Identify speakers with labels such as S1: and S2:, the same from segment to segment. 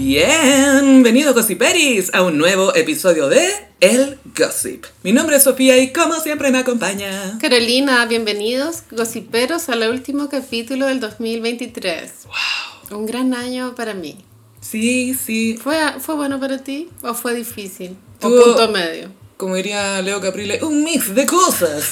S1: Bienvenido Gossiperis a un nuevo episodio de El Gossip. Mi nombre es Sofía y como siempre me acompaña.
S2: Carolina, bienvenidos gossiperos al último capítulo del 2023.
S1: Wow.
S2: Un gran año para mí.
S1: Sí, sí.
S2: ¿Fue, fue bueno para ti o fue difícil? O
S1: Tuvo-
S2: punto medio.
S1: Como diría Leo Caprile, un mix de cosas.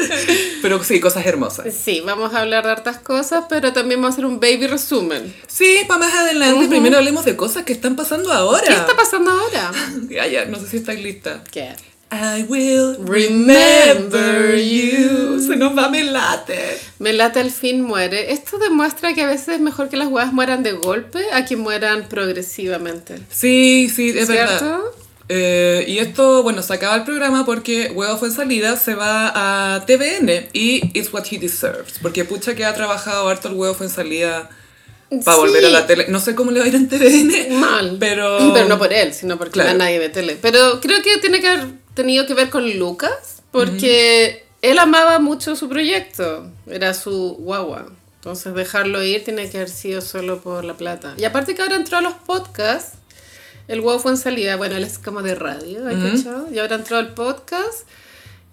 S1: Pero sí, cosas hermosas.
S2: Sí, vamos a hablar de hartas cosas, pero también vamos a hacer un baby resumen.
S1: Sí, para más adelante,
S2: Ujú.
S1: primero hablemos de cosas que están pasando ahora.
S2: ¿Qué está pasando ahora?
S1: Ya, ya, no sé si estáis lista.
S2: ¿Qué?
S1: I will
S2: remember you.
S1: Se nos va Melate.
S2: Me late al fin muere. Esto demuestra que a veces es mejor que las huevas mueran de golpe a que mueran progresivamente.
S1: Sí, sí, es verdad.
S2: ¿Cierto?
S1: Eh, y esto, bueno, se acaba el programa porque Huevo fue en salida, se va a TVN y It's What He Deserves. Porque pucha que ha trabajado harto el Huevo fue en salida para
S2: Sí.
S1: volver a la tele. No sé cómo le va a ir en TVN.
S2: Mal.
S1: Pero-
S2: no por él, sino porque
S1: Claro.
S2: a nadie ve tele. Pero creo que tiene que haber tenido que ver con Lucas, porque él amaba mucho su proyecto. Era su guagua. Entonces dejarlo ir tiene que haber sido solo por la plata. Y aparte que ahora entró a los podcasts. El huevo fue en salida, bueno, él es como de radio, ¿hay cachado? Y ahora entró al podcast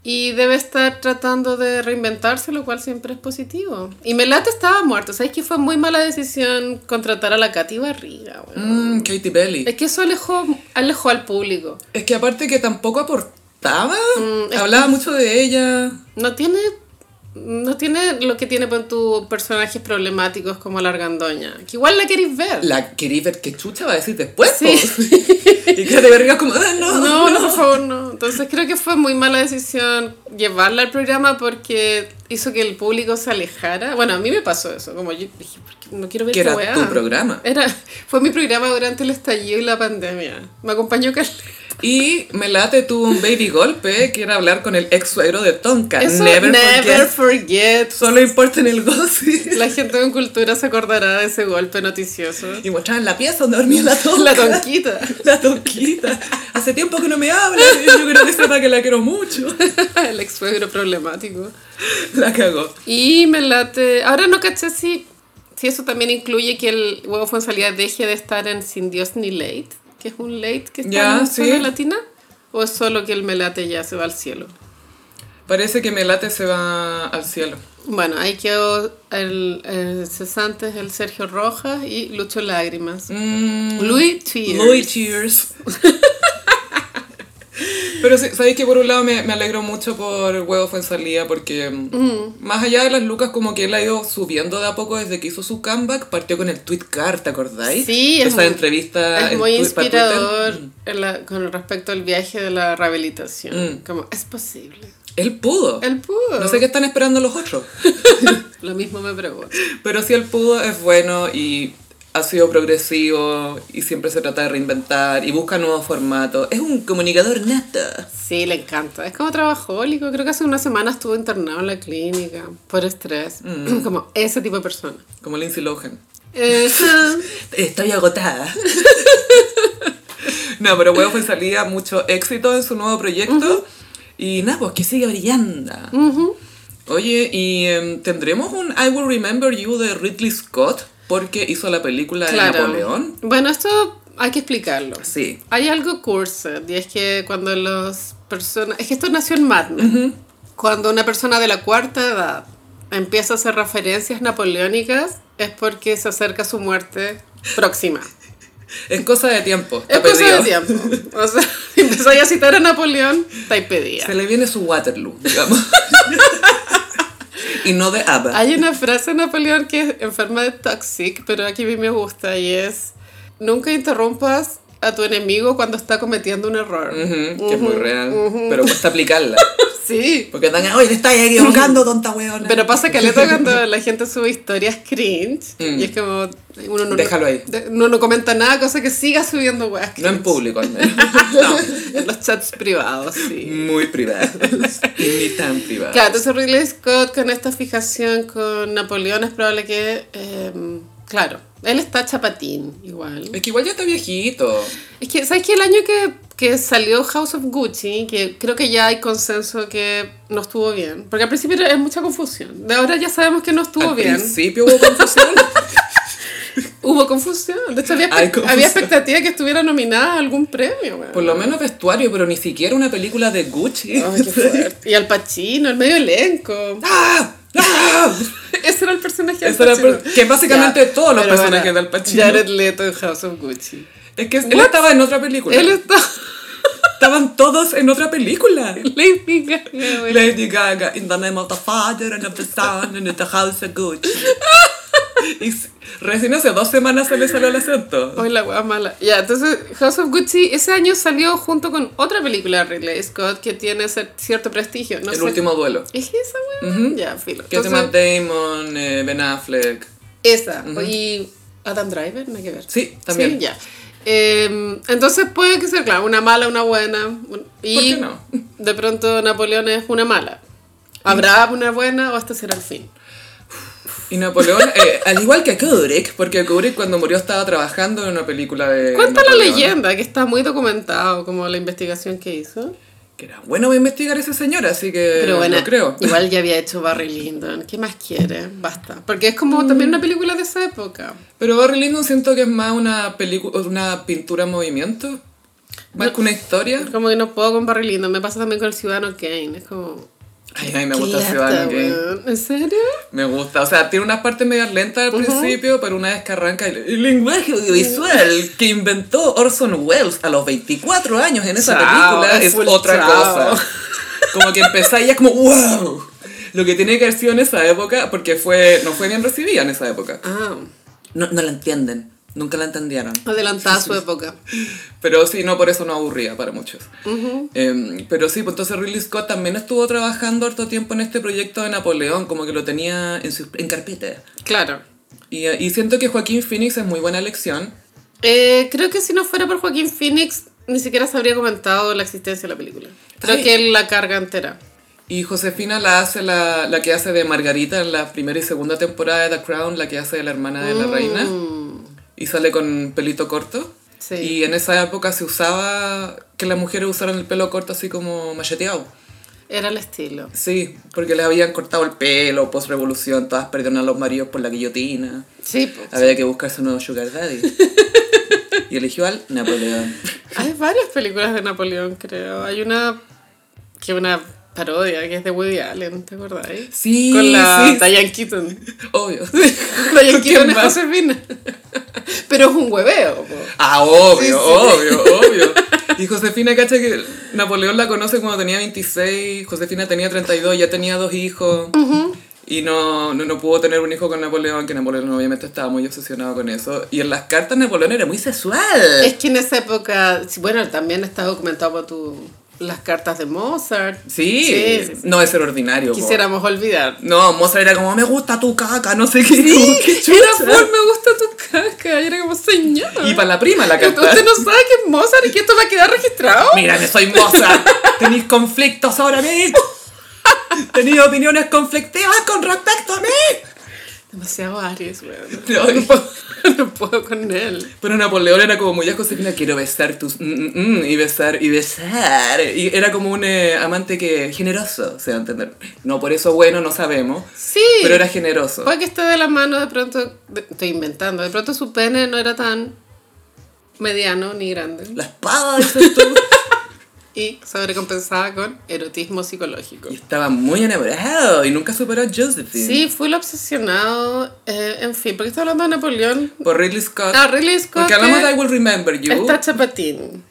S2: y debe estar tratando de reinventarse, lo cual siempre es positivo. Y Melate estaba muerto, ¿sabes que fue muy mala decisión contratar a la Katy Barriga? weón?
S1: Mm, Katy Belly.
S2: Es que eso alejó, alejó al público.
S1: Es que aparte que tampoco aportaba,
S2: Mm, es-
S1: hablaba mucho de ella.
S2: No tiene, no tiene lo que tiene con tus personajes problemáticos como la Argandoña, que igual la queréis ver.
S1: La quería ver qué chucha va a decir después.
S2: Sí.
S1: po. y Katy Belly como, "Ah, no,
S2: No, no, por favor, no. Entonces creo que fue muy mala decisión llevarla al programa porque hizo que el público se alejara. Bueno, a mí me pasó eso, como yo dije, "¿Por qué no quiero ver
S1: Que
S2: esta
S1: era
S2: weá?".
S1: tu programa.
S2: Era, fue mi programa durante el estallido y la pandemia. Me acompañó Carlita.
S1: Y Melate tuvo un baby golpe que era hablar con el ex suegro de Tonka.
S2: Eso
S1: never,
S2: never,
S1: forget.
S2: forget.
S1: Solo importa en el gossip.
S2: La gente con cultura se acordará de ese golpe noticioso.
S1: Y mostraban la pieza donde dormía la tonca.
S2: La tonquita.
S1: La tonquita. Hace tiempo que no me habla. Yo creo que sepa que la quiero mucho.
S2: El ex suegro problemático.
S1: La cagó.
S2: Y me late. Ahora no caché si, si eso también incluye que el huevo fue en salida deje de estar en Sin Dios ni Late, que es un late que está
S1: Ya,
S2: en
S1: sí.
S2: zona latina, o es solo que el melate ya se va al cielo.
S1: Parece que Melate se va al cielo.
S2: Bueno, ahí quedó el, el cesante, el Sergio Rojas y Lucho Lágrimas.
S1: Mm,
S2: Louis Tears.
S1: Louis Cheers. Pero sí, sabéis que por un lado me, me alegro mucho por el huevo fue en salida porque mm, más allá de las lucas como que él ha ido subiendo de a poco desde que hizo su comeback, partió con el tweet car, ¿te acordáis?
S2: Sí, es
S1: Esa
S2: muy-
S1: entrevista
S2: Es
S1: en
S2: muy
S1: Twi- para Twitter.
S2: inspirador
S1: Mm.
S2: en la- con respecto al viaje de la rehabilitación. Como, es posible.
S1: Él pudo.
S2: Él pudo.
S1: Mm. No sé qué están esperando los otros.
S2: Lo mismo me pregunto.
S1: Pero si él pudo, es bueno y ha sido progresivo y siempre se trata de reinventar y busca nuevos formatos. Es un comunicador nata.
S2: Sí, le encanta. Es como trabajólico. Creo que hace una semana estuvo internado en la clínica por estrés.
S1: Mm.
S2: Como ese tipo de persona.
S1: Como Lindsay Lohan.
S2: Eh,
S1: Estoy agotada. no, pero huevo fue salida, mucho éxito en su nuevo proyecto. Y nada, pues que sigue brillando. Oye, ¿y em, tendremos un I Will Remember You de Ridley Scott? Porque hizo la película de
S2: claro.
S1: Napoleón.
S2: Bueno, esto hay que explicarlo.
S1: Sí.
S2: Hay algo curso y es que cuando las personas... Es que esto nació en Mad Men. Cuando una persona de la cuarta edad empieza a hacer referencias napoleónicas, es porque se acerca su muerte próxima.
S1: Es cosa de tiempo.
S2: Es
S1: está
S2: cosa de
S1: pedido.
S2: tiempo. O sea, si empezáis a citar a Napoleón, estáis pedida.
S1: Se le viene su Waterloo, digamos. y no de ABBA.
S2: Hay una frase de Napoleón que es enferma de toxic, pero aquí a mí me gusta y es nunca interrumpas a tu enemigo cuando está cometiendo un error.
S1: Ujú, que es muy real. Pero cuesta aplicarla.
S2: Sí.
S1: Porque están, oye, te estás equivocando, tonta weona.
S2: Pero pasa caleta cuando la gente sube historias cringe y es como uno no
S1: Mm. Déjalo ahí.
S2: de- uno no comenta nada, cosa que siga subiendo weas
S1: No en
S2: cringe.
S1: público, al menos.
S2: en los chats privados, sí.
S1: Muy privado. Ni tan privado.
S2: Claro, entonces Ridley Scott con esta fijación con Napoleón es probable que em, claro, él está chapatín igual.
S1: Es que igual ya está viejito.
S2: Es que, ¿sabes qué? El año que, que salió House of Gucci, que creo que ya hay consenso que no estuvo bien, porque al principio era- es mucha confusión, de ahora ya sabemos que no estuvo
S1: Al
S2: bien.
S1: principio hubo confusión.
S2: Hubo confusión. De hecho, había,
S1: Hay
S2: expect- había
S1: confusión.
S2: expectativa que estuviera nominada a algún premio. weón.
S1: Por lo menos vestuario, pero ni siquiera una película de Gucci.
S2: Ay, qué fuerte. y al Pacino, el medio elenco.
S1: ¡Ah! ¡Ah!
S2: Ese era el personaje de
S1: Ese era el per- que básicamente todos los personajes de Al Pacino.
S2: Jared Leto en House of Gucci.
S1: Es que él estaba en otra película.
S2: Él está...
S1: Estaban todos en otra película.
S2: Lady Gaga, güey.
S1: Lady Gaga, in the name of the father and of the son and of the house of Gucci. Y s- recién hace dos semanas se le salió el acento.
S2: Hoy la wea mala. Ya, entonces House of Gucci ese año salió junto con otra película de Ridley Scott que tiene cer- cierto prestigio. No
S1: el
S2: sé-
S1: último duelo.
S2: ¿Es esa wea? Ya, filo.
S1: Que se
S2: Entonces,
S1: llama Damon, eh, Ben Affleck.
S2: Esa. pues, Y Adam Driver, nada que ver.
S1: Sí, también.
S2: Sí, ya. Eh, entonces puede que sea, claro, una mala, una buena. un- Y
S1: ¿Por qué no?
S2: De pronto Napoleón es una mala. ¿Habrá una buena o hasta será el fin?
S1: Y Napoleón, eh, al igual que Kubrick, porque Kubrick cuando murió estaba trabajando en una película de.
S2: Cuenta la
S1: Eh, Napoleón.
S2: leyenda, que está muy documentado, como la investigación que hizo.
S1: Que era bueno investigar a ese señor, así que
S2: Pero bueno,
S1: lo Eh, creo.
S2: igual ya había hecho Barry Lyndon. ¿Qué más quiere? Basta. Porque es como también
S1: Mm.
S2: una película de esa época.
S1: Pero Barry Lyndon siento que es más una película, una pintura en movimiento, más que una historia.
S2: Como que no puedo con Barry Lyndon. Me pasa también con el Ciudadano Kane. Es como.
S1: Ay, ay, me
S2: ¿qué
S1: gusta
S2: lata,
S1: Ciudadano Kane.
S2: weón? ¿En serio?
S1: Me gusta, o sea, tiene unas partes medias lentas al principio, pero una vez que arranca el, el lenguaje audiovisual que inventó Orson Welles a los 24 años en esa
S2: Chao,
S1: película
S2: es
S1: es
S2: full
S1: otra
S2: chao.
S1: cosa. Como que empezáis y es como, wow. Lo que tiene que haber sido en esa época, porque fue, no fue bien recibida en esa época.
S2: Ah,
S1: No, no la entienden, nunca la entendieron.
S2: adelantada su época.
S1: Pero sí, no por eso no aburría para muchos. Em, pero sí, pues entonces Ridley Scott también estuvo trabajando harto tiempo en este proyecto de Napoleón, como que lo tenía en, sus- en carpeta.
S2: Claro.
S1: Y, eh, y siento que Joaquín Phoenix es muy buena elección.
S2: Eh, creo que si no fuera por Joaquín Phoenix, ni siquiera se habría comentado la existencia de la película. Creo
S1: Ay.
S2: que él la carga entera.
S1: Y Josefina la hace la, la que hace de Margarita en la primera y segunda temporada de The Crown, la que hace de la hermana de
S2: Mm.
S1: la reina. Y sale con pelito corto.
S2: Sí.
S1: Y en esa época se usaba que las mujeres usaran el pelo corto así como macheteado.
S2: Era el estilo.
S1: Sí, porque les habían cortado el pelo post-revolución, todas perdieron a los maridos por la guillotina.
S2: Sí, pues.
S1: Había que buscarse un nuevo sugar daddy. y eligió al Napoleón.
S2: Hay varias películas de Napoleón, creo. Hay una que es una parodia, que es de Woody Allen, ¿te acordáis?
S1: Sí,
S2: Con la
S1: sí,
S2: Diane Keaton.
S1: obvio.
S2: Diane
S1: ¿Con quién
S2: Keaton es
S1: más?
S2: Josefina. Pero es un hueveo, po.
S1: Ah, obvio, obvio, obvio. Y Josefina, cacha que Napoleón la conoce cuando tenía 26, Josefina tenía 32, ya tenía dos hijos. Y no, no, no pudo tener un hijo con Napoleón, que Napoleón obviamente estaba muy obsesionado con eso. Y en las cartas Napoleón era muy
S2: Es
S1: sexual.
S2: que en esa época, sí, bueno, también está documentado por tu, las cartas de Mozart.
S1: Sí,
S2: Sí, sí, sí.
S1: no es ser ordinario. po.
S2: Quisiéramos olvidar.
S1: No, Mozart era como, me gusta tu caca, no sé qué. como, qué chucha.
S2: Era full, me gusta tu caca. Y era como, señor.
S1: Y para la prima la carta.
S2: Usted no sabe que es Mozart y que esto va a quedar registrado.
S1: Mira que soy Mozart. Tenéis conflictos ahora mismo. Tenéis opiniones conflictivas con respecto a mí.
S2: Demasiado Aries, weón.
S1: No, no puedo.
S2: No puedo con él.
S1: Pero Napoleón era como muy a Josefina, quiero besar tus... mm, mm, mm", y besar, y besar. Y era como un eh, amante que generoso, se va a entender. No por eso bueno, no sabemos.
S2: Sí.
S1: Pero era generoso.
S2: Puede que esté de la mano de pronto, de- estoy inventando, de pronto su pene no era tan mediano ni grande
S1: La espada, dices tú.
S2: y sobrecompensada con erotismo psicológico.
S1: Y estaba muy enamorado y nunca superó a Josephine.
S2: Sí, fue lo obsesionado, eh, en fin, porque está hablando de Napoleón.
S1: Por Ridley Scott.
S2: Ah, Ridley Scott
S1: Porque hablamos de I
S2: que
S1: Will Remember You.
S2: está chapatín.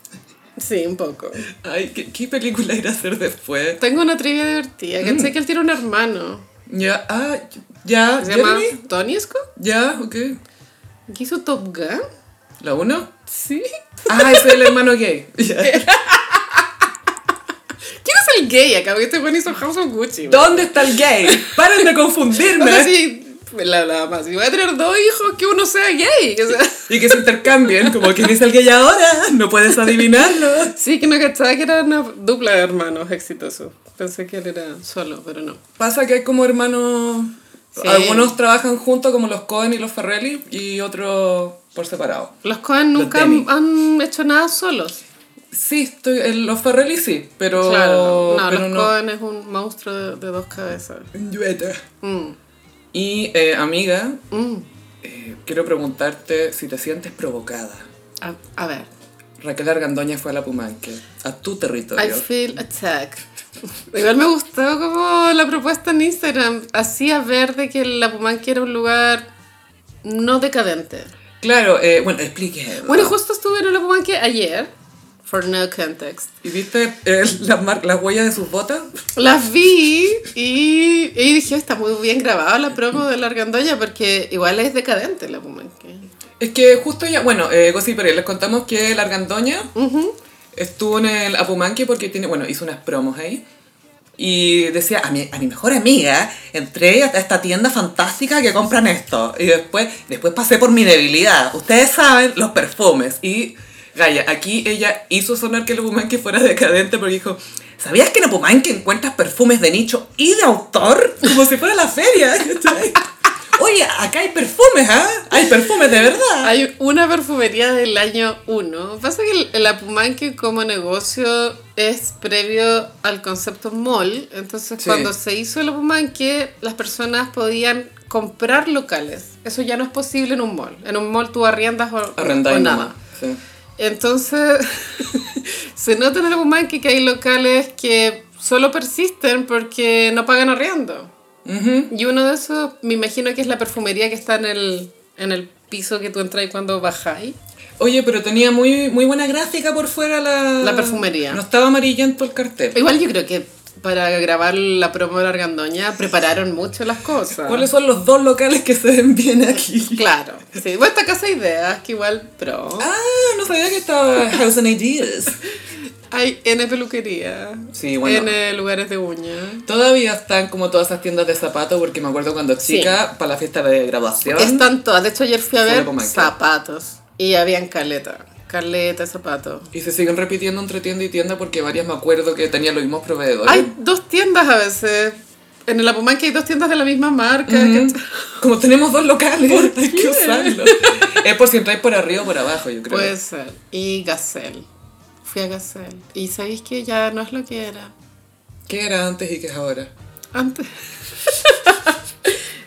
S2: Sí, un poco.
S1: Ay, ¿qué, qué película ir a hacer después?
S2: Tengo una trivia divertida,
S1: Mm.
S2: que sé que él tiene un hermano.
S1: Ya, ah, ya,
S2: Se llama
S1: Jeremy.
S2: Tony Scott,
S1: Ya, ok.
S2: que hizo Top Gun.
S1: ¿La uno?
S2: Sí.
S1: Ah, ese es el hermano gay. Ya.
S2: ¿Quién es el gay acá? Porque este bueno hizo House of Gucci.
S1: ¿Dónde está el gay? Paren de confundirme.
S2: O sea, si, la, la, más, si voy a tener dos hijos, que uno sea gay. O sea,
S1: Y que se intercambien, como quién es el gay ahora, no puedes adivinarlo.
S2: sí, que no cachaba que era una dupla de hermanos exitosos. Pensé que él era solo, pero no.
S1: Pasa que hay como hermanos.
S2: Sí.
S1: Algunos trabajan juntos, como los Cohen y los Ferrelli, y otros por separado.
S2: Los Cohen
S1: Los
S2: nunca
S1: Demi.
S2: han, han hecho nada solos.
S1: Sí, estoy, el- los Ferrelli sí, pero.
S2: claro, no,
S1: pero
S2: los Cohen es un monstruo de, de dos cabezas.
S1: Llueta.
S2: Mm,
S1: Y eh, amiga,
S2: mm.
S1: eh, quiero preguntarte si te sientes provocada.
S2: A, a ver.
S1: Raquel Argandoña fue a la Pumanque, a tu
S2: I
S1: territorio.
S2: feel attacked. Igual me gustó como la propuesta en Instagram. Hacía ver de que la Pumanqui era un lugar no decadente.
S1: Claro, eh, bueno, explique.
S2: Bueno, justo estuve en la Pumanqui ayer, for no context.
S1: ¿Y viste eh, las mar- las huellas de sus botas?
S2: Las vi y, y dije, está muy bien grabada la promo de la Argandoña porque igual es decadente la Pumanqui.
S1: Es que justo ya, bueno, eh, Gossip, pero les contamos que la Argandoña estuvo en el Apumanque porque tiene, bueno, hizo unas promos ahí. Y decía, a mi, a mi mejor amiga, entré a esta tienda fantástica que compran esto. Y después, después pasé por mi debilidad. Ustedes saben, los perfumes. Y Gaya, aquí ella hizo sonar que el Apumanque fuera decadente porque dijo, ¿sabías que en Apumanque encuentras perfumes de nicho y de autor? Como si fuera la feria. ¿cachai? Oye, acá hay perfumes, ¿ah? Hay perfumes de verdad.
S2: Hay una perfumería del año 1. Pasa que el, el Apumanque como negocio es previo al concepto mall. Entonces,
S1: Sí.
S2: cuando se hizo el Apumanque, las personas podían comprar locales. Eso ya no es posible en un mall. En un mall tú arriendas o, o
S1: Arrendáis nomás,
S2: nada.
S1: sí.
S2: Entonces, se nota en el Apumanque que hay locales que solo persisten porque no pagan arriendo.
S1: Ujú.
S2: Y uno de esos, me imagino que es la perfumería que está en el, en el piso que tú entras cuando bajáis.
S1: Oye, pero tenía muy, muy buena gráfica por fuera la...
S2: La perfumería.
S1: No estaba amarillento el cartel.
S2: Igual yo creo que para grabar la promo de la Argandoña prepararon mucho las cosas.
S1: ¿Cuáles son los dos locales que se ven bien aquí?
S2: Claro. Sí. Bueno, esta casa de ideas, que igual pro.
S1: Ah, no sabía que estaba House and Ideas.
S2: Hay N peluquería.
S1: Sí, bueno.
S2: N lugares de uña.
S1: Todavía están como todas esas tiendas de zapatos, porque me acuerdo cuando chica, para la fiesta de graduación.
S2: Están todas. De hecho, ayer fui a
S1: Solo
S2: ver
S1: con Michael.
S2: zapatos. Y habían caleta. Caleta, zapatos.
S1: Y se siguen repitiendo entre tienda y tienda porque varias me acuerdo que tenían los mismos proveedores.
S2: Hay dos tiendas a veces. En el Apumanque hay dos tiendas de la misma marca. ¿cachai?
S1: Como tenemos dos locales, hay que usarlo. es por si entráis por arriba o por abajo, yo creo.
S2: Puede ser. Y Gazelle. Fui a Gazelle. Y sabéis que ya no es lo que era.
S1: ¿Qué era antes y qué es ahora?
S2: Antes.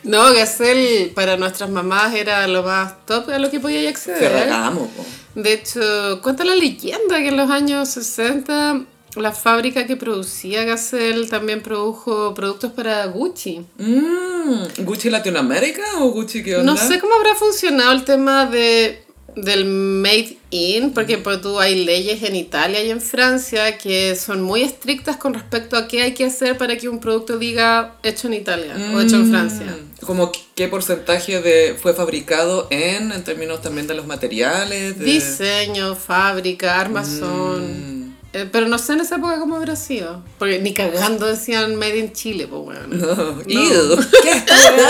S2: no, Gazelle para nuestras mamás era lo más top a lo que podía
S1: Eh.
S2: acceder.
S1: Ferragamo. po.
S2: De hecho, cuenta la leyenda que en los años 60 la fábrica que producía Gazelle también produjo productos para Gucci.
S1: Mm, ¿Gucci Latinoamérica o Gucci qué onda?
S2: No sé cómo habrá funcionado el tema de, del made in, porque por tú hay leyes en Italia y en Francia que son muy estrictas con respecto a qué hay que hacer para que un producto diga hecho en Italia o hecho en Francia.
S1: Mm, Como qu- qué porcentaje de fue fabricado en, en términos también de los materiales. de-
S2: Diseño, fábrica, armazón.
S1: Mm,
S2: Eh, pero no sé en esa época cómo habrá sido. Porque ni cagando decían made in Chile, pues bueno.
S1: no. Ew, ¿Qué es esto?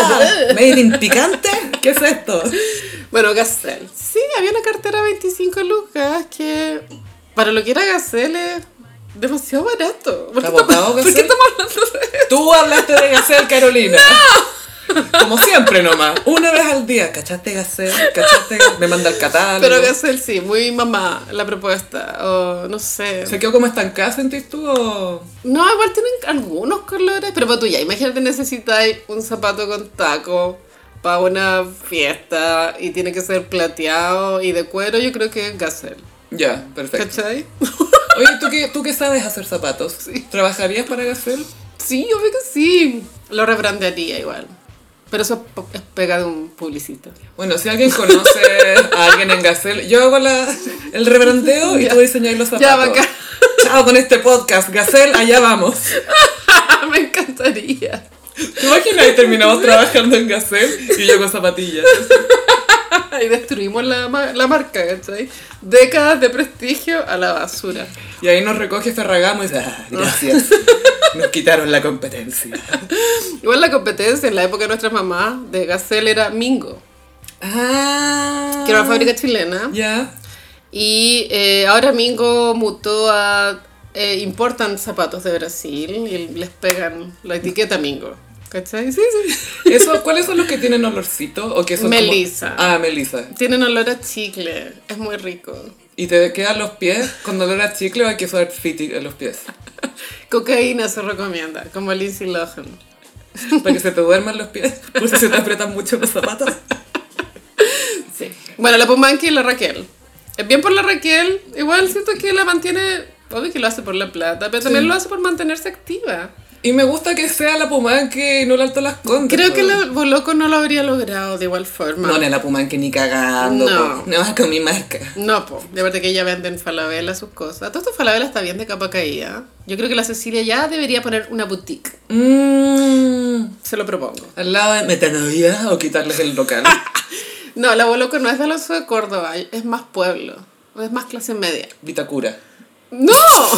S1: ¿Made in picante? ¿Qué es esto?
S2: Bueno, Gazelle. Sí, había una cartera de 25 lucas que para lo que era Gazelle es demasiado barato. ¿Por qué,
S1: ¿Está botado
S2: estamos, ¿por
S1: Gazelle?
S2: qué estamos hablando de eso?
S1: Tú hablaste de Gacel, Carolina. Como siempre nomás. Una vez al día. ¿Cachaste Gacel? ¿Cachaste? Me manda el catálogo.
S2: Pero Gazelle sí, muy mamá la propuesta. O no sé.
S1: ¿Se quedó como estancada, sentís tú? O...
S2: No, igual tienen algunos colores. Pero para tú ya, imagínate necesitáis un zapato con taco para una fiesta y tiene que ser plateado y de cuero. Yo creo que es Gazelle.
S1: Ya, perfecto.
S2: ¿Cachai?
S1: Oye, ¿tú qué, ¿tú qué sabes hacer zapatos? ¿Trabajarías para Gacel?
S2: Sí, yo veo que sí. Lo rebrandearía igual. Pero eso es po- es pega de un publicista.
S1: Bueno, si alguien conoce a alguien en Gacel, yo hago la, el rebrandeo y
S2: Ya.
S1: tú diseñas los zapatos.
S2: Ya, bacán.
S1: Chao con este podcast. Gacel, allá vamos.
S2: Me encantaría.
S1: ¿Te imaginas? Y terminamos trabajando en Gacel y yo con zapatillas.
S2: Y destruimos la, ma- la marca, ¿cachai? Décadas de prestigio a la basura.
S1: Y ahí nos recoge Ferragamo y dice, ah, gracias. Nos quitaron la competencia.
S2: Igual la competencia en la época de nuestras mamás de Gazelle era Mingo,
S1: Ah.
S2: que era una fábrica chilena.
S1: Ya.
S2: Y eh, ahora Mingo mutó a... eh, importan zapatos de Brasil y les pegan la etiqueta Mingo. ¿Cachai? Sí, sí.
S1: Eso, ¿Cuáles son los que tienen olorcito? ¿O que son como-
S2: Melissa.
S1: Ah, Melissa.
S2: Tienen olor a chicle. Es muy rico.
S1: Y te quedan los pies con dolor a chicle o hay que usar fitting en los pies.
S2: Cocaína se recomienda, como Lindsay Lohan.
S1: Para que se te duerman los pies. Por si se te aprietan mucho los zapatos.
S2: Bueno, la Pumanqui y la Raquel. Es bien por la Raquel, igual siento que la mantiene, obvio que lo hace por la plata, pero también lo hace por mantenerse activa.
S1: Y me gusta que sea la Pumanque y no la Alto Las Condes.
S2: Creo que
S1: po.
S2: la Boloco no lo habría logrado de igual forma.
S1: No, no es la Pumanque ni cagando.
S2: No.
S1: No. no vas con mi marca.
S2: No, po. De verdad que ella vende en Falabella sus cosas. Todo esto Falabella está bien de capa caída. Yo creo que la Cecilia ya debería poner una boutique.
S1: Mmm.
S2: Se lo propongo.
S1: Al lado de Metanoia o quitarles el local.
S2: No, la Boloco no es de los de Córdoba. Es más pueblo. Es más clase media.
S1: Vitacura.
S2: ¡No!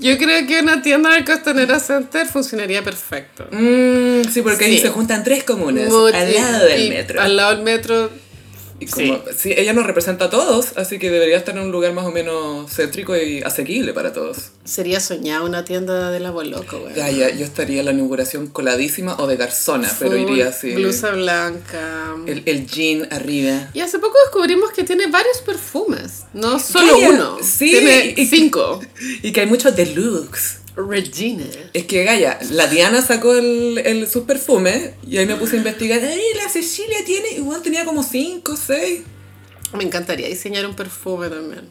S2: Yo creo que una tienda del Costanera Center funcionaría perfecto.
S1: Mmm. Sí, porque ahí
S2: Sí.
S1: se juntan tres comunas
S2: Mucho-
S1: al lado del
S2: y
S1: metro.
S2: Al lado del metro.
S1: Y como, sí, ella nos representa a todos, así que debería estar en un lugar más o menos céntrico y asequible para todos.
S2: Sería soñado una tienda de la Boloco, güey.
S1: Gaya, yo estaría en la inauguración coladísima o de garzona, pero
S2: Full
S1: iría así.
S2: Blusa blanca.
S1: El, el jean arriba.
S2: Y hace poco descubrimos que tiene varios perfumes. No solo
S1: Calla,
S2: uno.
S1: sí,
S2: Tiene
S1: y-
S2: cinco.
S1: Y que hay muchos deluxe.
S2: Regina.
S1: Es que, Gaya, la Diana sacó el, el, sus perfumes y ahí me puse a investigar. ¡Ay, la Cecilia tiene! Igual tenía como 5, 6.
S2: Me encantaría diseñar un perfume también.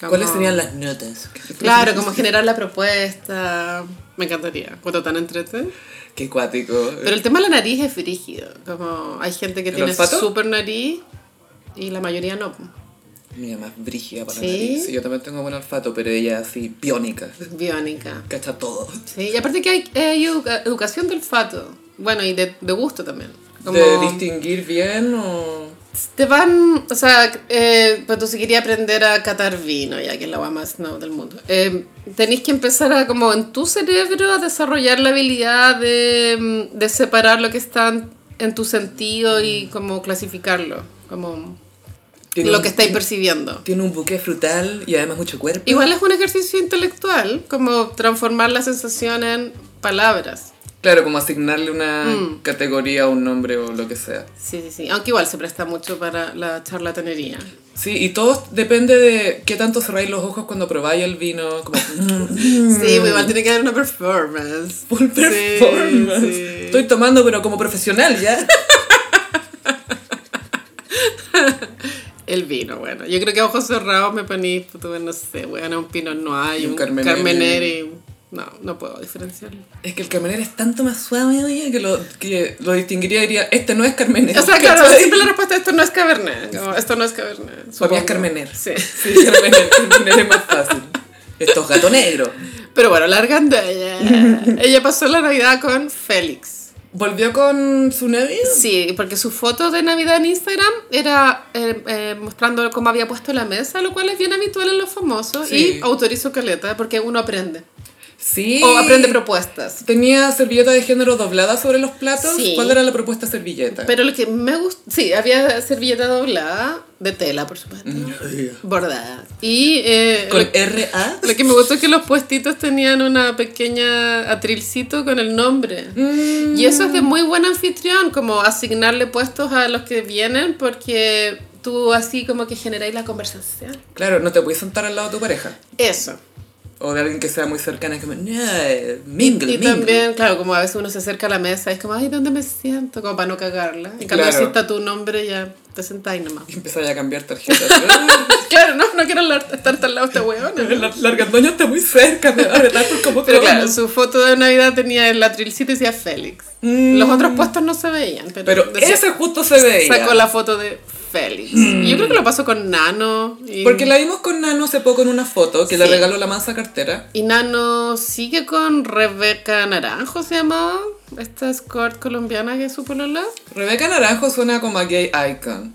S2: Como-
S1: ¿Cuáles serían las notas?
S2: Claro, como generar la propuesta. Me encantaría. Cuando tan entrete.
S1: Qué cuático.
S2: Pero el tema de la nariz es frígido. Como hay gente que
S1: ¿El
S2: tiene
S1: olfato?
S2: súper nariz y la mayoría no.
S1: Mira, más brígida para
S2: ¿Sí?
S1: la nariz. Sí, Yo también tengo buen olfato, pero ella así, biónica.
S2: Biónica.
S1: Cacha todo.
S2: Sí, y aparte que hay, hay educa- educación del fato. Bueno, y de, de gusto también. Como-
S1: ¿De distinguir bien o...?
S2: Te van, o sea, eh, pues tú si querías aprender a catar vino, ya que es la agua más no del mundo, eh, tenéis que empezar a como en tu cerebro a desarrollar la habilidad de, mm, de separar lo que está en tu sentido y como clasificarlo, como
S1: Tiene
S2: lo
S1: un-
S2: que estáis percibiendo.
S1: Tiene un buque frutal y además mucho cuerpo.
S2: Igual es un ejercicio intelectual, como transformar la sensación en palabras.
S1: Claro, como asignarle una
S2: Mm.
S1: categoría o un nombre o lo que sea.
S2: Sí, sí, sí. Aunque igual se presta mucho para la charlatanería.
S1: Sí, y todo depende de qué tanto cerráis los ojos cuando probáis el vino. Como,
S2: Sí, pues igual tiene que haber una performance.
S1: full performance.
S2: sí.
S1: Estoy tomando, pero como profesional ya.
S2: El vino, bueno. Yo creo que a ojos cerrados me poní, puto, no sé, weón, un pino no hay,
S1: Y
S2: un,
S1: un
S2: carmenere.
S1: Carmenere.
S2: No, no puedo diferenciarlo.
S1: Es que el carmenero es tanto más suave, oye, que lo, que lo distinguiría y diría, este no es carmenero.
S2: O sea, claro,
S1: ¿cachai?
S2: siempre la respuesta esto no es cabernet. como, esto no es cabernet.
S1: Para mí es
S2: supongo.
S1: carmener.
S2: Sí.
S1: Sí, carmener, carmener es más fácil. Estos gato negro.
S2: Pero bueno, largando ella. ella pasó la Navidad con Félix.
S1: ¿Volvió con su novio?
S2: Sí, porque su foto de Navidad en Instagram era eh, eh, mostrando cómo había puesto la mesa, lo cual es bien habitual en los famosos.
S1: Sí.
S2: Y autorizo caleta, porque uno aprende.
S1: Sí.
S2: O aprende propuestas.
S1: Tenía servilleta de género doblada sobre los platos.
S2: Sí.
S1: ¿Cuál era la propuesta servilleta?
S2: Pero lo que me gusta, sí, había servilleta doblada, de tela, por supuesto, bordada. Y eh,
S1: Mm. Con
S2: lo,
S1: RA.
S2: lo que me gustó es que los puestitos tenían una pequeña atrilcito con el nombre. Y eso es de muy buen anfitrión, como asignarle puestos a los que vienen, porque tú así como que generáis la conversación.
S1: Claro, no te puedes sentar al lado de tu pareja.
S2: Eso.
S1: O de alguien que sea muy cercana. Es como, no, mingle,
S2: Y
S1: mingle".
S2: también, claro, como a veces uno se acerca a la mesa y es como, ay, ¿dónde me siento? Como para no cagarla. En cambio,
S1: Claro.
S2: si está tu nombre, ya te sentáis nomás.
S1: Y empezar a cambiar tarjetas.
S2: Claro, no, no quiero hablar- estar tan lado de esta weona.
S1: la, la argandoña está muy cerca, me va a apretar por como
S2: Pero
S1: como.
S2: claro, su foto de Navidad tenía el atrilcito y decía Félix.
S1: Mm.
S2: Los otros puestos no se veían, pero,
S1: Pero
S2: decía-
S1: ese justo se ve.
S2: sacó la foto de Félix. Y Yo creo que lo pasó con Nano. Y,
S1: Mm. Porque la vimos con Nano hace poco en una foto que le
S2: Sí.
S1: regaló la mansa cartera.
S2: y Nano sigue con Rebeca Naranjo, se llamaba. Esta escort colombiana que es su polola.
S1: Rebeca Naranjo suena como a gay icon.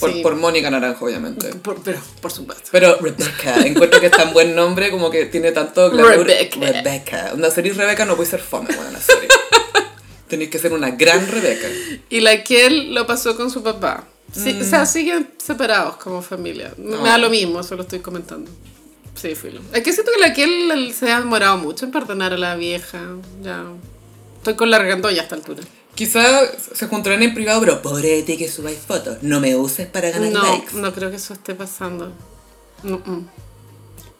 S1: Por,
S2: Sí.
S1: por Mónica Naranjo, obviamente.
S2: Por- pero, por supuesto.
S1: Pero Rebecca, encuentro que es tan buen nombre como que tiene tanto glamour.
S2: Rebecca.
S1: Rebecca. Una serie Rebeca no puede ser fome, weón, la serie. Tenéis que ser una gran Rebeca.
S2: Y la que él lo pasó con su papá. Sí, O
S1: Mm.
S2: sea, siguen separados como familia. Me me da lo mismo, eso lo estoy comentando. Sí, filo. Es que siento que la que él él se ha demorado mucho en perdonar a la vieja. Ya. Estoy con la argandolla a esta altura.
S1: Quizás se juntarán en privado, pero pobre de ti que subáis fotos. No me uses para ganar
S2: No,
S1: likes.
S2: no creo que eso esté pasando. No, mm.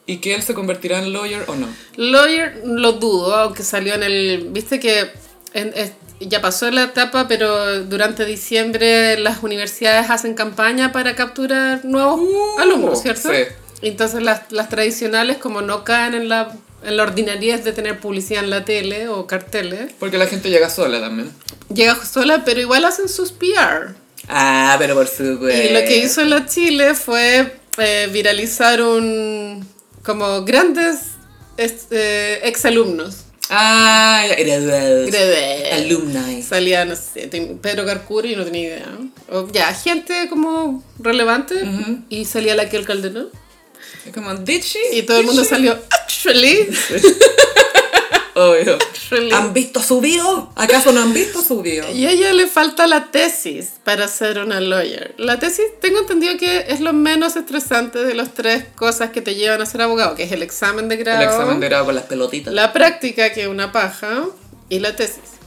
S1: ¿Y que él se convertirá en lawyer o no?
S2: Lawyer lo dudo, aunque salió en el... Viste que en- es- ya pasó la etapa, pero durante diciembre las universidades hacen campaña para capturar nuevos
S1: Uh,
S2: alumnos, ¿cierto?
S1: sí.
S2: Entonces las, las tradicionales como no caen en la, en la ordinariedad de tener publicidad en la tele o carteles,
S1: Porque la gente llega sola también.
S2: llega sola, pero igual hacen sus PR.
S1: Ah, pero por supuesto.
S2: Y lo que hizo en la Chile fue eh, viralizar un... como grandes ex exalumnos.
S1: Ah, graduados.
S2: Graduados.
S1: Alumni.
S2: Salía, no sé, te- Pedro Carcuri, y no tenía idea. O, ya, gente como relevante. Y salía la Kiel Calderón.
S1: Es Como, did she?
S2: Y todo el
S1: Did
S2: mundo
S1: she?
S2: salió, actually,
S1: Obvio.
S2: actually.
S1: ¿Han visto su video? ¿Acaso no han visto su video?
S2: Y a ella le falta la tesis para ser una lawyer. La tesis, tengo entendido que es lo menos estresante de las tres cosas que te llevan a ser abogado, que es el examen de grado,
S1: El examen de grado con las pelotitas.
S2: la práctica, que es una paja, y la tesis.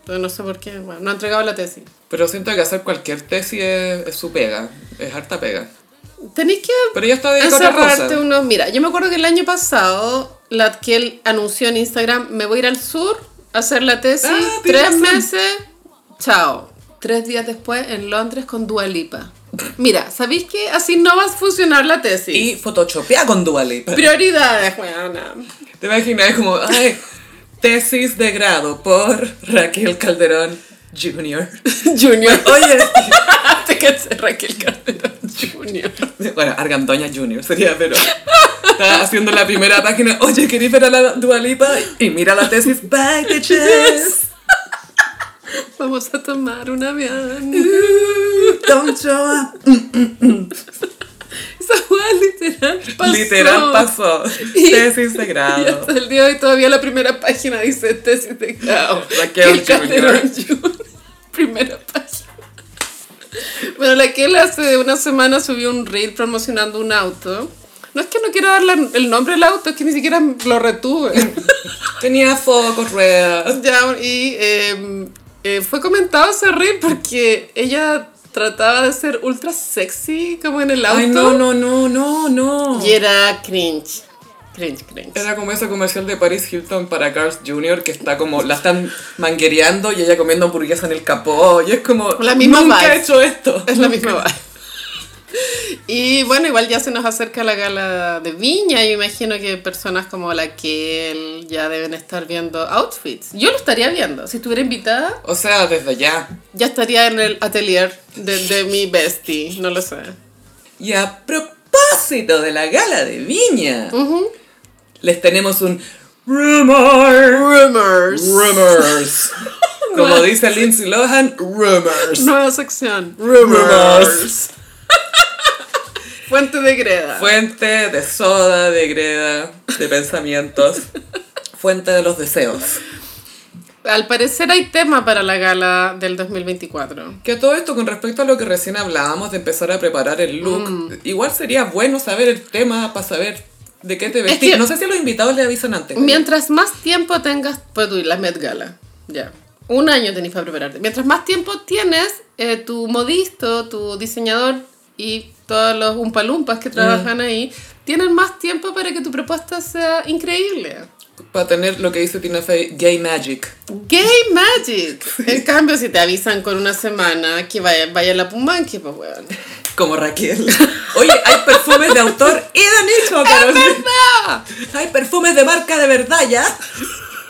S2: Entonces no sé por qué, bueno, no ha entregado la tesis.
S1: Pero siento que hacer cualquier tesis es, es su pega. Es harta pega.
S2: Tenéis que
S1: Pero ella está dedicada a otra
S2: encerrarte
S1: cosa.
S2: unos... Mira, yo me acuerdo que el año pasado, la que él anunció en Instagram, me voy a ir al sur a hacer la tesis,
S1: Ah, tiene
S2: tres
S1: razón.
S2: meses, chao. Tres días después en Londres con Dualipa. Mira, ¿sabéis que así no va a funcionar la tesis?
S1: Y photoshopea con Duali.
S2: Prioridades, weona.
S1: Te imaginas como, ay, tesis de grado por Raquel Calderón Jr.
S2: Junior.
S1: Oye,
S2: Te caché, Raquel Calderón Junior.
S1: bueno, Argandoña Jr. sería, pero está haciendo la primera página. Oye, ¿querés ver a la Dualipa? Y mira la tesis, bye, teachers.
S2: Vamos a tomar un avión.
S1: Don't show up.
S2: Esa weá literal pasó.
S1: Literal pasó.
S2: Y-
S1: Tesis de
S2: Y
S1: grado.
S2: hasta el día de hoy todavía la primera página dice tesis de grado.
S1: Raquel
S2: Gil Calderón Jr. Primera página. Bueno, la que él hace una semana subió un reel promocionando un auto. No es que no quiera darle el nombre del auto, es que ni siquiera lo retuve.
S1: Tenía focos, ruedas.
S2: Ya, y eh, eh, fue comentado ese reel porque ella trataba de ser ultra sexy como en el auto.
S1: Ay, no, no, no, no, no.
S2: Y era cringe. Cringe, cringe.
S1: Era como ese comercial de Paris Hilton para Cars Jr. que está como, la están manguereando y ella comiendo hamburguesa en el capó. Y es como,
S2: La misma
S1: nunca
S2: vibe.
S1: he hecho esto.
S2: Es la misma vibe. Y bueno, igual ya se nos acerca la gala de Viña. Yo imagino que personas como la que ya deben estar viendo outfits. Yo lo estaría viendo. Si estuviera invitada,
S1: O sea, desde ya.
S2: ya estaría en el atelier de, de mi bestie. No lo sé.
S1: Y a propósito de la gala de Viña, les tenemos un rumor.
S2: Rumors.
S1: Rumors. Como dice Lindsay Lohan, rumors.
S2: Nueva sección.
S1: Rumors.
S2: Fuente de greda.
S1: Fuente de soda, de greda, de pensamientos. Fuente de los deseos.
S2: Al parecer hay tema para la gala del 2024.
S1: Que todo esto con respecto a lo que recién hablábamos de empezar a preparar el look,
S2: Mm.
S1: igual sería bueno saber el tema para saber de qué te vestir.
S2: que-
S1: No sé si a los invitados le avisan antes.
S2: Mientras más tiempo tengas, pues tú, la Met Gala, ya. Un año tenés para prepararte. Mientras más tiempo tienes, eh, tu modisto, tu diseñador y todos los umpalumpas que trabajan ahí, tienen más tiempo para que tu propuesta sea increíble.
S1: Para tener lo que dice Tina Fey, gay magic.
S2: Gay Magic. En cambio, si te avisan con una semana que vaya, vaya la Pumanque, pues weón.
S1: Como Raquel. Oye, hay perfumes de autor y de nicho, Carolina.
S2: ¡Ah!
S1: Hay perfumes de marca de verdad, ¿ya?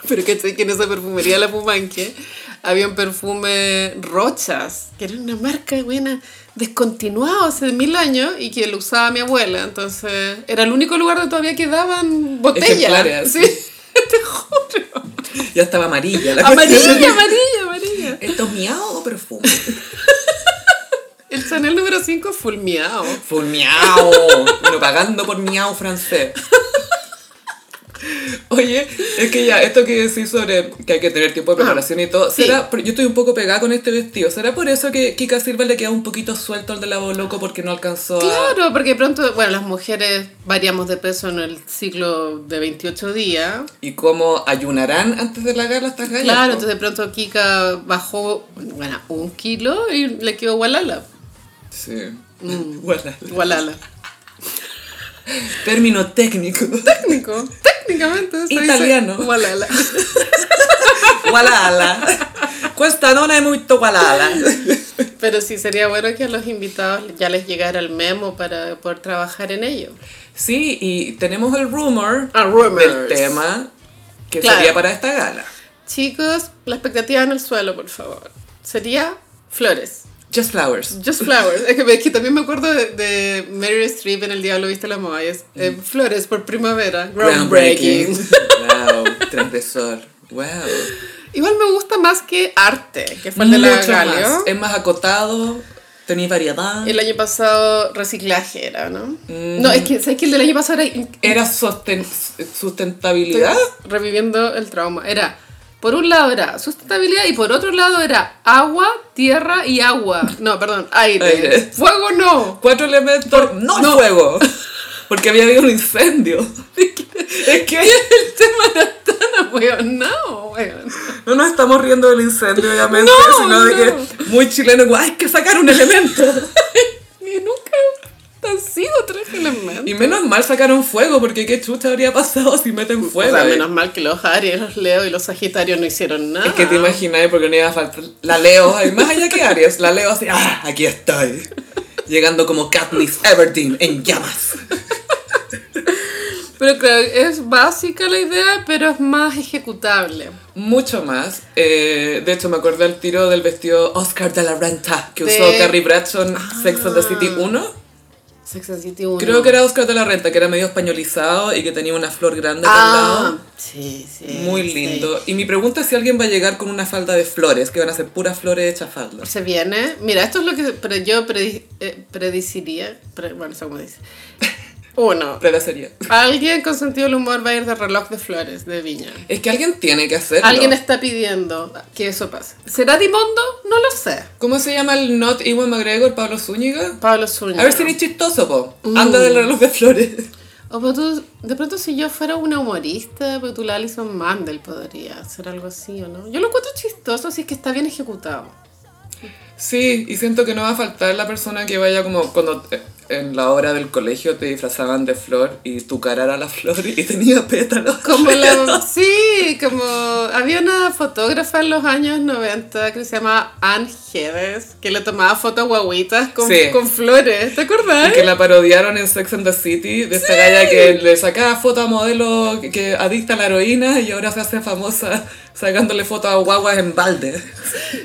S2: Pero que que en esa perfumería La Pumanque había un perfume Rochas, que era una marca buena, descontinuada hace mil años y que lo usaba mi abuela. Entonces era el único lugar donde todavía quedaban botellas.
S1: Ejemplares.
S2: Sí, te juro.
S1: Ya estaba amarilla. La cuestión.
S2: Amarilla, amarilla, amarilla.
S1: Esto es miau o perfume.
S2: El Chanel número 5 fulmiado.
S1: Fue un miau. Bueno, pagando por miau francés. Oye, es que ya, esto que decís sobre que hay que tener tiempo de preparación y todo,
S2: sí.
S1: ¿será, pero yo estoy un poco pegada con este vestido, ¿será por eso que Kika Silva le queda un poquito suelto al de lavo loco porque no alcanzó a...
S2: Claro, porque pronto, bueno, las mujeres variamos de peso en el ciclo de 28 días.
S1: ¿Y cómo ayunarán antes de la gala estas gallas?
S2: Claro,
S1: po?
S2: entonces de pronto Kika bajó, bueno, un kilo y le quedó Mm, gualala.
S1: Sí. Gualala.
S2: Gualala.
S1: Término técnico.
S2: Técnico. Técnicamente. se dice
S1: Italiano.
S2: Gualala.
S1: Gualala. Cuesta no es muy tocualala.
S2: Pero sí sería bueno que a los invitados ya les llegara el memo para poder trabajar en ello.
S1: Sí, y tenemos el rumor
S2: A Ah, rumors.
S1: del tema que
S2: Claro.
S1: sería para esta gala.
S2: Chicos, la expectativa en el suelo, por favor. Sería flores.
S1: Just Flowers.
S2: Just flowers. Es que, es que también me acuerdo de, de Mary Streep en El Diablo Viste la Moda. y es, eh, flores por primavera. Groundbreaking.
S1: wow, transgresor. Wow.
S2: Igual me gusta más que arte, que fue el de la
S1: Mucho más.
S2: Galio.
S1: Es más acotado, tenía variedad.
S2: El año pasado reciclaje era, ¿no?
S1: Mm.
S2: No, es que, ¿sabes que el del año pasado era in-
S1: Era sosten- sustentabilidad.
S2: reviviendo el trauma. Era, por un lado era sustentabilidad y por otro lado era agua, tierra y agua. No, perdón, aire.
S1: Aire.
S2: Fuego no.
S1: Cuatro elementos, no, el fuego. Porque había habido un incendio. Es que
S2: El tema era tan weón, no, weón.
S1: no nos estamos riendo del incendio, obviamente,
S2: No,
S1: sino de
S2: no.
S1: que muy chileno, como, "Ay, hay que sacar un elemento.
S2: Y nunca han sido tres elementos.
S1: Y menos mal sacaron fuego, porque qué chucha habría pasado si meten
S2: O
S1: fuego.
S2: sea,
S1: eh.
S2: menos mal que los Aries, los Leo y los Sagitarios no hicieron nada.
S1: Es que te imagináis porque no iba a faltar la Leo, ay, más allá que Aries, la Leo así, ah, aquí estoy. Llegando como Katniss Everdeen en llamas.
S2: Pero claro, es básica la idea, pero es más ejecutable.
S1: Mucho más. eh, de hecho, me acuerdo el tiro del vestido Oscar de la Renta que
S2: De-
S1: usó Carrie Bradshaw en
S2: Ah.
S1: Sex and the City 1.
S2: Sex and the City 1.
S1: Creo que era Oscar de la Renta, que era medio españolizado y que tenía una flor grande por al
S2: Ah,
S1: lado.
S2: sí, sí.
S1: Muy
S2: sí.
S1: lindo. Y mi pregunta es si alguien va a llegar con una falda de flores, que van a ser puras flores hechas faldas.
S2: Se viene. Mira, esto es lo que pre- yo predi- eh, prediciría. pre- bueno, eso como dice. Uno,
S1: Pero sería.
S2: alguien con sentido del humor va a ir de reloj de flores de viña.
S1: Es que alguien tiene que hacerlo.
S2: Alguien está pidiendo que eso pase. ¿Será Dimondo? No lo sé.
S1: ¿Cómo se llama el not Iwan McGregor, Pablo Zúñiga?
S2: Pablo Zúñiga.
S1: A ver si eres chistoso, po.
S2: Uh.
S1: Anda del reloj de flores.
S2: O pero tú- de pronto si yo fuera una humorista, pero tú la Alison Mandel podría hacer algo así o no. Yo lo encuentro chistoso si es que está bien ejecutado.
S1: Sí, y siento que no va a faltar la persona que vaya como cuando te- en la hora del colegio te disfrazaban de flor y tu cara era la flor y tenía pétalos.
S2: Como la, sí, como había una fotógrafa en los años 90 que se llamaba Ann Hedes, que le tomaba fotos guaguitas con,
S1: Sí.
S2: con flores, ¿te acordás?
S1: Y que la parodiaron en Sex and the City, de esta galla que le sacaba foto a modelo que, que adicta a la heroína y ahora se hace famosa sacándole foto a guaguas en balde.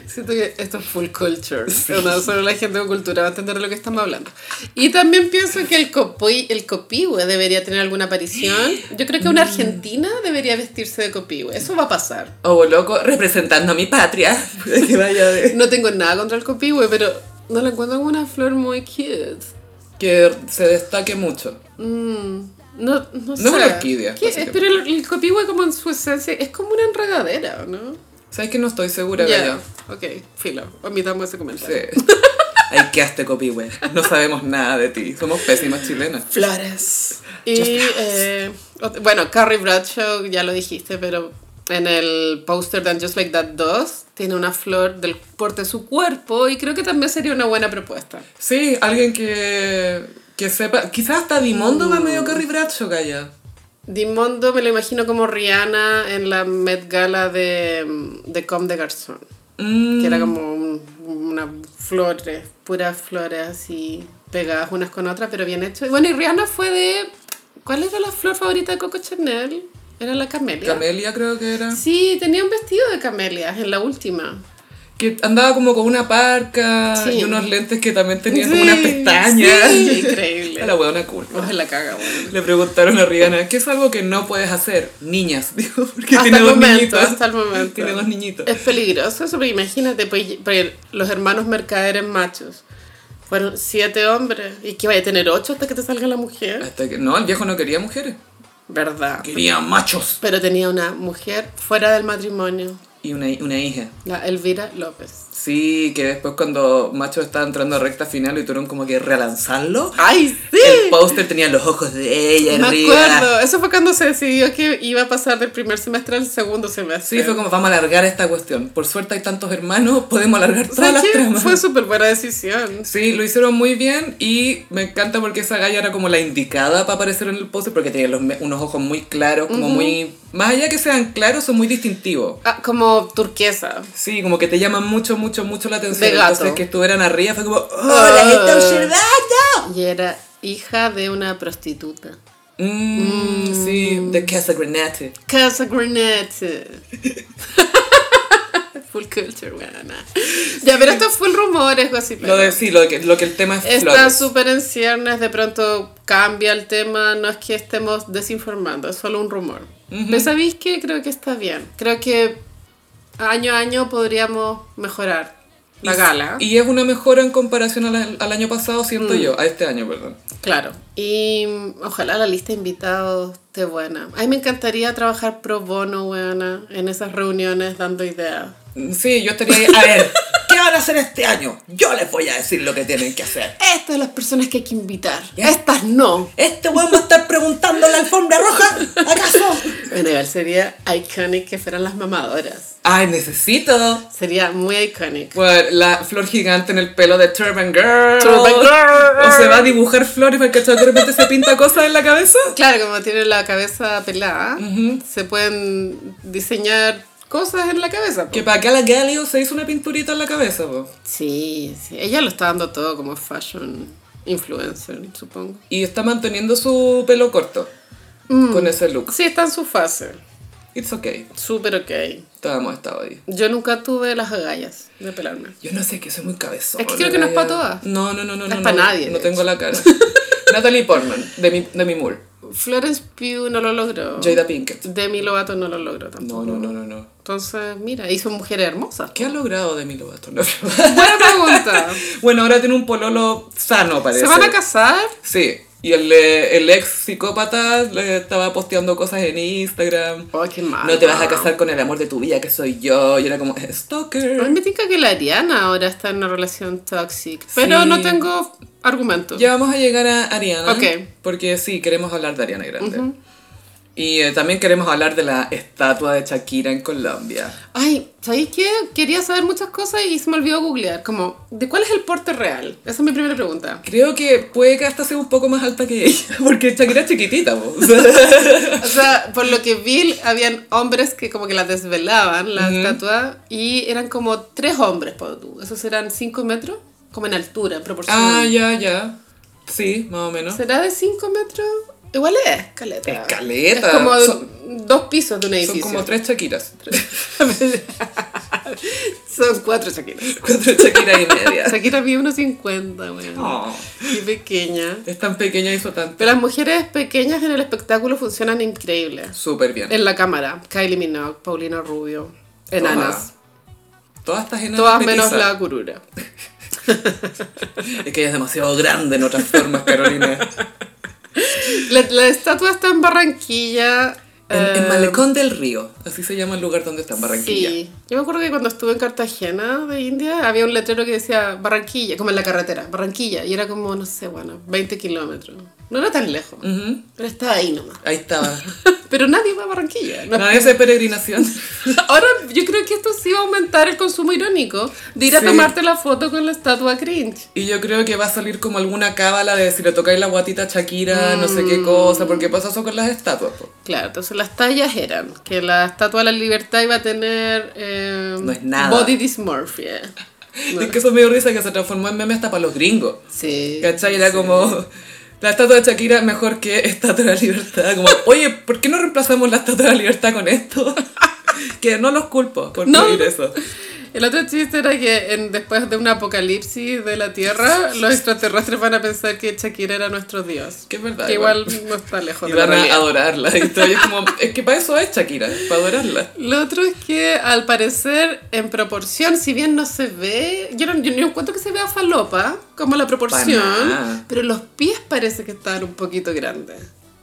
S2: Siento que esto es full culture, no, solo la gente con cultura va a entender de lo que estamos hablando. Y también pienso que el, copi, el copihue debería tener alguna aparición. Yo creo que
S1: Mm.
S2: una argentina debería vestirse de copihue, eso va a pasar.
S1: O loco, representando a mi patria. que vaya de...
S2: No tengo nada contra el copihue, pero no lo encuentro como una flor muy cute.
S1: Que se destaque mucho.
S2: Mm. No, no, sé.
S1: es una orquídea,
S2: ¿Qué?
S1: básicamente.
S2: Pero el, el copihue como en su esencia es como una enredadera, ¿o ¿no?
S1: ¿Sabes que no estoy segura,
S2: Ya,
S1: galla?
S2: Ok, filo. Omitamos ese comentario.
S1: Sí. Ay, qué haste copihue. No sabemos nada de ti. Somos pésimas chilenas.
S2: Flores. Y eh, ot- bueno, Carrie Bradshaw, ya lo dijiste, pero en el póster de And Just Like That 2 tiene una flor del porte de su cuerpo y creo que también sería una buena propuesta.
S1: Sí, alguien que, que sepa. Quizás hasta Dimondo va
S2: Mm.
S1: medio Carrie Bradshaw, galla.
S2: Dimondo me lo imagino como Rihanna en la Met Gala de, mm, de Comme de Garzón,
S1: Mm,
S2: que era como un- unas flores, puras flores así pegadas unas con otras, pero bien hecho. Y bueno, y Rihanna fue de... ¿Cuál era la flor favorita de Coco Chanel? Era la camelia.
S1: Camelia creo que era.
S2: Sí, tenía un vestido de camelias en la última.
S1: Que andaba como con una parca
S2: Sí.
S1: y unos lentes que también tenían
S2: Sí,
S1: como unas pestañas.
S2: sí, increíble.
S1: La huevona cool.
S2: Vos en la caga, bueno.
S1: Le preguntaron a Rihanna, ¿qué es algo que no puedes hacer? Niñas, digo, porque
S2: Hasta
S1: tiene
S2: el
S1: dos
S2: momento,
S1: niñitos.
S2: hasta el momento.
S1: Tiene dos niñitos.
S2: Es peligroso eso, porque imagínate, pues, y- pues, los hermanos mercaderes machos. Fueron siete hombres. ¿Y que vaya a tener ocho hasta que te salga la mujer?
S1: Hasta que, no, el viejo no quería mujeres.
S2: ¿Verdad?
S1: Quería machos.
S2: Pero tenía una mujer fuera del matrimonio,
S1: Y una, una hija.
S2: la Elvira López.
S1: Sí, que después cuando Macho estaba entrando a recta final y tuvieron como que relanzarlo,
S2: ¡Ay,
S1: el póster tenía los ojos de ella
S2: Me
S1: arriba.
S2: acuerdo. Eso fue cuando se decidió que iba a pasar del primer semestre al segundo semestre.
S1: Sí, fue como, vamos a alargar esta cuestión. Por suerte hay tantos hermanos, podemos alargar todas
S2: ¿Sabes
S1: las
S2: qué?
S1: tramas.
S2: Fue súper buena decisión.
S1: Sí, lo hicieron muy bien y me encanta porque esa galla era como la indicada para aparecer en el póster porque tenía los me- unos ojos muy claros, como muy... Más allá que sean claros, son muy distintivos.
S2: Ah, como como turquesa.
S1: Sí, como que te llaman mucho, mucho, mucho la atención.
S2: De gato.
S1: Entonces que estuvieran arriba fue como, ¡Oh, la gente observando!
S2: Y era hija de una prostituta.
S1: Mm, Sí, de Casa Granate.
S2: Casa Grenette. Full culture, weona. Ya, pero esto fue el rumor, es así.
S1: Lo de, sí, lo, de que, lo que el tema es
S2: Está
S1: flores.
S2: súper en ciernes, de pronto cambia el tema, no es que estemos desinformando, es solo un rumor. Pero ¿sabéis qué? Creo que está bien. Creo que año a año podríamos mejorar la
S1: Y-
S2: gala. Mm.
S1: Y es una mejora en comparación al, al año pasado, siento yo, a este año, perdón.
S2: claro. Y mm, ojalá la lista de invitados esté buena. A mí me encantaría trabajar pro bono, weona, en esas reuniones dando ideas.
S1: Sí, yo estaría ahí, a ver, ¿qué van a hacer este año? Yo les voy a decir lo que tienen que hacer.
S2: Estas las personas que hay que invitar.
S1: Ya.
S2: Estas no.
S1: ¿Este weón va a estar preguntando la alfombra roja? ¿Acaso?
S2: Bueno, igual sería iconic que fueran las mamadoras.
S1: Ay, necesito.
S2: Sería muy iconic.
S1: Bueno, Pues, la flor gigante en el pelo de Turban Girl.
S2: Turban Girl.
S1: O se va a dibujar flores porque de repente se pinta cosas en la cabeza.
S2: Claro, como tiene la cabeza pelada, se pueden diseñar cosas en la cabeza. po.
S1: Que para Gala Galio se hizo una pinturita en la cabeza, po.
S2: Sí, sí. Ella lo está dando todo como fashion influencer, supongo.
S1: Y está manteniendo su pelo corto
S2: Mm.
S1: con ese look.
S2: Sí, está en su fase.
S1: It's okay.
S2: Súper ok.
S1: Todos hemos estado ahí.
S2: Yo nunca tuve las agallas de pelarme.
S1: Yo no sé, que soy muy cabezona.
S2: Es que creo que no es
S1: para
S2: pa' todas.
S1: No, no, no, no.
S2: No es
S1: no,
S2: pa'
S1: no.
S2: nadie,
S1: No
S2: de
S1: tengo
S2: hecho.
S1: la cara. Natalie Portman, de mi, de mi Moore.
S2: Florence Pugh no lo logró.
S1: Jada Pinkett.
S2: Demi Lovato no lo logró tampoco.
S1: No, no, no, no, no.
S2: Entonces, mira, hizo mujeres hermosas.
S1: ¿Qué ha logrado Demi Lovato? No.
S2: Buena pregunta.
S1: bueno, ahora tiene un pololo sano, parece.
S2: ¿Se van a casar?
S1: Sí. Y el, eh, el ex psicópata le estaba posteando cosas en Instagram.
S2: Oh, qué mal.
S1: No te vas a casar con el amor de tu vida, que soy yo. Y era como,
S2: A mí
S1: stalker.
S2: me tinca que la Ariana ahora está en una relación tóxica, pero
S1: Sí.
S2: no tengo argumentos.
S1: Ya vamos a llegar a Ariana.
S2: Ok.
S1: Porque sí, queremos hablar de Ariana Grande. Y eh, también queremos hablar de la estatua de Shakira en Colombia.
S2: Ay, ¿sabéis qué? Quería saber muchas cosas y se me olvidó googlear, como, ¿de cuál es el porte real? Esa es mi primera pregunta.
S1: Creo que puede que hasta sea un poco más alta que ella, porque Shakira es chiquitita, po.
S2: O sea, por lo que vi, habían hombres que como que la desvelaban, la estatua, y eran como tres hombres, por tú. Esos eran cinco metros, como en altura, en proporción.
S1: ah, ya, ya. Sí, más o menos.
S2: ¿Será de cinco metros? Igual es, caleta.
S1: Es caleta.
S2: Es como
S1: Son-
S2: dos pisos de un
S1: Son
S2: edificio.
S1: como tres Shakiras.
S2: Son cuatro Shakiras.
S1: Cuatro Shakiras y media.
S2: Shakira mide 1,50, weón.
S1: Oh.
S2: Qué pequeña.
S1: Es tan pequeña y hizo tanto.
S2: Pero las mujeres pequeñas en el espectáculo funcionan increíbles.
S1: Súper bien.
S2: En la cámara, Kylie Minogue, Paulina Rubio, enanas.
S1: Todas estas enanas
S2: Todas
S1: petizas.
S2: menos la curura.
S1: Es que ella es demasiado grande en otras formas, Carolina.
S2: La, la estatua está en Barranquilla.
S1: en,
S2: eh,
S1: en Malecón del Río. Así se llama el lugar donde está en Barranquilla.
S2: Sí. Yo me acuerdo que cuando estuve en Cartagena de India había un letrero que decía Barranquilla, como en la carretera, Barranquilla. Y era como, no sé, bueno, 20 kilómetros. No era tan lejos,
S1: Ujú.
S2: pero estaba ahí nomás.
S1: Ahí estaba.
S2: Pero nadie va a Barranquilla. ¿no?
S1: Nadie hace peregrinación.
S2: Ahora, yo creo que esto sí va a aumentar el consumo irónico de ir a
S1: Sí.
S2: tomarte la foto con la estatua cringe.
S1: Y yo creo que va a salir como alguna cábala de si le tocáis la guatita a Shakira, no sé qué
S2: Mm.
S1: cosa, porque pasa eso con las estatuas. po.
S2: Claro, entonces las tallas eran que la estatua de la libertad iba a tener eh,
S1: No es nada.
S2: body dysmorphia. No.
S1: Es que eso me dio risa que se transformó en meme hasta para los gringos.
S2: Sí.
S1: ¿Cachai? Era como la estatua de Shakira mejor que estatua de la libertad. Como, oye, ¿por qué no reemplazamos la estatua de la libertad con esto? que no los culpo por
S2: No.
S1: pedir eso.
S2: El otro chiste era que en- después de un apocalipsis de la Tierra, los extraterrestres van a pensar que Shakira era nuestro dios.
S1: Que es verdad.
S2: Que igual no está lejos
S1: Y
S2: de la
S1: van a
S2: realidad.
S1: adorarla. Y todo, y es, como, es que para eso es Shakira, para adorarla.
S2: Lo otro es que al parecer en proporción, si bien no se ve, yo no, yo no encuentro que se vea falopa como la
S1: Pa'
S2: proporción,
S1: nada.
S2: pero los pies parece que están un poquito grandes.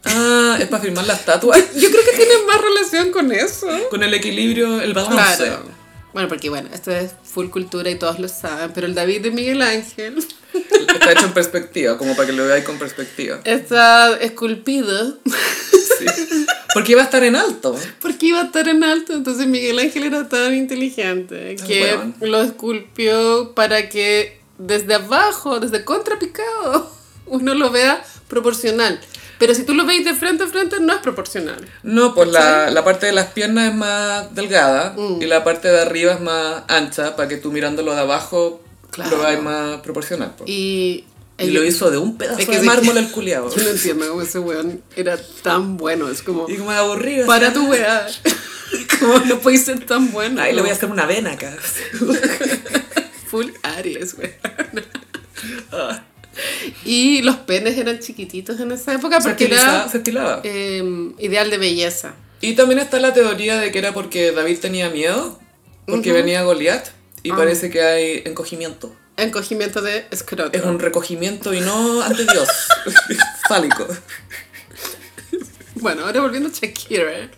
S1: Ah, es para firmar la estatua.
S2: Yo creo que tienen más relación con eso.
S1: Con el equilibrio, el balance.
S2: Claro. Bueno, porque bueno, esto es full cultura y todos lo saben, pero el David de Miguel Ángel
S1: Está hecho en perspectiva, como para que lo veáis con perspectiva.
S2: está esculpido
S1: Sí. Porque iba a estar en alto.
S2: Porque iba a estar en alto, entonces Miguel Ángel era tan inteligente
S1: Tan
S2: que
S1: weón.
S2: lo esculpió para que desde abajo, desde contrapicado, uno lo vea proporcional. Pero si tú lo veis de frente a frente, no es proporcional.
S1: No, pues la, la parte de las piernas es más delgada
S2: Mm.
S1: y la parte de arriba es más ancha para que tú mirándolo de abajo
S2: Claro.
S1: lo veas más proporcional. po. Y,
S2: Y,
S1: lo hizo de un pedazo
S2: es que
S1: de
S2: sí.
S1: mármol al culiado.
S2: Yo no entiendo cómo ese weón era tan bueno. Es como,
S1: Y como aburrido.
S2: para tu weá. Como no puede ser tan bueno.
S1: Ahí le voy a hacer una vena acá.
S2: Full Aries, weón.
S1: Ah.
S2: Y los penes eran chiquititos en esa época
S1: Se
S2: porque
S1: estilaba-
S2: era
S1: se estilaba.
S2: eh, ideal de belleza.
S1: Y también está la teoría de que era porque David tenía miedo, porque venía Goliat y
S2: Ah.
S1: parece que hay encogimiento.
S2: Encogimiento de escroto.
S1: Es un recogimiento y no ante Dios. Fálico.
S2: Bueno, ahora volviendo a Shakira. ¿eh?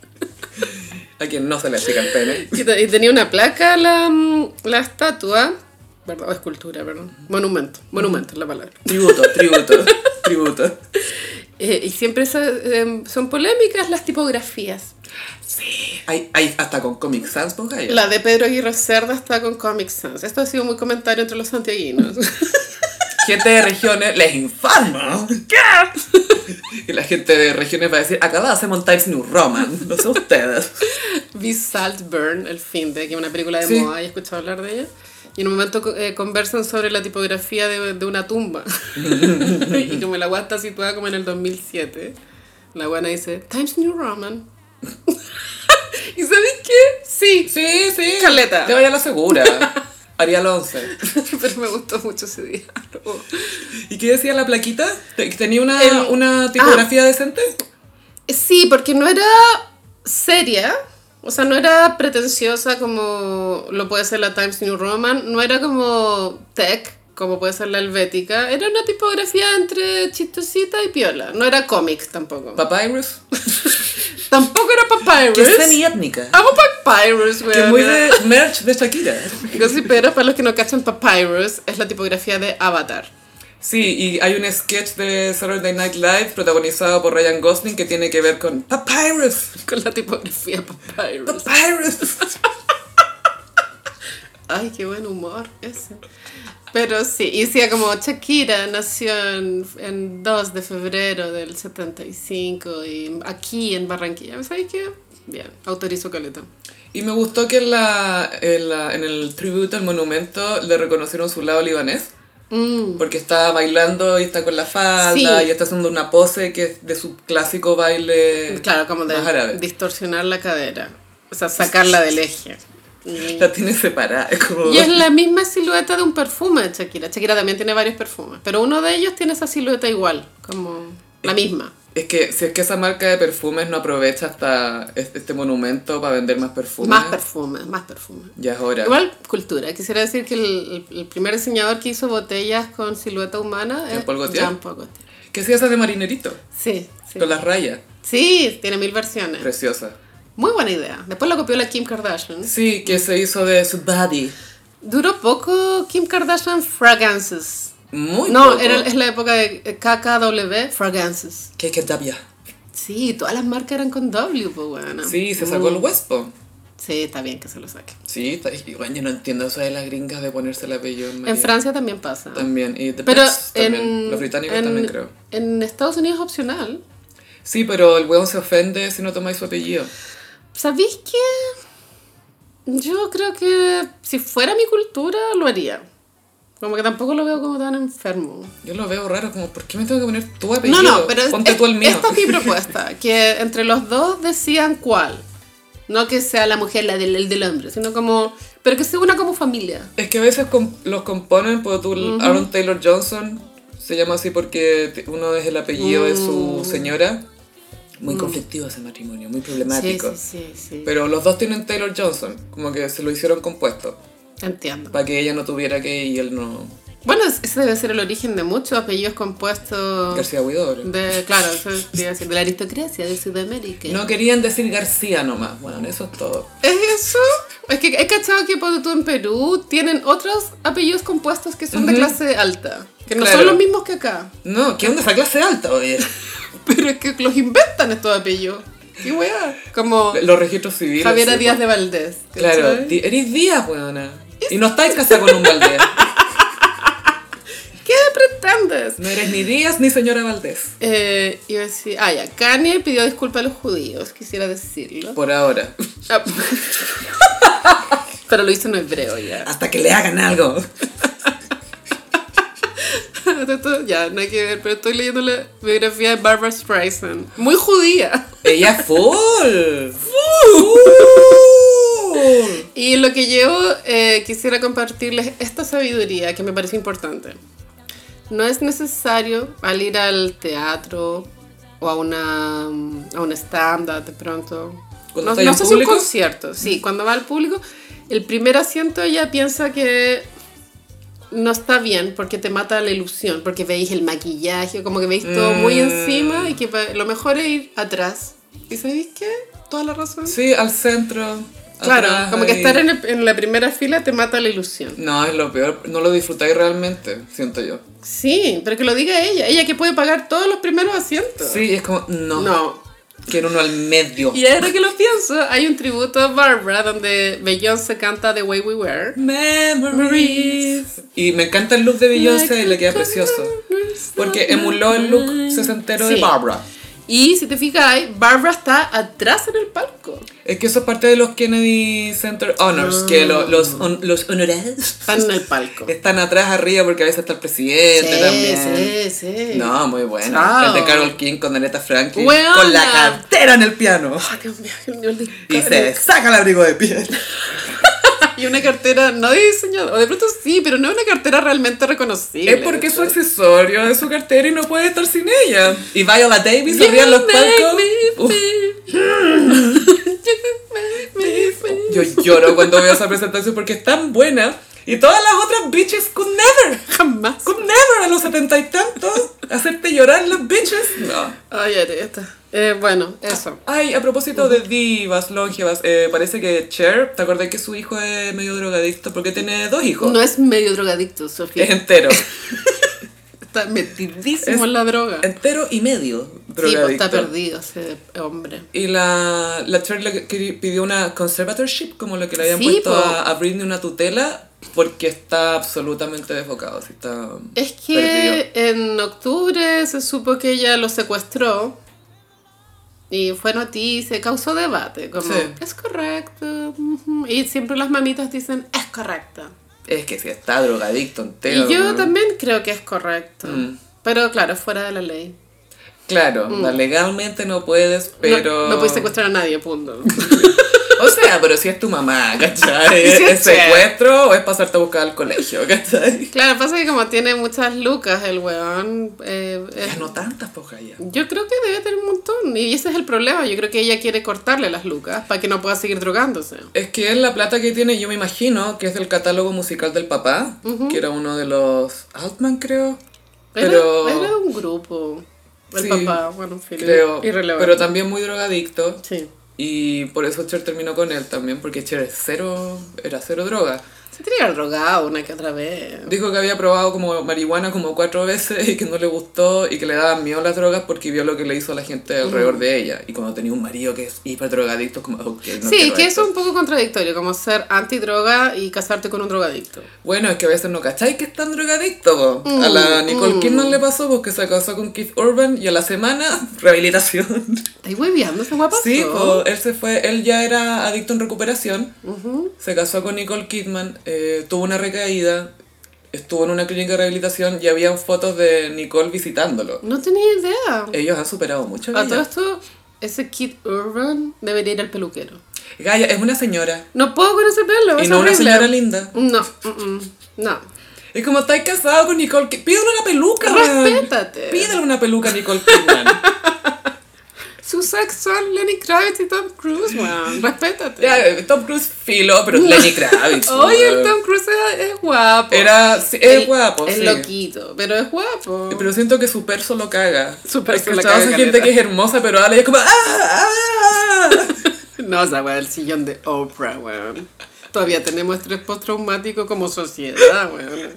S1: A quien no se le explica el pene.
S2: Y, te- y tenía una placa la, mm, la estatua, ¿verdad? O escultura, perdón. Monumento, monumento es la palabra.
S1: Tributo, tributo, tributo.
S2: Eh, y siempre esa- em, son polémicas las tipografías.
S1: Hay, hay hasta con Comic Sans, pues Gaia.
S2: La de Pedro Aguirre Cerda está con Comic Sans. Esto ha sido muy comentario entre los santiaguinos.
S1: Gente de regiones les informa. Ah. Y la gente de regiones va a decir, acá hacemos Times New Roman, no sé ustedes.
S2: Vi Saltburn, el fin de que es una película de
S1: Sí.
S2: moda y he escuchado hablar de ella. Y en un momento co- eh, conversan sobre la tipografía de, de una tumba. y como la weá está situada como en el 2007, la buena dice, Times New Roman. ¿Y sabes qué? Sí.
S1: Sí, sí.
S2: Caleta.
S1: Te vaya a la segura. Haría el 11.
S2: Pero me gustó mucho ese
S1: Oh.
S2: diálogo.
S1: ¿Y qué decía la plaquita? ¿Te- ¿Tenía una,
S2: El- Ah.
S1: una tipografía decente?
S2: Sí, porque no era seria, o sea, no era pretenciosa como lo puede ser la Times New Roman, no era como tech, como puede ser la helvética, era una tipografía entre chistosita y piola, no era cómic tampoco.
S1: Papyrus.
S2: tampoco era papyrus.
S1: semiétnica.
S2: Amo papyrus, güey.
S1: Que es muy de merch de Shakira.
S2: pero para los que no cachan papyrus, es la tipografía de Avatar.
S1: Sí, y hay un sketch de Saturday Night Live protagonizado por Ryan Gosling que tiene que ver con Papyrus.
S2: Con la tipografía papyrus.
S1: Papyrus.
S2: Ay, qué buen humor ese. Pero sí, y decía como Shakira nació en, en 2 de febrero del 75 y aquí en Barranquilla. ¿Sabes qué? Bien, autorizo Caleta.
S1: Y me gustó que en, la, en, la- en el tributo al monumento le reconocieron su lado libanés. Porque está bailando y está con la falda
S2: Sí.
S1: y está haciendo una pose que es de su clásico baile
S2: Eh, Claro, como de
S1: más árabe.
S2: distorsionar la cadera, o sea, sacarla del eje.
S1: Mm.
S2: Y,
S1: La tiene separada. es como-
S2: y es la misma silueta de un perfume de Shakira. Shakira también tiene varios perfumes, pero uno de ellos tiene esa silueta igual, como la misma.
S1: Es que si es que esa marca de perfumes no aprovecha hasta es- este monumento para vender más perfumes,
S2: Más perfumes, más perfumes.
S1: ya es hora.
S2: Igual cultura. Quisiera decir que el, el- el primer diseñador que hizo botellas con silueta humana es
S1: Jean-Paul Gaultier.
S2: Jean-Paul Gaultier.
S1: ¿Qué hacía esa de marinerito?
S2: Sí, sí.
S1: Con las rayas.
S2: Sí, tiene mil versiones.
S1: Preciosa.
S2: Muy buena idea. Después la copió la Kim Kardashian.
S1: Sí, que se hizo de su body.
S2: Duró poco Kim Kardashian Fragrances.
S1: Muy
S2: no,
S1: poco.
S2: era- es la época de eh, KKW Fragrances.
S1: Que que tapia.
S2: Sí, todas las marcas eran con W, pues bueno.
S1: Sí, se sacó el huespo.
S2: Sí, está bien que se lo saque.
S1: Sí, está- y bueno, yo no entiendo eso de las gringas de ponerse el apellido en
S2: En
S1: medio.
S2: Francia también pasa.
S1: También, y the
S2: Pero
S1: Brits también.
S2: en,
S1: Los británicos
S2: en-
S1: también creo.
S2: En Estados Unidos es opcional.
S1: Sí, pero el hueón se ofende si no tomáis su apellido.
S2: ¿Sabéis qué? Yo creo que si fuera mi cultura lo haría. Como que tampoco lo veo como tan enfermo.
S1: Yo lo veo raro, como, ¿por qué me tengo que poner tu apellido?
S2: No, no, pero es-
S1: Ponte tú el
S2: es-
S1: mío.
S2: esta es mi propuesta, que entre los dos decían cuál. No que sea la mujer la del, el del hombre, sino como... Pero que se una como familia.
S1: Es que a veces com- los componen, por tu Aaron Taylor Johnson se llama así porque te- uno es el apellido de su señora. Muy conflictivo ese matrimonio, muy
S2: Mm. Sí,
S1: problemático.
S2: sí, sí, sí.
S1: Pero los dos tienen Taylor Johnson, como que se lo hicieron compuesto,
S2: Entiendo.
S1: para que ella no tuviera que y él no.
S2: Bueno, ese debe ser el origen de muchos apellidos compuestos
S1: García Huidobro.
S2: de... Claro, eso te iba a decir, de la aristocracia de Sudamérica.
S1: No querían decir García nomás, bueno, eso es todo.
S2: ¿Es eso? Es que he cachado que por tú en Perú tienen otros apellidos compuestos que son de clase alta. Que no son
S1: Claro.
S2: los mismos que acá.
S1: No, ¿qué onda esa clase alta, oye?
S2: Pero es que los inventan estos apellidos. Qué weá. Como
S1: Los registros civiles.
S2: Javiera
S1: sí,
S2: Díaz de Valdés.
S1: pues. Claro,
S2: ¿cachai?
S1: di- eres Díaz, weona. Y no estáis casada con un Valdés.
S2: ¿Qué pretendes?
S1: No eres ni Díaz ni señora Valdés.
S2: Eh, iba a decir, ah, ya, Kanye pidió disculpas a los judíos, quisiera decirlo.
S1: Por ahora.
S2: Ah, Pero lo hizo en hebreo ya.
S1: Hasta que le hagan algo.
S2: ya, no hay que ver, pero estoy leyendo la biografía de Barbara Streisand. Muy judía.
S1: Ella full. Full.
S2: Y lo que llevo, eh, quisiera compartirles esta sabiduría que me parece importante. No es necesario al ir al teatro o a una a un stand-up de pronto.
S1: Cuando
S2: No,
S1: está ahí
S2: no
S1: en
S2: sé si un
S1: público. Mm.
S2: concierto, sí, cuando va al público, el primer asiento ella piensa que no está bien porque te mata la ilusión, porque veis el maquillaje, como que veis todo muy
S1: Mm.
S2: encima y que pa- lo mejor es ir atrás. ¿Y sabéis qué? Toda la razón.
S1: Sí, al centro.
S2: Claro,
S1: atrás,
S2: como que
S1: ahí.
S2: estar en, el- en la primera fila te mata la ilusión.
S1: No, es lo peor. No lo disfrutáis realmente, siento yo.
S2: Sí, pero que lo diga ella, ella que puede pagar todos los primeros asientos.
S1: Sí, es como, no,
S2: No.
S1: quiero uno al medio.
S2: Y ahora que lo pienso, hay un tributo a Barbara donde Beyoncé canta The Way We Were.
S1: Memories. Y me encanta el look de Beyoncé y le queda precioso. Porque emuló el look sesentero de
S2: Sí.
S1: Barbara.
S2: Y si te fijáis, Barbara está atrás en el palco.
S1: Es que eso es parte de los Kennedy Center Honors, que lo- los, hon- los honorados
S2: Están en el palco.
S1: están atrás arriba porque a veces está el presidente también.
S2: sí, sí.
S1: No, muy bueno.
S2: Chao.
S1: El de Carol King con Aretha Franklin.
S2: Weona.
S1: Con la cartera en el piano.
S2: Ah, Dios mío, el nivel de
S1: Y se saca el abrigo de piel.
S2: Y una cartera no de diseñador. O de pronto sí, pero no es una cartera realmente reconocida.
S1: Es porque es su accesorio, es su cartera y no puede estar sin ella. Y Viola Davis abría los palcos. Uf, yo lloro cuando veo esa presentación porque es tan buena. Y todas las otras bitches could never,
S2: Jamás.
S1: could never a los setenta y tantos hacerte llorar las bitches. No.
S2: Ay, Areta. Eh, bueno, eso.
S1: Ay, a propósito de divas, longevas, eh, parece que Cher, ¿te acordás que su hijo es medio drogadicto? Porque tiene dos hijos.
S2: No es medio drogadicto,
S1: Es
S2: Sofía.
S1: entero.
S2: Está metidísimo
S1: Es-
S2: en la droga.
S1: entero y medio
S2: Sí,
S1: drogadicto.
S2: pues, está perdido ese hombre.
S1: Y la, la Cher le queri- pidió una conservatorship, como lo que le habían
S2: Sí,
S1: puesto
S2: po.
S1: a, a Britney, una tutela, porque está absolutamente desbocado. así está
S2: Es que en octubre se supo que ella lo secuestró y fue noticia, causó debate, como
S1: Sí.
S2: es correcto. ujú". Y siempre las mamitas dicen es correcto.
S1: Es que si está drogadicto entero.
S2: Y yo
S1: ¿no?
S2: también creo que es correcto.
S1: Mm.
S2: Pero claro, fuera de la ley.
S1: Claro, la legalmente no puedes, pero.
S2: Mm. No, no puedes secuestrar a nadie, punto.
S1: O sea, pero si es tu mamá, ¿cachai?
S2: Si es
S1: ¿Es
S2: Cher.
S1: secuestro o es pasarte a buscar al colegio, ¿cachai?
S2: claro, pasa que como tiene muchas lucas el weón, eh, es-
S1: Ya no tantas, poca ya.
S2: Yo creo que debe tener un montón. Y ese es el problema. Yo creo que ella quiere cortarle las lucas para que no pueda seguir drogándose.
S1: Es que es la plata que tiene, yo me imagino, que es del catálogo musical del papá, que era uno de los Altman, creo.
S2: Era,
S1: Pero
S2: era un grupo. El
S1: Sí,
S2: papá, bueno, en fin,
S1: creo,
S2: irrelevante.
S1: pero también muy drogadicto
S2: Sí.
S1: y por eso Cher terminó con él también, porque Cher es cero, era cero droga.
S2: Se tiene que haber drogado una que otra vez.
S1: Dijo que había probado como marihuana como cuatro veces y que no le gustó y que le daban miedo las drogas porque vio lo que le hizo a la gente alrededor de ella. Y cuando tenía un marido que es hiper drogadicto, como, ok, no
S2: sí,
S1: quiero
S2: que
S1: esto.
S2: eso es un poco contradictorio, como ser antidroga y casarte con un drogadicto.
S1: Bueno, es que a veces no cacháis que están drogadictos. po. a la
S2: Mm,
S1: Nicole Kidman le pasó porque se casó con Keith Urban y a la semana, rehabilitación.
S2: ¿Estáis hueviando esa guapa?
S1: Sí, po, él se fue, él ya era adicto en recuperación,
S2: Mm.
S1: se casó con Nicole Kidman, eh, tuvo una recaída, estuvo en una clínica de rehabilitación y habían fotos de Nicole visitándolo.
S2: No tenía idea.
S1: Ellos han superado mucho.
S2: A todo
S1: Gaya.
S2: esto, ese Kid Urban debería ir al peluquero.
S1: Gaya es una señora
S2: No puedo con ese pelo,
S1: y
S2: es
S1: no una
S2: horrible.
S1: señora linda.
S2: No, mm, mm, no.
S1: Es como estáis casado con Nicole Kidman, pídele una peluca. weón.
S2: Respétate.
S1: Pídele una peluca a Nicole Kidman.
S2: Su son Lenny Kravitz y Tom Cruise, weón. Respétate.
S1: Ya, eh, Tom Cruise filo, pero es Lenny Kravitz.
S2: Oye, el
S1: weón.
S2: Tom Cruise es, es guapo.
S1: Era, sí, es
S2: Él
S1: guapo,
S2: Es
S1: sí.
S2: loquito, pero es guapo.
S1: Pero siento que su perso lo caga.
S2: Su perso
S1: He
S2: la
S1: escuchado
S2: caga
S1: esa
S2: caleta.
S1: gente que es hermosa, pero ahora es como. ¡Ah! ¡Ah!
S2: No, o sea, weón, el sillón de Oprah, weón. Todavía tenemos estrés postraumático como sociedad, weón.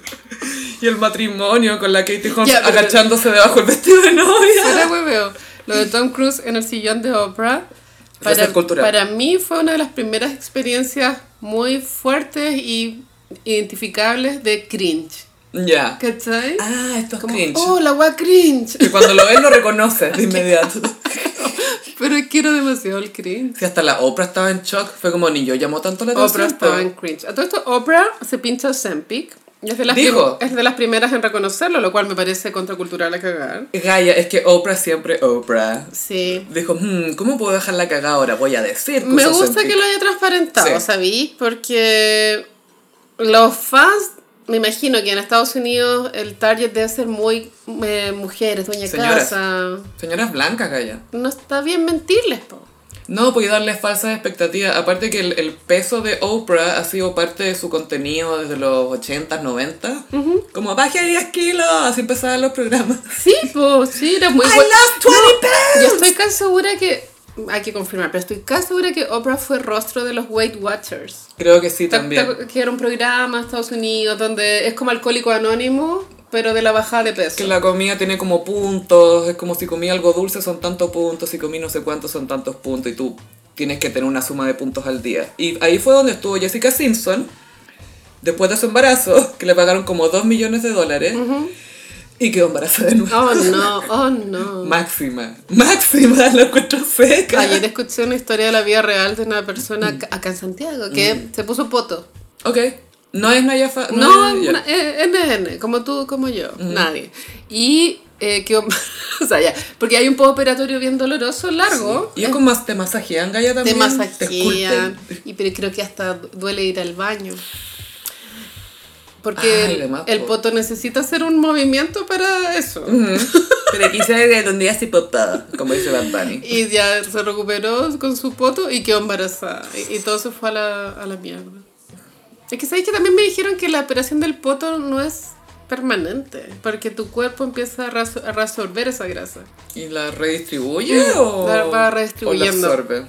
S1: Y el matrimonio con la Katie Holmes
S2: Ya, pero-
S1: agachándose debajo del vestido de novia.
S2: Fuera hueveo. Lo de Tom Cruise en el sillón de Oprah.
S1: Eso es
S2: Para,
S1: cultural.
S2: para mí fue una de las primeras experiencias muy fuertes y identificables de cringe.
S1: Ya.
S2: ¿Cachai?
S1: Ah, esto es
S2: Como,
S1: cringe.
S2: oh, la wea cringe.
S1: Que cuando lo ves lo reconoces de inmediato.
S2: Pero es que era demasiado el cringe.
S1: Si hasta la Oprah estaba en shock, fue como ni yo llamó tanto la
S2: Oprah
S1: atención.
S2: estaba
S1: po.
S2: en cringe. A todo esto, Oprah se pincha Sempic. Es de, las
S1: Dijo.
S2: prim- es de las primeras en reconocerlo, lo cual me parece contracultural a cagar.
S1: Gaia, es que Oprah siempre Oprah.
S2: Sí.
S1: Dijo, "Hmm, ¿cómo puedo dejar la cagada ahora? Voy a decir.
S2: Me
S1: cosas
S2: gusta
S1: en
S2: que lo haya transparentado,
S1: Sí.
S2: ¿sabí? Porque los fans, me imagino que en Estados Unidos el target debe ser muy eh, mujeres, dueña de
S1: Señoras.
S2: casa.
S1: Señoras blancas, Gaia.
S2: No está bien mentirles, po.
S1: No, porque darles falsas expectativas. Aparte que el, el peso de Oprah ha sido parte de su contenido desde los 80s, 90 Como, baje 10 kilos, así empezaban los programas.
S2: Sí, po, sí, era muy
S1: I
S2: buen-
S1: lost 20
S2: Yo estoy casi segura que. Hay que confirmar, pero estoy casi segura que Oprah fue rostro de los Weight Watchers.
S1: Creo que sí,
S2: ¿Te-
S1: también.
S2: te- Que era un programa en Estados Unidos donde es como alcohólico anónimo, pero de la bajada de peso.
S1: Que la comida tiene como puntos, es como si comí algo dulce son tantos puntos, si comí no sé cuántos son tantos puntos y tú tienes que tener una suma de puntos al día. Y ahí fue donde estuvo Jessica Simpson, después de su embarazo, que le pagaron como 2 millones de dólares y quedó embarazada de nuevo.
S2: Oh no, oh no.
S1: Máxima, máxima, lo encuentro seca.
S2: Ayer escuché una historia de la vida real de una persona
S1: Mm.
S2: acá- acá en Santiago que se puso poto.
S1: Ok, no es Naya Fa-
S2: No,
S1: es Naya.
S2: na- eh, NN, como tú, como yo, nadie. Y eh, que, o sea, ya, porque hay un postoperatorio bien doloroso, largo.
S1: Y es como te masajean, Gaya
S2: te
S1: también.
S2: masajean,
S1: esculpen.
S2: y pero creo que hasta duele ir al baño. Porque
S1: Ay,
S2: el-
S1: además,
S2: el
S1: po.
S2: poto necesita hacer un movimiento para eso.
S1: Pero quizás de donde ya se popó, como dice Bad Bunny.
S2: Y ya se recuperó con su poto y quedó embarazada. Y, y todo se fue a la, a la mierda. Es que sabéis que también me dijeron que la operación del poto no es permanente, porque tu cuerpo empieza a, raso- a resolver esa grasa.
S1: ¿Y la redistribuye o
S2: Mm. La va
S1: O
S2: redistribuyendo.
S1: la absorbe.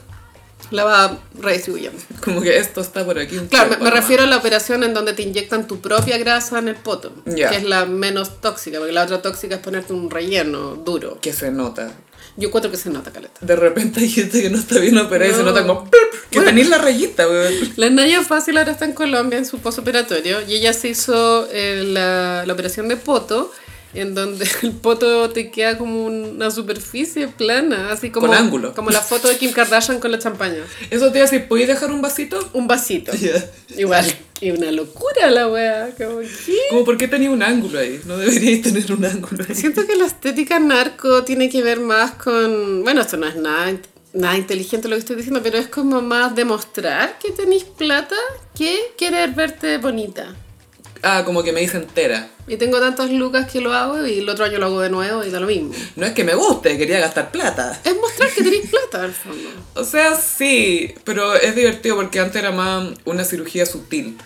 S2: La va redistribuyendo.
S1: Como que esto está por aquí. un
S2: Claro, me,
S1: cuerpo
S2: me
S1: nomás.
S2: refiero a la operación en donde te inyectan tu propia grasa en el poto,
S1: Ya.
S2: que es la menos tóxica, porque la otra tóxica es ponerte un relleno duro.
S1: Que se nota.
S2: Yo cuento que se nota, Caleta.
S1: De repente hay gente que no está bien operada y se
S2: No.
S1: nota como... ¡plup! Que
S2: Bueno.
S1: tenéis la rayita, weón.
S2: La Naya Fácil ahora está en Colombia en su postoperatorio y ella se hizo eh, la, la operación de poto, en donde el poto te queda como una superficie plana, así como,
S1: Con ángulo.
S2: como la foto de Kim Kardashian con la champaña.
S1: Eso te iba a decir, ¿podéis dejar un vasito?
S2: Un vasito.
S1: Ya.
S2: Igual, que una locura la wea. Como, ¿qué?
S1: Como, ¿por qué tenía un ángulo ahí? No deberíais tener un ángulo ahí.
S2: Siento que la estética narco tiene que ver más con. Bueno, esto no es nada, in- nada inteligente lo que estoy diciendo, pero es como más demostrar que tenéis plata que querer verte bonita.
S1: Ah, como que me dice entera.
S2: Y tengo tantas lucas que lo hago y el otro año lo hago de nuevo y da lo mismo.
S1: No es que me guste, quería gastar plata.
S2: Es mostrar que tenéis plata al fondo.
S1: O sea, sí, pero es divertido porque antes era más una cirugía sutil.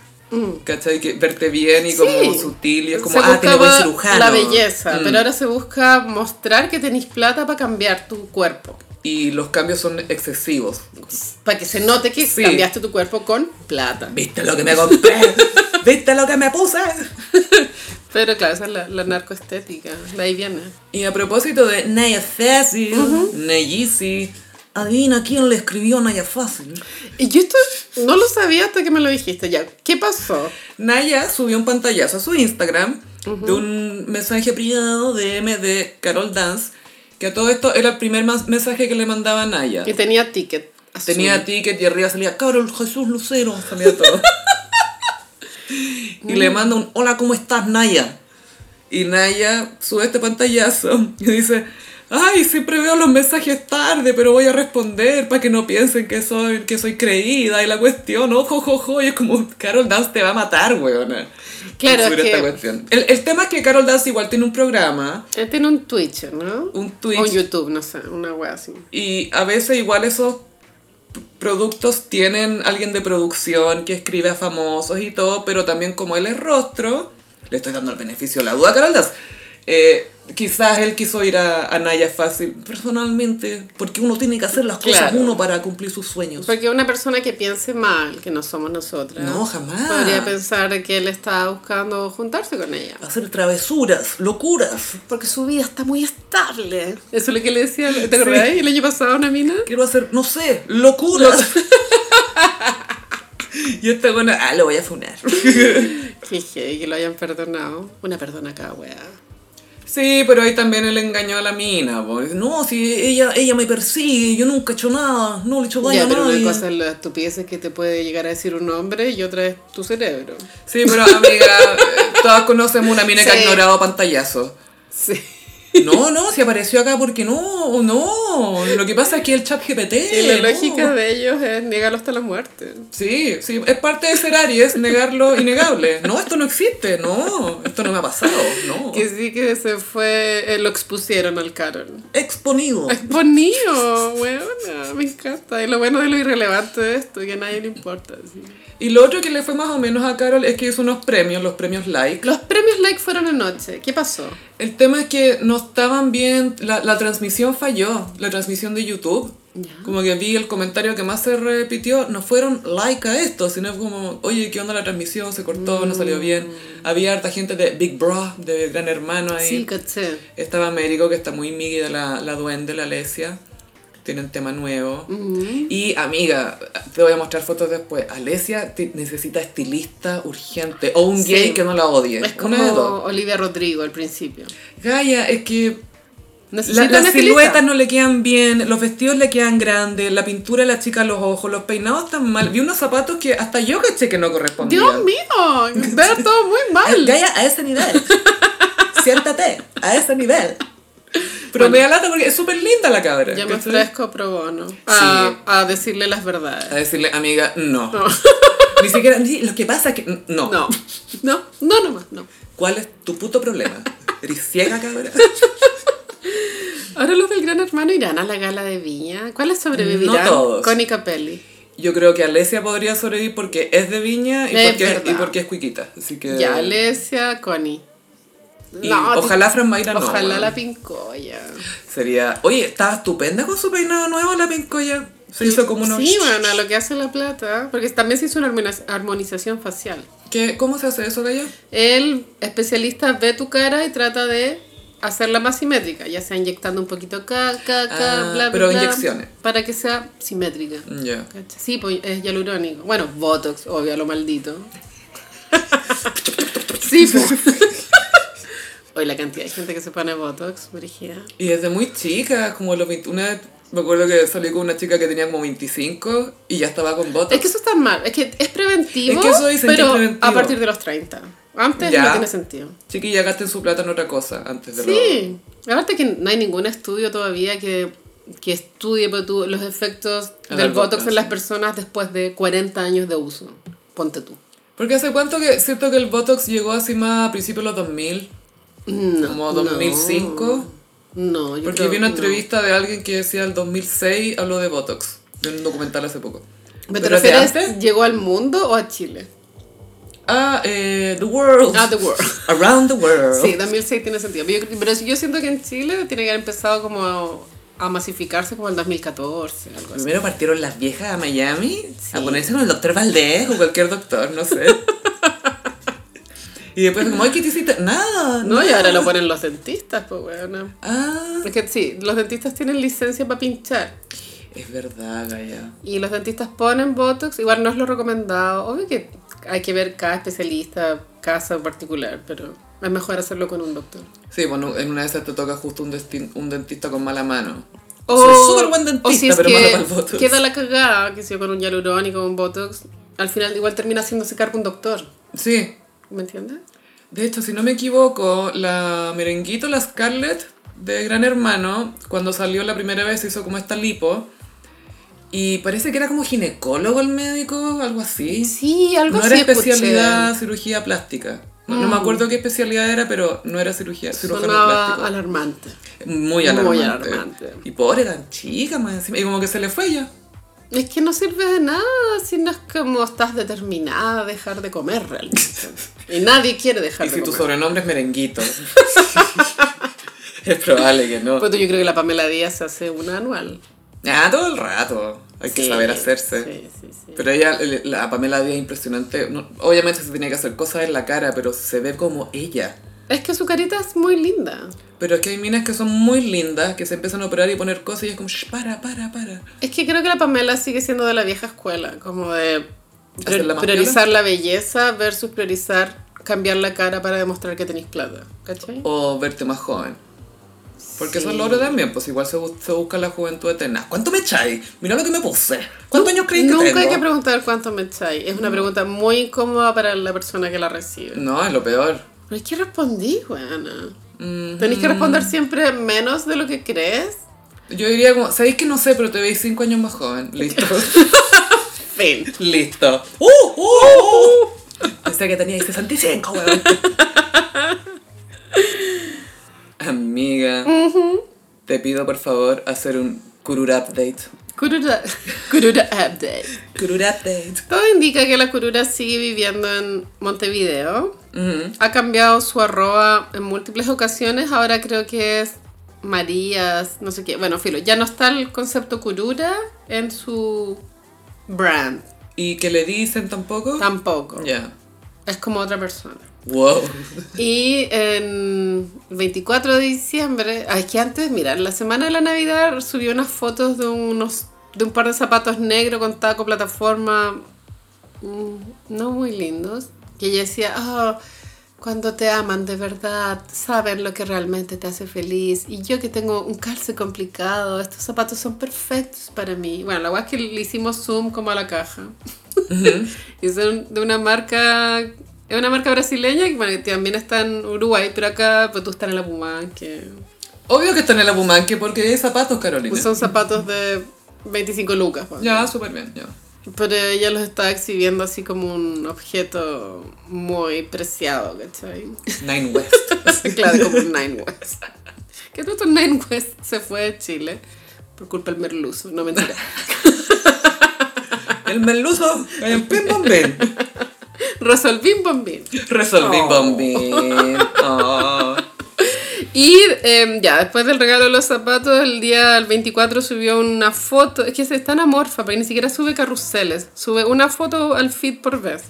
S1: ¿Cachai? Que verte bien y como
S2: Mm. Sí.
S1: sutil y es como,
S2: Se
S1: ah, tiene buen
S2: buscaba
S1: cirujano.
S2: La belleza,
S1: Mm.
S2: pero ahora se busca mostrar que tenéis plata para cambiar tu cuerpo.
S1: y los cambios son excesivos.
S2: Para que se note que
S1: Sí.
S2: cambiaste tu cuerpo con plata.
S1: ¿Viste lo que me compré? ¿Viste lo que me puse?
S2: Pero claro, esa es la, la narcoestética, la viene.
S1: Y a propósito de Naya Fácil, Nayisi, adivina quién le escribió Naya Fácil.
S2: Y yo esto no lo sabía hasta que me lo dijiste. Ya, ¿qué pasó?
S1: Naya subió un pantallazo a su Instagram de un mensaje privado de M de Carol Dance, que a todo esto era el primer mas- mensaje que le mandaba Naya.
S2: Que tenía ticket. azul.
S1: Tenía ticket y arriba salía Carol Jesús Lucero, salía todo. y le manda un hola, ¿cómo estás, Naya? Y Naya sube este pantallazo y dice, ay, siempre veo los mensajes tarde, pero voy a responder para que no piensen que soy, que soy creída y la cuestión, ojo, ojo, ojo, y es como, Carol Dance te va a matar, weona.
S2: Claro,
S1: Sobre
S2: es que-
S1: esta cuestión. El, el tema es que Carol Dance igual tiene un programa,
S2: Eh, Tiene un Twitch, ¿no?
S1: un Twitch.
S2: O un YouTube, no sé, una wea así.
S1: Y a veces igual esos p- productos tienen alguien de producción que escribe a famosos y todo, pero también como él es rostro, le estoy dando el beneficio de la duda, Caraldas. quizás él quiso ir a, a Naya fácil personalmente, porque uno tiene que hacer las cosas
S2: Claro.
S1: uno para cumplir sus sueños.
S2: Porque una persona que piense mal, que no somos nosotras,
S1: No, jamás.
S2: podría pensar que él está buscando juntarse con ella.
S1: Hacer travesuras, locuras.
S2: Porque su vida está muy estable. Eso es lo que le decía, ¿te acordás? El año pasado a una mina.
S1: Quiero hacer, no sé, locuras. Y esta buena, ah, lo voy a funar.
S2: Jeje, que lo hayan perdonado. Una perdona cada weá.
S1: Sí, pero ahí también él engañó a la mina. po. Dice, No, si ella, ella me persigue, yo nunca he hecho nada, no le he hecho daño
S2: Ya,
S1: a
S2: pero
S1: nadie.
S2: una cosa es la estupidez que te puede llegar a decir un hombre y otra es tu cerebro.
S1: Sí, pero amiga, eh, todas conocemos una mina que ha
S2: Sí.
S1: ignorado pantallazos.
S2: Sí.
S1: No, no, si apareció acá porque no, no. Lo que pasa es que el chat GPT.
S2: Y la
S1: no.
S2: lógica de ellos es negarlo hasta la muerte.
S1: Sí, sí, es parte de ser Aries, negar lo innegable. No, esto no existe, no, esto no me ha pasado, no.
S2: Que sí que se fue, eh, lo expusieron al Carol.
S1: Exponido.
S2: Exponido, weona, me encanta. Y lo bueno de lo irrelevante de esto, que a nadie le importa. sí.
S1: Y lo otro que le fue más o menos a Carol es que hizo unos premios, los premios like.
S2: Los premios like fueron anoche. ¿Qué pasó?
S1: El tema es que no estaban bien, la, la transmisión falló, la transmisión de YouTube. Como que vi el comentario que más se repitió, no fueron like a esto, sino como, oye, ¿qué onda la transmisión? Se cortó, no
S2: Mm.
S1: salió bien. Había harta gente de Big Bro, de Gran Hermano ahí.
S2: Sí, caché.
S1: Estaba Américo, que está muy migui de la, la duende, la Alesia. Tienen tema nuevo. Y amiga, te voy a mostrar fotos después. Alesia te- necesita estilista urgente. O un
S2: Sí.
S1: gay que no la odie.
S2: Es
S1: Una de
S2: como
S1: dos.
S2: Olivia Rodrigo al principio.
S1: Gaia, es que la-
S2: Necesitan
S1: las
S2: estilista.
S1: siluetas no le quedan bien, los vestidos le quedan grandes, la pintura de la chica a los ojos, los peinados están mal. Vi unos zapatos que hasta yo caché que no correspondían.
S2: Dios mío, veo todo muy mal.
S1: Gaya a ese nivel. Siéntate, a ese nivel. Pero me da lata porque es súper linda la cabra.
S2: Yo me
S1: ¿cachai?
S2: ofrezco pro bono a,
S1: Sí. Eh,
S2: a decirle las
S1: A
S2: verdades.
S1: decirle, amiga, no.
S2: No.
S1: Ni siquiera, ni- lo que pasa es que, no.
S2: No, no, no, no más, no.
S1: ¿Cuál es tu puto problema? ¿Eres ciega, cabra?
S2: Ahora los del Gran Hermano irán a la gala de Viña. ¿Cuáles sobrevivirán?
S1: No todos.
S2: Con y Capelli.
S1: Yo creo que Alesia podría sobrevivir porque es de viña y,
S2: Es
S1: porque,
S2: verdad.
S1: y porque es cuiquita. Así que.
S2: Ya, Alesia, Connie.
S1: Eh. y
S2: No,
S1: ojalá Fran Mayra no.
S2: ojalá
S1: weón.
S2: la pincoya.
S1: Sería. Oye, estaba estupenda con su peinado nuevo la pincoya. Se hizo como unos.
S2: Sí, bueno, a lo que hace la plata. Porque también se hizo una armoniz- armonización facial.
S1: ¿Qué- ¿Cómo se hace eso, Gaya?
S2: El especialista ve tu cara y trata de hacerla más simétrica, ya sea inyectando un poquito acá, acá, acá,
S1: Ah,
S2: bla, bla,
S1: pero
S2: bla,
S1: inyecciones.
S2: Para que sea simétrica.
S1: Ya.
S2: ¿Cachai? Sí, pues es hialurónico. Bueno, Botox, obvio, a lo maldito. sí, pues. Hoy la cantidad de gente que se pone Botox, Brigida.
S1: Y desde muy chica, como los 21, una vez me acuerdo que salí con una chica que tenía como 25 y ya estaba con botox.
S2: Es que eso está mal, es que es preventivo,
S1: Es que eso dicen que
S2: pero
S1: es preventivo.
S2: a partir de los 30. Antes
S1: Ya.
S2: no tiene sentido.
S1: Chiquilla, gasten su plata en otra cosa antes de lo...
S2: Sí, aparte que no hay ningún estudio todavía que, que estudie por tu- los efectos
S1: En
S2: del
S1: el
S2: Botox,
S1: Botox,
S2: en las
S1: ah, sí.
S2: personas después de 40 años de uso. Ponte tú.
S1: Porque hace cuánto que siento que el botox llegó así más a principios de los 2000,
S2: No,
S1: como
S2: no.
S1: 2005.
S2: No, yo
S1: Porque
S2: creo
S1: vi una
S2: que no.
S1: entrevista de alguien que decía el 2006 habló de botox, de un documental hace poco.
S2: ¿Me
S1: ¿Pero
S2: te
S1: de
S2: refieres,
S1: antes?
S2: llegó al mundo o a Chile?
S1: Ah, eh, The World.
S2: Ah, The World.
S1: Around the World.
S2: Sí, 2006 tiene sentido. Pero yo, pero yo siento que en Chile tiene que haber empezado como a, a masificarse como el 2014, algo así.
S1: Primero partieron las viejas a Miami
S2: Sí.
S1: a ponerse con el doctor Valdés o cualquier doctor, no sé. y después como, ay, ¿qué te hiciste? Nada.
S2: No,
S1: nada.
S2: y ahora lo ponen los dentistas, pues bueno.
S1: Ah,
S2: Es que sí, los dentistas tienen licencia para pinchar.
S1: es verdad, Gaya.
S2: Y los dentistas ponen Botox, igual no es lo recomendado. Obvio que hay que ver cada especialista, casa en particular, pero es mejor hacerlo con un doctor.
S1: Sí, bueno, en una de esas te toca justo un, desti- un dentista con mala mano.
S2: O,
S1: Soy súper buen dentista,
S2: o si es
S1: pero
S2: que
S1: malo para el botox.
S2: queda la cagada, que si yo con un hialurónico o un Botox, al final igual termina haciéndose cargo un doctor.
S1: Sí.
S2: ¿Me entiendes?
S1: De hecho, si no me equivoco, la merenguito, la Scarlett de Gran Hermano, cuando salió la primera vez hizo como esta lipo. Y parece que era como ginecólogo el médico, algo así.
S2: Sí, algo
S1: no
S2: así
S1: era
S2: escuché. Mm.
S1: especialidad cirugía plástica. No, no me acuerdo qué especialidad era, pero no era cirugía, cirujano
S2: Sonaba
S1: plástico.
S2: alarmante.
S1: Muy alarmante.
S2: alarmante.
S1: Y pobre tan chica más encima. Y como que se le fue ya.
S2: Es que no sirve de nada si no es como estás determinada a dejar de comer realmente. y nadie quiere dejar
S1: Y
S2: de
S1: si tu
S2: comer.
S1: sobrenombre es merenguito. es probable que no.
S2: Pues yo creo que la Pamela Díaz se hace una anual.
S1: Ah, todo el rato. Hay que
S2: Sí,
S1: saber hacerse.
S2: Sí, sí, sí.
S1: Pero ella, el- la Pamela Díaz, impresionante. No, obviamente se tenía que hacer cosas en la cara, pero se ve como ella.
S2: Es que su carita es muy linda.
S1: Pero es que hay minas que son muy lindas, que se empiezan a operar y poner cosas y es como, "Shh, para, para, para.
S2: Es que creo que la Pamela sigue siendo de la vieja escuela, como de
S1: Hacerla más
S2: priorizar la belleza versus priorizar cambiar la cara para demostrar que tenéis plata. ¿Cachai?
S1: o verte más joven. Porque eso es
S2: Sí.
S1: lo otro también, pues igual se, bus- se busca la juventud eterna. ¿Cuánto me echáis? Mira lo que me puse. ¿Cuántos años creéis que
S2: Nunca
S1: tengo?
S2: hay que preguntar cuánto me echáis. Es una pregunta muy incómoda para la persona que la recibe.
S1: no, es lo peor.
S2: Pero es que respondí, weana.
S1: Mm-hmm.
S2: Tenéis que responder siempre menos de lo que crees.
S1: Yo diría como, ¿sabéis que no sé, pero te veis cinco años más joven? Listo.
S2: Fin.
S1: Listo. ¡Uh! ¡Uh! Pensé que teníais 65, weón. Amiga, te pido por favor hacer un curura update.
S2: Curura, curura update.
S1: Curura update.
S2: Todo indica que la curura sigue viviendo en Montevideo. Ha cambiado su arroba en múltiples ocasiones. Ahora creo que es Marías, no sé qué. Bueno, filo, ya no está el concepto curura en su brand.
S1: ¿Y qué le dicen tampoco?
S2: Tampoco.
S1: Ya.
S2: Es como otra persona.
S1: Wow.
S2: Y en 24 de diciembre, ay, que antes, mira, en la semana de la Navidad subió unas fotos de unos de un par de zapatos negros con taco, plataforma, mm, no muy lindos, que ella decía, "Ah, cuando te aman de verdad, saben lo que realmente te hace feliz. Y yo que tengo un calce complicado, estos zapatos son perfectos para mí. Bueno, la verdad es que le hicimos zoom como a la caja. Y son de una marca. Es una marca brasileña que, bueno, que también está en Uruguay, pero acá pues tú estás en la Pumán, que
S1: Obvio que están en la bumanque porque hay zapatos, Carolina.
S2: pues, son zapatos de 25 lucas. pues.
S1: Ya, súper bien, ya.
S2: Pero ella los está exhibiendo así como un objeto muy preciado, ¿cachai?
S1: Nine West.
S2: claro, como un Nine West. Que tanto Nine West se fue de Chile por culpa del merluzo, no mentira.
S1: El meluso. El pim pam pim.
S2: Resolví un bombín.
S1: Resolví
S2: Oh.
S1: bombín. Oh.
S2: Y eh, ya, después del regalo de los zapatos, el día del 24 subió una foto. Es que es tan amorfa, porque ni siquiera sube carruseles. Sube una foto al feed por vez.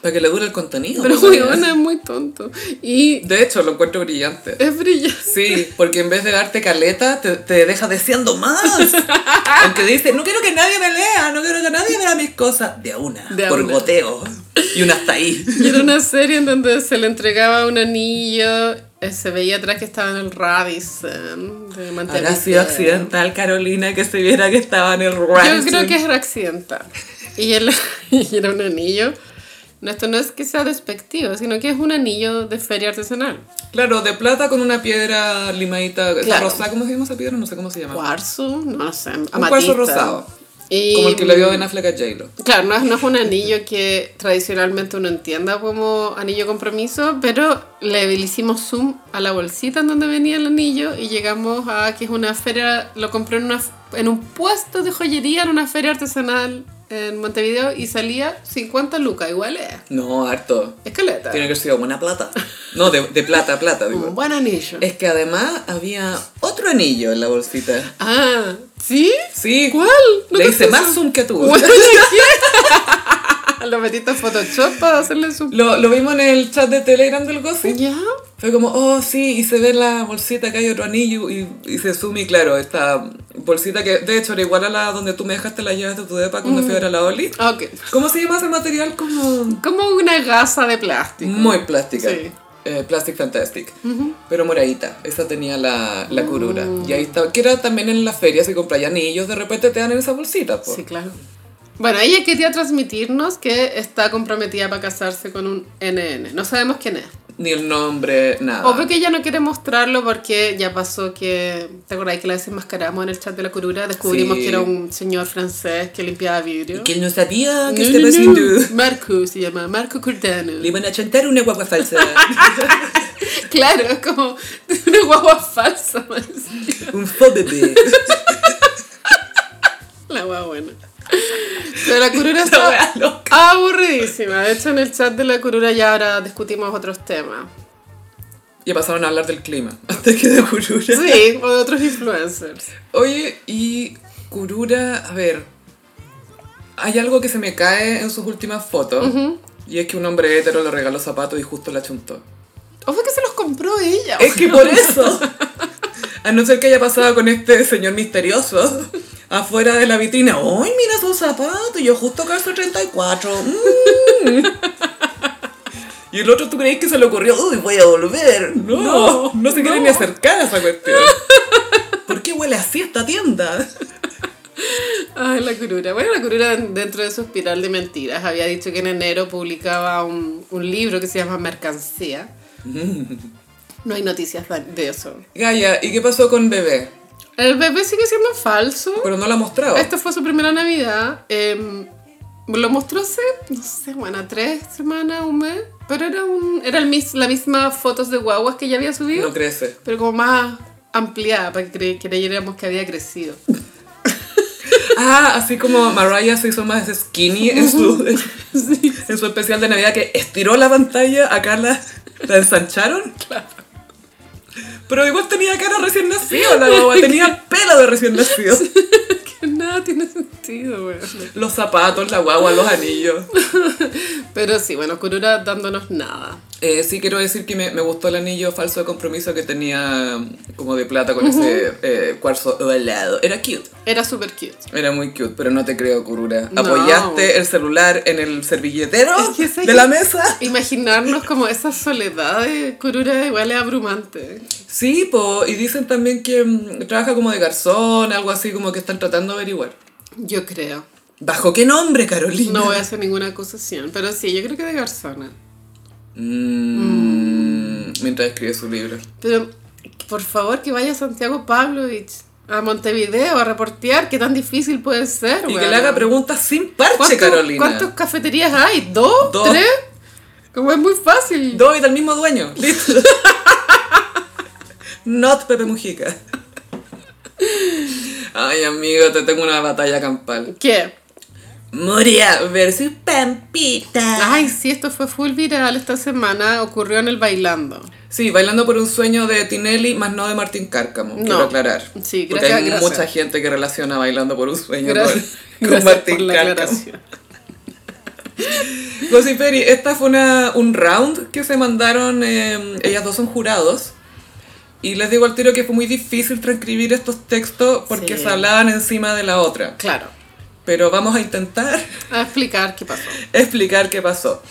S1: Para que le dure el contenido.
S2: Pero
S1: ¿no?
S2: weón, es muy tonto. Y
S1: De hecho, lo encuentro brillante.
S2: es brillante.
S1: Sí, porque en vez de darte caleta, te, te deja deseando más. Aunque dice, no quiero que nadie me lea, no quiero que nadie vea mis cosas. De a una,
S2: De a
S1: por
S2: una.
S1: goteo. Y una hasta ahí.
S2: Y era una serie en donde se le entregaba un anillo. eh, se veía atrás que estaba en el Radisson de
S1: Habrá sido
S2: Montevideo.
S1: accidental, Carolina, que se viera que estaba en el
S2: Yo
S1: ranking.
S2: creo que era accidental. Y, él, y era un anillo. No, esto no es que sea despectivo, sino que es un anillo de feria artesanal.
S1: Claro, de plata con una piedra limadita. esa
S2: Claro.
S1: Rosa, ¿cómo se llama esa piedra? No sé cómo se llama.
S2: Cuarzo, no sé, amatista.
S1: cuarzo rosado.
S2: Y-
S1: Como el que le dio Ben Affleck a J-Lo.
S2: Claro, no es, no es un anillo que tradicionalmente uno entienda como anillo compromiso, pero le, le hicimos zoom a la bolsita en donde venía el anillo y llegamos a que es una feria, lo compré en, una, f- en un puesto de joyería, en una feria artesanal en Montevideo y salía 50 lucas, igual es.
S1: No, harto.
S2: Escaleta.
S1: Tiene que haber sido buena plata. No, de, de plata, plata,
S2: Un
S1: digo.
S2: buen anillo.
S1: Es que además había otro anillo en la bolsita.
S2: Ah, ¿sí?
S1: Sí.
S2: ¿Cuál? No
S1: Le
S2: te
S1: hice
S2: puse-
S1: más zoom que tú.
S2: Bueno, ¿qué? Lo metiste a Photoshop para hacerle zoom.
S1: Lo, lo vimos en el chat de Telegram del Gossip.
S2: ¿Ya?
S1: Fue como, oh, sí, y se ve en la bolsita que hay otro anillo y, y se sumi, claro, esta bolsita que de hecho era igual a la donde tú me dejaste las llaves de tu depa cuando
S2: Mm.
S1: fui a ver a la Oli.
S2: Ok.
S1: ¿Cómo se llama ese material? Como
S2: Como una gasa de plástico.
S1: muy plástica.
S2: Sí.
S1: Eh, Plastic Fantastic. Pero moradita, esa tenía la, la curura. Y ahí estaba, que era también en la feria, si compras anillos, de repente te dan en esa bolsita. po.
S2: Sí, claro. Bueno, ella quería transmitirnos que está comprometida para casarse con un NN. No sabemos quién es.
S1: Ni el nombre, nada.
S2: Obvio que ella no quiere mostrarlo porque ya pasó que, ¿te acordáis que la desenmascaramos en el chat de la curura? Descubrimos
S1: Sí.
S2: que era un señor francés que limpiaba vidrio.
S1: él no sabía
S2: No, no, no. Marco se llama, Marco Curtano.
S1: Le iban a chantar una guapa falsa.
S2: Claro, es como una guagua falsa. más.
S1: Un faux bebé.
S2: La guagua buena. Pero la curura
S1: Esa
S2: está
S1: wea loca.
S2: aburridísima. De hecho, en el chat de la curura ya ahora discutimos otros temas.
S1: Ya pasaron a hablar del clima antes que de Kurura.
S2: Sí, o de otros influencers.
S1: Oye, y Kurura, a ver, hay algo que se me cae en sus últimas fotos. Y es que un hombre hétero le regaló zapatos y justo la chuntó.
S2: O fue que se los compró ella.
S1: Es que por eso, a no ser que haya pasado con este señor misterioso, afuera de la vitrina, ¡ay, mira esos zapatos! Yo justo calzo 34. mm". Y el otro, ¿tú crees que se le ocurrió? ¡Uy, voy a volver! No, no,
S2: No,
S1: se quiere
S2: no.
S1: ni acercar a esa cuestión. ¿Por qué huele así esta tienda?
S2: Ay, la curura. Bueno, la curura dentro de su espiral de mentiras había dicho que en enero publicaba un, un libro que se llama Mercancía. Mm. No hay noticias da- de eso.
S1: Gaia, ¿y qué pasó con bebé?
S2: El bebé sigue siendo falso.
S1: Pero no la mostraba.
S2: Esta fue su primera Navidad. em, lo mostró hace, no sé, bueno, tres semanas, un mes. Pero era, un, era el mis, la misma fotos de guaguas que ya había subido.
S1: No crece.
S2: pero como más ampliada, para que cre- creyéramos que había crecido.
S1: Ah, así como Mariah se hizo más skinny en su, en su especial de Navidad que estiró la pantalla, acá la, la ensancharon. Claro. Pero igual tenía cara recién nacido, la guagua, tenía pelo de recién nacido.
S2: que nada tiene sentido, weón.
S1: Los zapatos, la guagua, los anillos.
S2: Pero sí, bueno, Kurura dándonos nada.
S1: Eh, sí quiero decir que me, me gustó el anillo falso de compromiso que tenía mm, como de plata con ese eh, cuarzo ovalado. Era cute.
S2: Era súper cute.
S1: Era muy cute, pero no te creo, Kurura.
S2: No.
S1: Apoyaste el celular en el servilletero
S2: Es que sé
S1: de
S2: que-
S1: la mesa.
S2: Imaginarnos como esa soledad de Kurura igual es abrumante.
S1: Sí, po, y dicen también que mm, trabaja como de garzón, algo así como que están tratando de averiguar.
S2: Yo creo.
S1: ¿Bajo qué nombre, Carolina?
S2: No eh. voy a hacer ninguna acusación, pero sí, yo creo que de Garzona.
S1: Mm, Mientras escribe su libro.
S2: Pero por favor que vaya Santiago Pavlovich a Montevideo a reportear qué tan difícil puede ser.
S1: Y que
S2: weón.
S1: le haga preguntas sin parche,
S2: ¿Cuántos-
S1: Carolina.
S2: ¿Cuántas cafeterías hay? ¿Dos?
S1: Dos.
S2: ¿Tres? Como es muy fácil.
S1: Dos y del mismo dueño. Listo. Not Pepe Mujica. Ay, amigo, te tengo una batalla campal.
S2: ¿Qué?
S1: Moria versus Pampita.
S2: Ay, sí, esto fue full viral esta semana. Ocurrió en el bailando.
S1: Sí, bailando por un sueño de Tinelli, más no de Martín Cárcamo,
S2: No.
S1: quiero aclarar.
S2: Sí,
S1: Porque
S2: gracias,
S1: hay
S2: gracias.
S1: mucha gente que relaciona bailando por un sueño
S2: Gra-
S1: con, con
S2: gracias
S1: Martín Cárcamo.
S2: aclaración.
S1: Gossiperi, esta fue una, un round que se mandaron, eh, ellas dos son jurados. Y les digo al tiro que fue muy difícil transcribir estos textos porque
S2: Sí.
S1: se hablaban encima de la otra.
S2: Claro.
S1: Pero vamos a intentar
S2: A explicar qué pasó.
S1: explicar qué pasó.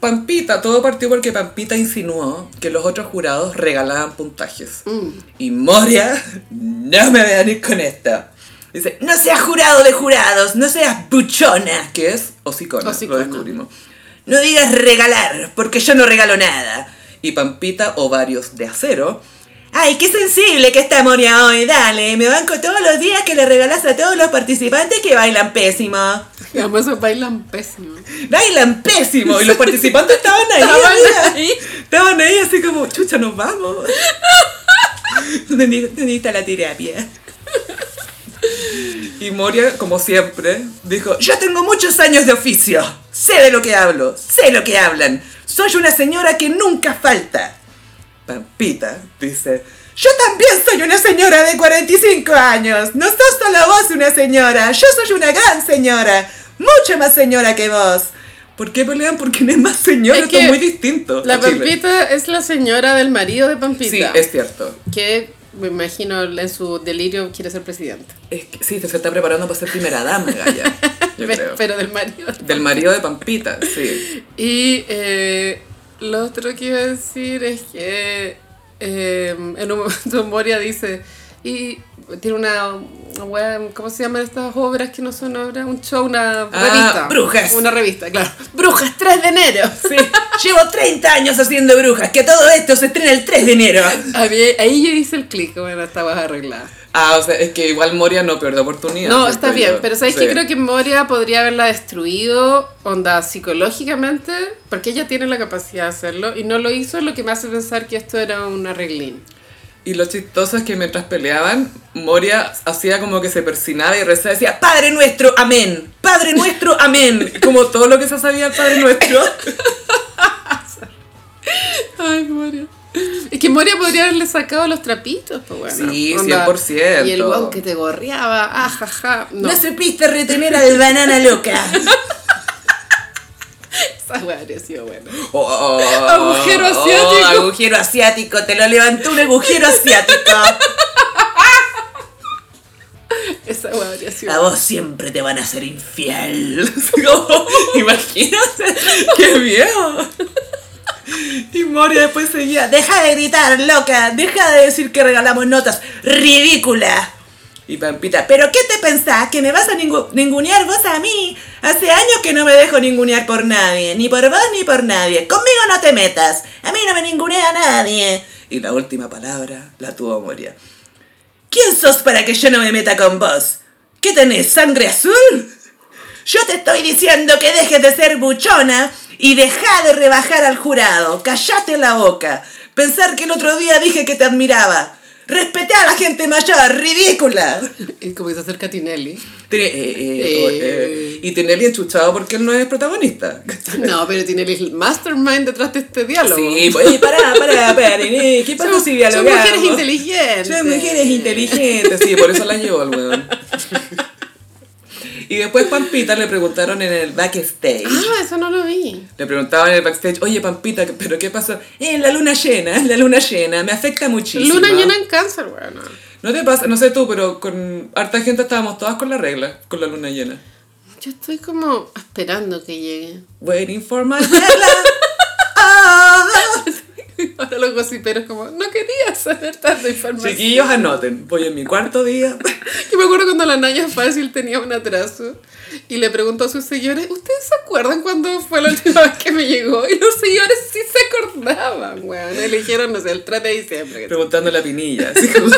S1: Pampita, todo partió porque Pampita insinuó que los otros jurados regalaban puntajes.
S2: Mm,
S1: Y Moria, no me vean ir con esta. Dice, no seas jurado de jurados, no seas buchona. Que es hocicona,
S2: Hocicona.
S1: lo descubrimos. No digas regalar, porque yo no regalo nada. Y Pampita, ovarios de acero. Ay, qué sensible que está Moria hoy, dale. Me banco todos los días que le regalas a todos los participantes que bailan pésimo.
S2: Y además esos bailan pésimo.
S1: Bailan pésimo. Y los participantes estaban ahí.
S2: Estaban
S1: amiga.
S2: ahí.
S1: Estaban ahí así como, chucha, nos vamos. ¿Dónde dónde está la terapia? Y Moria, como siempre, dijo, yo tengo muchos años de oficio. Sé de lo que hablo. Sé lo que hablan. Soy una señora que nunca falta. Pampita dice, yo también soy una señora de 45 años. No sos solo vos una señora. Yo soy una gran señora. Mucho más señora que vos. ¿Por qué pelean? Porque no es más señora.
S2: Es
S1: Esto es
S2: que
S1: muy distinto.
S2: La
S1: a Chile.
S2: Pampita es la señora del marido de
S1: Sí,
S2: Pampita.
S1: es cierto.
S2: Que me imagino en su delirio quiere ser presidente.
S1: Es que, sí, se está preparando para ser primera dama, Gaya. Yo
S2: Ve-
S1: creo.
S2: Pero del marido.
S1: Del marido de Pampita, sí.
S2: Y eh, lo otro que iba a decir es que eh, en un momento Moria dice, y tiene una, una wea- ¿cómo se llaman estas obras que no son obras? Un show, una
S1: Ah,
S2: revista.
S1: Brujas.
S2: Una revista, claro. Brujas 3 de enero.
S1: Sí. Llevo 30 años haciendo brujas, que todo esto se estrena el 3 de enero.
S2: A mí- ahí yo hice el clic, bueno, estaba arreglada.
S1: Ah, o sea, es que igual Moria no pierde oportunidad.
S2: No,
S1: siento
S2: está bien,
S1: yo.
S2: pero ¿sabes
S1: Sí.
S2: que Creo que Moria podría haberla destruido, onda, psicológicamente, porque ella tiene la capacidad de hacerlo, y no lo hizo, lo que me hace pensar que esto era un arreglín.
S1: Y lo chistoso es que mientras peleaban, Moria hacía como que se persinaba y rezaba y decía, Padre nuestro, amén, Padre nuestro, amén. Como todo lo que se sabía del Padre nuestro.
S2: Ay, Moria. Es que Moria podría haberle sacado los trapitos, pues bueno.
S1: Sí,
S2: Onda,
S1: 100%.
S2: Y el guau que te gorreaba, ajaja. No,
S1: supiste retener al banana loca.
S2: esa wea habría sido buena.
S1: Oh, agujero
S2: Agujero
S1: asiático.
S2: asiático.
S1: oh, agujero asiático, te lo levantó un agujero asiático.
S2: Esa hueá habría sido.
S1: A vos siempre te van a ser infiel. Como, Imagínate, qué viejo. Y Moria después seguía, deja de gritar, loca, deja de decir que regalamos notas, ridícula. Y Pampita, ¿pero qué te pensás? ¿Que me vas a ningu- ningunear vos a mí? Hace años que no me dejo ningunear por nadie, ni por vos ni por nadie. Conmigo no te metas, a mí no me ningunea nadie. Y la última palabra la tuvo Moria. ¿Quién sos para que yo no me meta con vos? ¿Qué tenés, sangre azul? Yo te estoy diciendo que dejes de ser buchona y deja de rebajar al jurado. Callate la boca. Pensar que el otro día dije que te admiraba. Respeté a la gente mayor, ridícula.
S2: Y como se acerca Tinelli.
S1: Tiene- eh, eh, oh, eh, Y Tinelli enchuchado porque él no es protagonista.
S2: No, pero Tinelli es el mastermind detrás de este diálogo.
S1: Sí, pues, oye, pará, pará, pará, Tinelli, ¿qué pasa
S2: Son-
S1: si
S2: son
S1: dialogamos?
S2: mujeres inteligentes. Ah,
S1: Son mujeres inteligentes, sí, por eso la llevó al weón. Y después Pampita le preguntaron en el backstage.
S2: Ah, eso no lo vi.
S1: Le preguntaban en el backstage, oye Pampita, ¿pero qué pasó? Eh, la luna llena, la luna llena, me afecta muchísimo.
S2: Luna llena en cáncer, bueno.
S1: No te pasa, no sé tú, pero con harta gente estábamos todas con la regla, con la luna llena.
S2: Yo estoy como esperando que llegue.
S1: Waiting for my regla. Ah.
S2: Ahora los gossiperos como, no quería saber tanta información.
S1: Chiquillos, anoten, voy en mi cuarto día.
S2: Yo me acuerdo cuando la Naya Fácil tenía un atraso y le preguntó a sus seguidores, ¿ustedes se acuerdan cuándo fue la última vez que me llegó? Y los seguidores sí se acordaban, weón. Eligieron, no sé, el 3 de diciembre.
S1: Preguntándole a Pinilla. así como-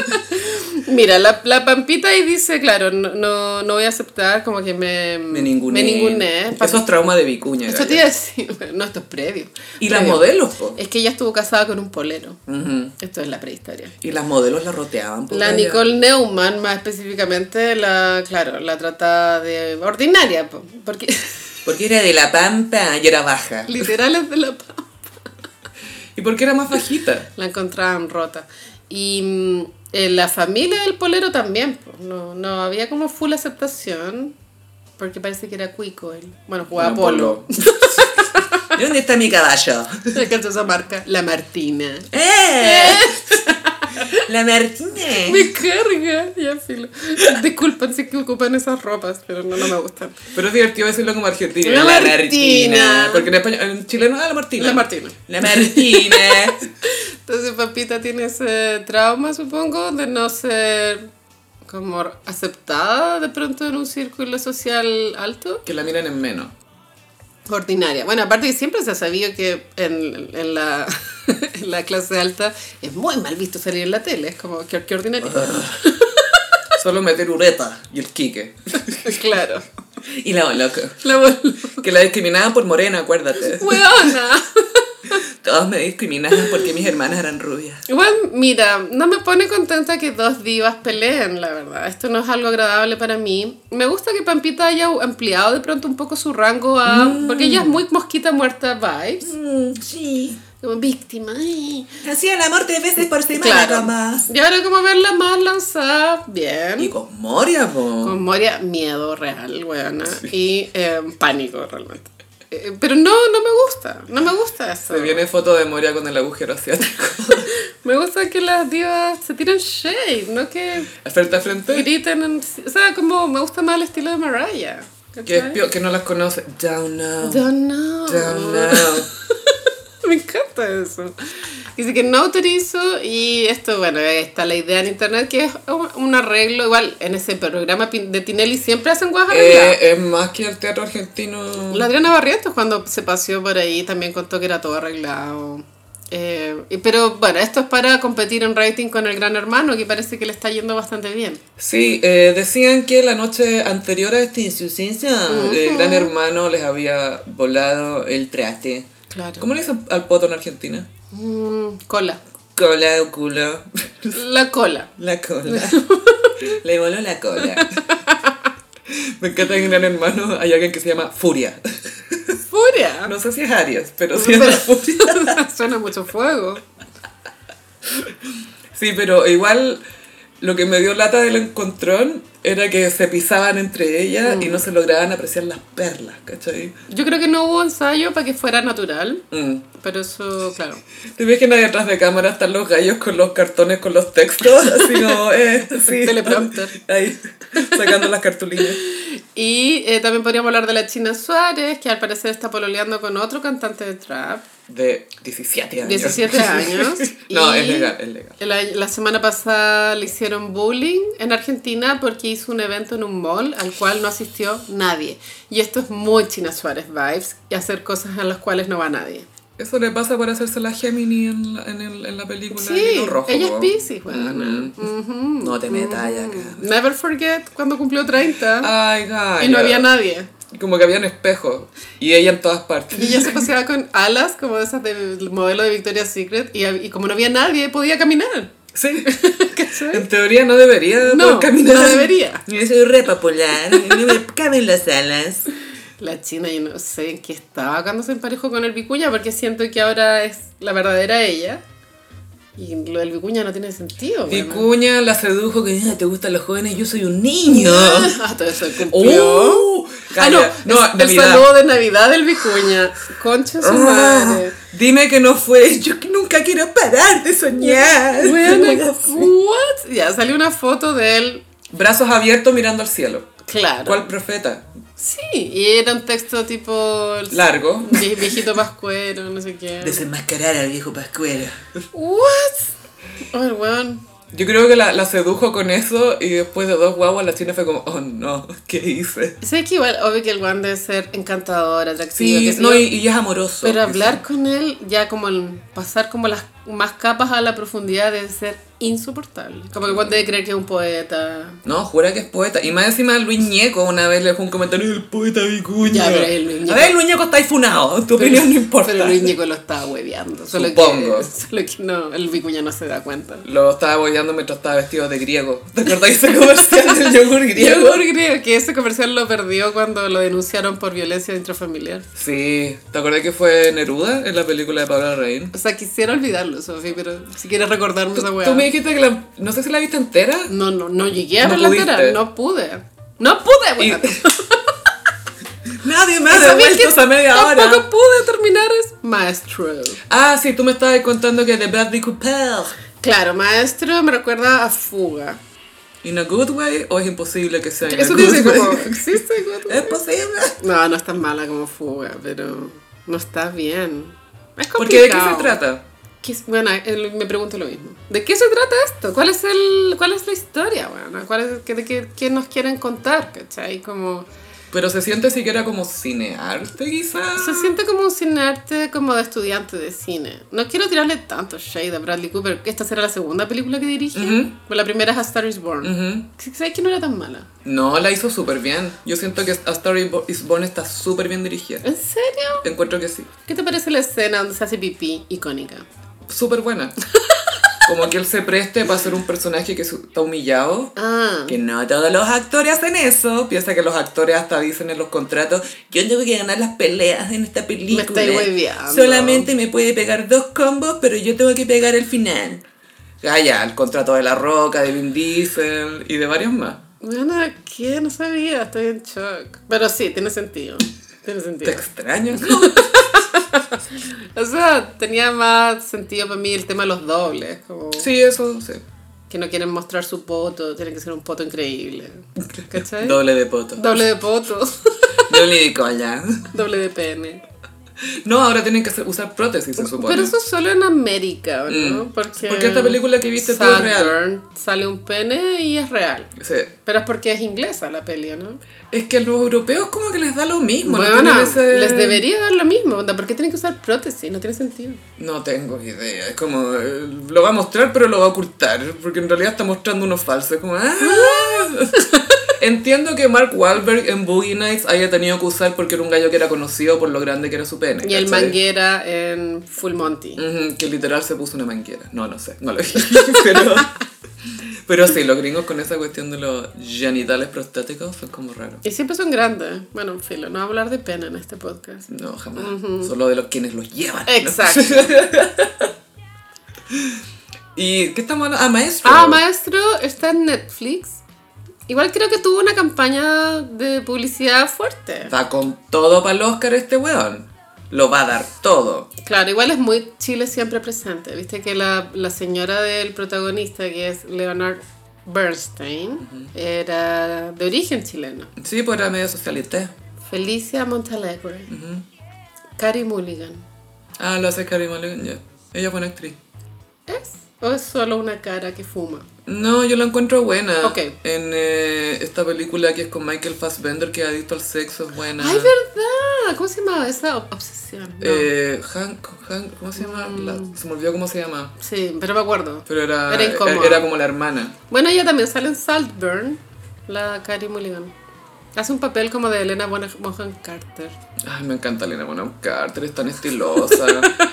S2: Mira, la, la Pampita ahí dice, claro, no, no, no voy a aceptar como que me...
S1: me ninguneé.
S2: Me ninguneé.
S1: Eso es trauma de Vicuña.
S2: Esto
S1: Gaya.
S2: te iba a decir, bueno, no, esto es previo.
S1: Y las
S2: Previo.
S1: modelos, po.
S2: Es que ella estuvo casada con un polero.
S1: Ujú.
S2: Esto es la prehistoria.
S1: Y las modelos la roteaban. po,
S2: La
S1: Gaya.
S2: Nicole Neumann, más específicamente, la, claro, la trata de ordinaria, po, porque
S1: Porque era de la pampa y era baja.
S2: literal es de la pampa.
S1: Y porque era más bajita.
S2: La encontraban rota. Y mm, eh, la familia del polero también, po, no, no había como full aceptación, porque parece que era cuico él. Bueno, jugaba
S1: Bueno,
S2: polo.
S1: ¿Y dónde está mi caballo?
S2: Alcanzó esa marca, la Martina.
S1: ¡Eh! La Martínez.
S2: Me carga, ya filo. Disculpen si que ocupan esas ropas, pero no, no me gustan.
S1: Pero es divertido decirlo como argentina.
S2: La
S1: Martina.
S2: Martina.
S1: Porque en español, en chileno, ah, la Martina.
S2: La Martina.
S1: La Martina.
S2: Entonces Papita tiene ese trauma, supongo, de no ser como aceptada de pronto en un círculo social alto.
S1: que la miran en menos.
S2: Ordinaria. Bueno, aparte que siempre se ha sabido que en, en la, en la clase alta es muy mal visto salir en la tele. Es como, qué, qué ordinario.
S1: Solo meter ureta y el quique.
S2: claro.
S1: Y la loco.
S2: La bol-
S1: Que la discriminaban por morena, acuérdate.
S2: ¡Hueona!
S1: Todos me discriminaban porque mis hermanas eran rubias.
S2: Igual, mira, no me pone contenta que dos divas peleen, la verdad. Esto no es algo agradable para mí. Me gusta que Pampita haya ampliado de pronto un poco su rango a...
S1: Mm.
S2: Porque ella es muy mosquita muerta vibes.
S1: sí.
S2: Como víctima. ay.
S1: Hacía el amor tres veces por
S2: Claro. Y ahora como verla más lanzada, bien.
S1: Y con Moria, po.
S2: Con Moria, miedo real, weona. Y eh, pánico, realmente. Eh, pero no, no me gusta. No me gusta eso.
S1: Se viene foto de Moria con el agujero asiático.
S2: Me gusta que las divas se tiren shade, no que...
S1: Frente a frente.
S2: griten. en- o sea, como me gusta más el estilo de Mariah. ¿cachai?
S1: Que, es pio- que no las conoce. Down now.
S2: Don't know.
S1: Down now.
S2: me encanta eso. Dice que no autorizo y esto, bueno, ahí está la idea en internet que es un- un arreglo. Igual en ese programa pin- de Tinelli siempre hacen guajas
S1: Eh,
S2: arregladas.
S1: es más que el teatro argentino.
S2: La Adriana Barrientos cuando se paseó por ahí también contó que era todo arreglado. Eh, y- pero bueno, esto es para competir en rating con el Gran Hermano que parece que le está yendo bastante bien.
S1: Sí, eh, decían que la noche anterior a esta insuficiencia, el gran hermano les había volado el traste.
S2: Claro.
S1: ¿Cómo le dicen al poto en Argentina?
S2: Mm, cola.
S1: Cola o culo.
S2: La cola.
S1: La cola. Le voló la cola. Me encanta que en Gran Hermano hay alguien que se llama Furia.
S2: Furia.
S1: Ah, No sé si es Aries, pero sí es la Furia.
S2: Suena mucho fuego.
S1: Sí, pero igual lo que me dio lata del encontrón era que se pisaban entre ellas y no se lograban apreciar las perlas, ¿cachai?
S2: Yo creo que no hubo ensayo para que fuera natural,
S1: Mm.
S2: pero eso, claro.
S1: ¿Te imaginas que detrás de cámara están los gallos con los cartones con los textos? Así como, eh, sí.
S2: Teleprompter.
S1: Ahí. sacando las cartulinas.
S2: Y eh, también podríamos hablar de la China Suárez, que al parecer está pololeando con otro cantante de trap.
S1: De 17 años.
S2: 17 años.
S1: no,
S2: Y
S1: es legal, es legal.
S2: La, la semana pasada le hicieron bullying en Argentina porque hizo un evento en un mall al cual no asistió nadie. Y esto es muy China Suárez vibes y hacer cosas a las cuales no va nadie.
S1: Eso le pasa por hacerse la Gemini en la, en el- en la película de
S2: Sí,
S1: Hilo Rojo.
S2: ella es
S1: po.
S2: Pisces, weona.
S1: Ujú. Mm, No te metas allá acá.
S2: Never forget cuando cumplió 30
S1: Ay, gaya.
S2: y no había nadie.
S1: Como que habían espejos. Y ella en todas partes.
S2: Y ella se paseaba con alas como esas del modelo de Victoria's Secret y, y como no había nadie podía caminar.
S1: Sí.
S2: ¿Cachai?
S1: En teoría no debería
S2: No,
S1: poder caminar.
S2: no debería.
S1: Yo soy re popular. no me caben las alas.
S2: La China, yo no sé en qué estaba cuando se emparejó con el Vicuña, porque siento que ahora es la verdadera ella. Y lo del Vicuña no tiene sentido. weona.
S1: Vicuña la sedujo que "Ah, te gustan los jóvenes, yo soy un niño.
S2: Ah, todo eso cumplió.
S1: ¡Oh!
S2: ah, no,
S1: Gaya. no,
S2: es- el
S1: Navidad.
S2: saludo de Navidad del Vicuña. Concha su
S1: Ah,
S2: madre.
S1: Dime que no fue. Yo que nunca quiero parar de soñar.
S2: Bueno, what? Ya, salió una foto de él,
S1: Brazos abiertos mirando al cielo.
S2: claro.
S1: ¿Cuál profeta?
S2: Sí, y era un texto tipo... el-
S1: Largo.
S2: vie- Viejito pascuero, no sé qué.
S1: Desenmascarar al viejo Pascuera.
S2: What? Oh, el weón.
S1: Yo creo que la, la sedujo con eso y después de dos guaguas la china fue como, oh no, ¿qué hice?
S2: Sé que igual, obvio que el weón debe ser encantador, atractivo.
S1: Sí,
S2: qué sé
S1: no,
S2: yo,
S1: y, y es amoroso.
S2: pero
S1: dice.
S2: hablar con él, ya como el pasar como las más capas a la profundidad debe ser insoportable. Como que el weón debe creer que es un poeta.
S1: No, jura que es poeta. Y más encima Luis Ñeco una vez le dejó un comentario del poeta Vicuña.
S2: Ya, pero el Luis Ñeco-
S1: A ver, Luis Ñeco está ahí funado. Tu opinión no importa.
S2: Pero Luis Ñeco lo estaba hueveando. Solo
S1: Supongo.
S2: Que, solo que no, el vicuña no se da cuenta.
S1: Lo estaba boyando mientras estaba vestido de griego. ¿Te acordás ese comercial del yogur griego?
S2: Yo creo que ese comercial lo perdió cuando lo denunciaron por violencia intrafamiliar.
S1: Sí, ¿te acordás que fue Neruda en la película de Pablo Rein?
S2: O sea, quisiera olvidarlo, Sofi, pero si quieres recordarme esa
S1: Tú me
S2: weá.
S1: dijiste que la... No sé si la viste entera.
S2: No, no, no llegué a
S1: No
S2: verla entera,
S1: pudiste.
S2: no pude. No pude,
S1: Y-
S2: weá.
S1: Nadie me
S2: Esa
S1: ha
S2: vez que
S1: devuelto esa media hora.
S2: Tampoco pude terminar es Maestro.
S1: Ah, sí, tú me estabas contando que de Bradley Cooper.
S2: Claro, Maestro me recuerda a Fuga.
S1: ¿In a good way o es imposible que sea in a
S2: Eso
S1: good
S2: dice
S1: way?
S2: como, ¿existe Good
S1: ¿Es
S2: Way?
S1: posible?
S2: No, no es tan mala como Fuga, pero no está bien. Es complicado.
S1: Porque ¿de qué se trata?
S2: ¿Qué es- bueno, él- me pregunto lo mismo. ¿De qué se trata esto? ¿Cuál es, el, cuál es la historia, bueno? ¿Cuál es, qué, de qué, qué nos quieren contar? ¿Cachai? Como...
S1: Pero se siente siquiera como cinearte, quizás.
S2: Se siente como un cinearte como de estudiante de cine. No quiero tirarle tanto shade a Bradley Cooper. Esta será la segunda película que dirige.
S1: Ujú.
S2: Pero La primera es A Star is Born.
S1: Ujú.
S2: ¿Sabes que no era tan mala?
S1: No, la hizo súper bien. Yo siento que A Star Is Born está súper bien dirigida.
S2: ¿En serio?
S1: Encuentro que sí.
S2: ¿Qué te parece la escena donde se hace pipí icónica?
S1: Súper buena. Como que él se preste para ser un personaje que su- está humillado.
S2: Ah,
S1: Que no todos los actores hacen eso. Piensa que los actores hasta dicen en los contratos, yo tengo que ganar las peleas en esta película.
S2: estáis hueveando.
S1: Solamente me puede pegar dos combos, pero yo tengo que pegar el final. Ah, ya, el contrato de La Roca, de Vin Diesel y de varios más.
S2: bueno, ¿qué? No sabía, estoy en shock. Pero sí, tiene sentido. Tiene
S1: Te
S2: sentido.
S1: extraño.
S2: O sea, tenía más sentido para mí el tema de los dobles. Como
S1: Sí, eso, sí.
S2: que no quieren mostrar su poto, tiene que ser un poto increíble. ¿Cachai?
S1: Doble de poto.
S2: Doble de poto,
S1: Doble de cola.
S2: doble de pene.
S1: No, ahora tienen que hacer- usar prótesis, se supone.
S2: Pero eso solo en América, ¿no?
S1: Mm.
S2: Porque,
S1: Porque esta película que viste tú es real.
S2: Saltburn, sale un pene y es real.
S1: Sí.
S2: Pero es porque es inglesa la peli, ¿no?
S1: Es que a los europeos como que les da lo mismo. no
S2: Bueno,
S1: tienen ese-
S2: les debería dar lo mismo, onda, ¿por qué tienen que usar prótesis? No tiene sentido.
S1: No tengo idea. Es como, eh, lo va a mostrar, pero lo va a ocultar. Porque en realidad está mostrando uno falso. Es como, ¡ah! Entiendo que Mark Wahlberg en Boogie Nights haya tenido que usar porque era un gallo que era conocido por lo grande que era su pene.
S2: Y
S1: ¿cachai?
S2: el
S1: Mm.
S2: manguera en Full Monty.
S1: Ujú, que literal se puso una manguera. No, no sé, no lo vi. pero, pero sí, los gringos con esa cuestión de los genitales prostáticos son como raros.
S2: Y siempre son grandes. Bueno, filo, no voy a hablar de pene en este podcast.
S1: No, jamás. Solo de los quienes los llevan. ¿no?
S2: Exacto.
S1: ¿Y qué estamos hablando? Ah, maestro.
S2: Ah, maestro, está en Netflix. Igual creo que tuvo una campaña de publicidad fuerte.
S1: Va con todo para el Oscar este weón. Lo va a dar todo.
S2: Claro, igual es muy Chile siempre presente. Viste que la, la señora del protagonista, que es Leonard Bernstein era de origen chileno.
S1: Sí, pues era medio socialista.
S2: Felicia Montalegre. Carrie Mulligan.
S1: Ah, lo hace Carrie Mulligan, ya. Ella fue una actriz.
S2: ¿Es? ¿O es solo una cara que fuma?
S1: No, yo la encuentro buena.
S2: Ok.
S1: En eh, esta película que es con Michael Fassbender, que es adicto al sexo, es buena.
S2: ¡Ay, verdad! ¿Cómo se llamaba esa ob- obsesión? No.
S1: Eh, Hank, Hank, ¿cómo se llama? La- se me olvidó cómo se llama.
S2: Sí, pero me acuerdo.
S1: Pero era,
S2: Era incómoda.
S1: era como la hermana.
S2: Bueno, ella también sale en Saltburn, la Carrie Mulligan. Hace un papel como de Elena Bonham Carter.
S1: Ay, me encanta Elena Bonham Carter, es tan estilosa.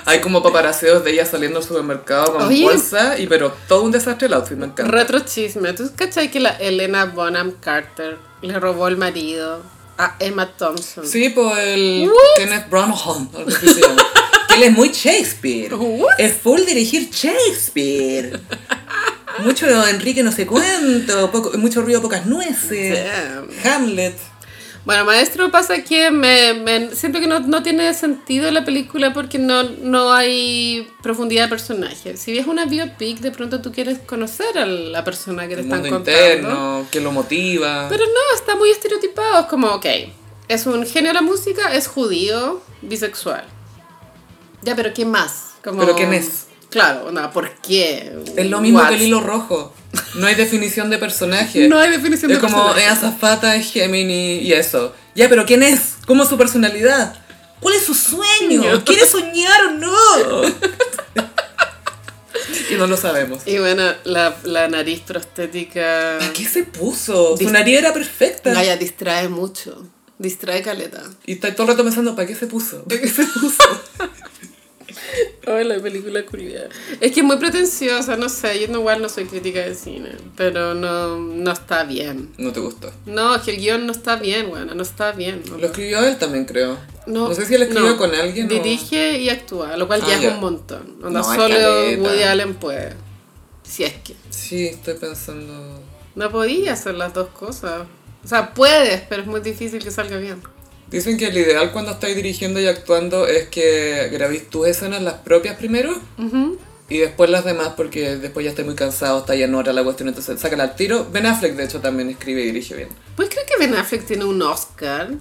S1: Hay como paparaseos de ella saliendo al supermercado con
S2: Oye.
S1: bolsa, y pero todo un desastre el outfit, me encanta.
S2: Retro chisme. ¿Tú cachai que la Elena Bonham Carter le robó el marido a Emma Thompson?
S1: Sí, por el Kenneth Branagh, algo así se llama. Que Él es muy Shakespeare.
S2: What?
S1: Es full dirigir Shakespeare. Mucho Enrique no sé cuánto, poco- mucho ruido, pocas nueces.
S2: Damn.
S1: Hamlet.
S2: Bueno, maestro, pasa que me, me- siento que no, no tiene sentido la película porque no, no hay profundidad de personaje. Si ves una biopic, de pronto tú quieres conocer a la persona que te
S1: El
S2: están
S1: mundo
S2: contando.
S1: interno, que lo motiva.
S2: Pero no, está muy estereotipado. Es como, ok, es un genio de la música, es judío, bisexual. Ya, pero ¿qué más? Como-
S1: ¿Pero quién es?
S2: Claro, no, ¿por qué?
S1: es lo mismo
S2: What?
S1: que el hilo rojo. No hay definición de personaje.
S2: No hay definición
S1: es
S2: de
S1: como, eh,
S2: personaje.
S1: es azafata, es Gemini y eso. Ya, pero ¿quién es? ¿Cómo es su personalidad? ¿Cuál es su sueño?
S2: Sueño.
S1: ¿Quiere soñar o no? y no lo sabemos.
S2: Y bueno, la, la nariz prostética.
S1: ¿Para qué se puso? Su
S2: Dis-
S1: nariz era perfecta.
S2: Gaya distrae mucho. Distrae caleta.
S1: Y está todo el rato pensando, ¿para qué se puso? ¿Para qué se puso?
S2: Ay, la película curiosa. Es que es muy pretenciosa, no sé. Yo no- igual no soy crítica de cine, pero no, no está bien.
S1: no te gustó.
S2: No, es que el guión no está bien, bueno, no está bien. ¿no?
S1: Lo escribió él también, creo. No, sé si él escribió
S2: no.
S1: con alguien o-
S2: Dirige y actúa, lo cual
S1: Ah,
S2: ya es
S1: ya.
S2: un montón. Onda,
S1: No, hay
S2: solo
S1: caleta.
S2: Woody Allen puede. Si es que.
S1: Sí, estoy pensando...
S2: No podía hacer las dos cosas. O sea, puedes, pero es muy difícil que salga bien.
S1: Dicen que el ideal cuando estáis dirigiendo y actuando es que grabéis tus escenas las propias primero y después las demás porque después ya estoy muy cansado, está ya en hora la cuestión, entonces sácala al tiro. Ben Affleck de hecho también escribe y dirige bien.
S2: Pues creo que Ben Affleck tiene un Oscar. de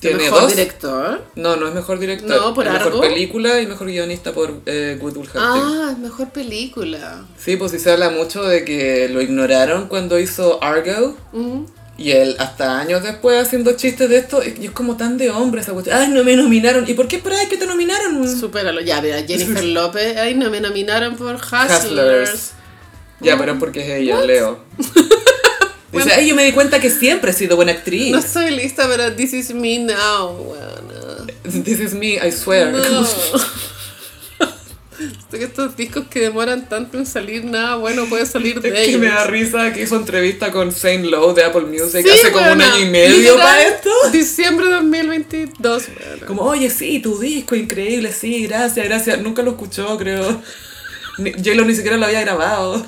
S1: ¿Tiene
S2: mejor
S1: dos?
S2: director.
S1: No, no es mejor director,
S2: No, por
S1: es mejor
S2: algo.
S1: película y mejor guionista por eh, Good Will Hunting.
S2: Ah, es mejor película.
S1: Sí, pues sí se habla mucho de que lo ignoraron cuando hizo Argo. Y él hasta años después haciendo chistes de esto, y es como tan de hombre esa cuestión. Ay, no me nominaron. ¿Y por qué esperabas que te nominaron?
S2: Superalo. Ya, mira, Jennifer López. Ay, no me nominaron por Hustlers.
S1: Hustlers. Ya, pero es porque es ella, Leo. Dice, ay, yo me di cuenta que siempre he sido buena actriz.
S2: No soy lista, pero This Is Me Now. Bueno.
S1: This is me, I swear.
S2: No. Esto que Estos discos que demoran tanto en salir, nada bueno puede salir de
S1: Es que
S2: ellos.
S1: me da risa que hizo entrevista con Saint Lowe de Apple Music
S2: Sí,
S1: hace como un
S2: weona,
S1: año y medio
S2: literal,
S1: para esto.
S2: Diciembre de 2022, weona.
S1: Como, oye, sí, tu disco, increíble, sí, gracias, gracias. Nunca lo escuchó, creo. Ni- J-Lo ni siquiera lo había grabado.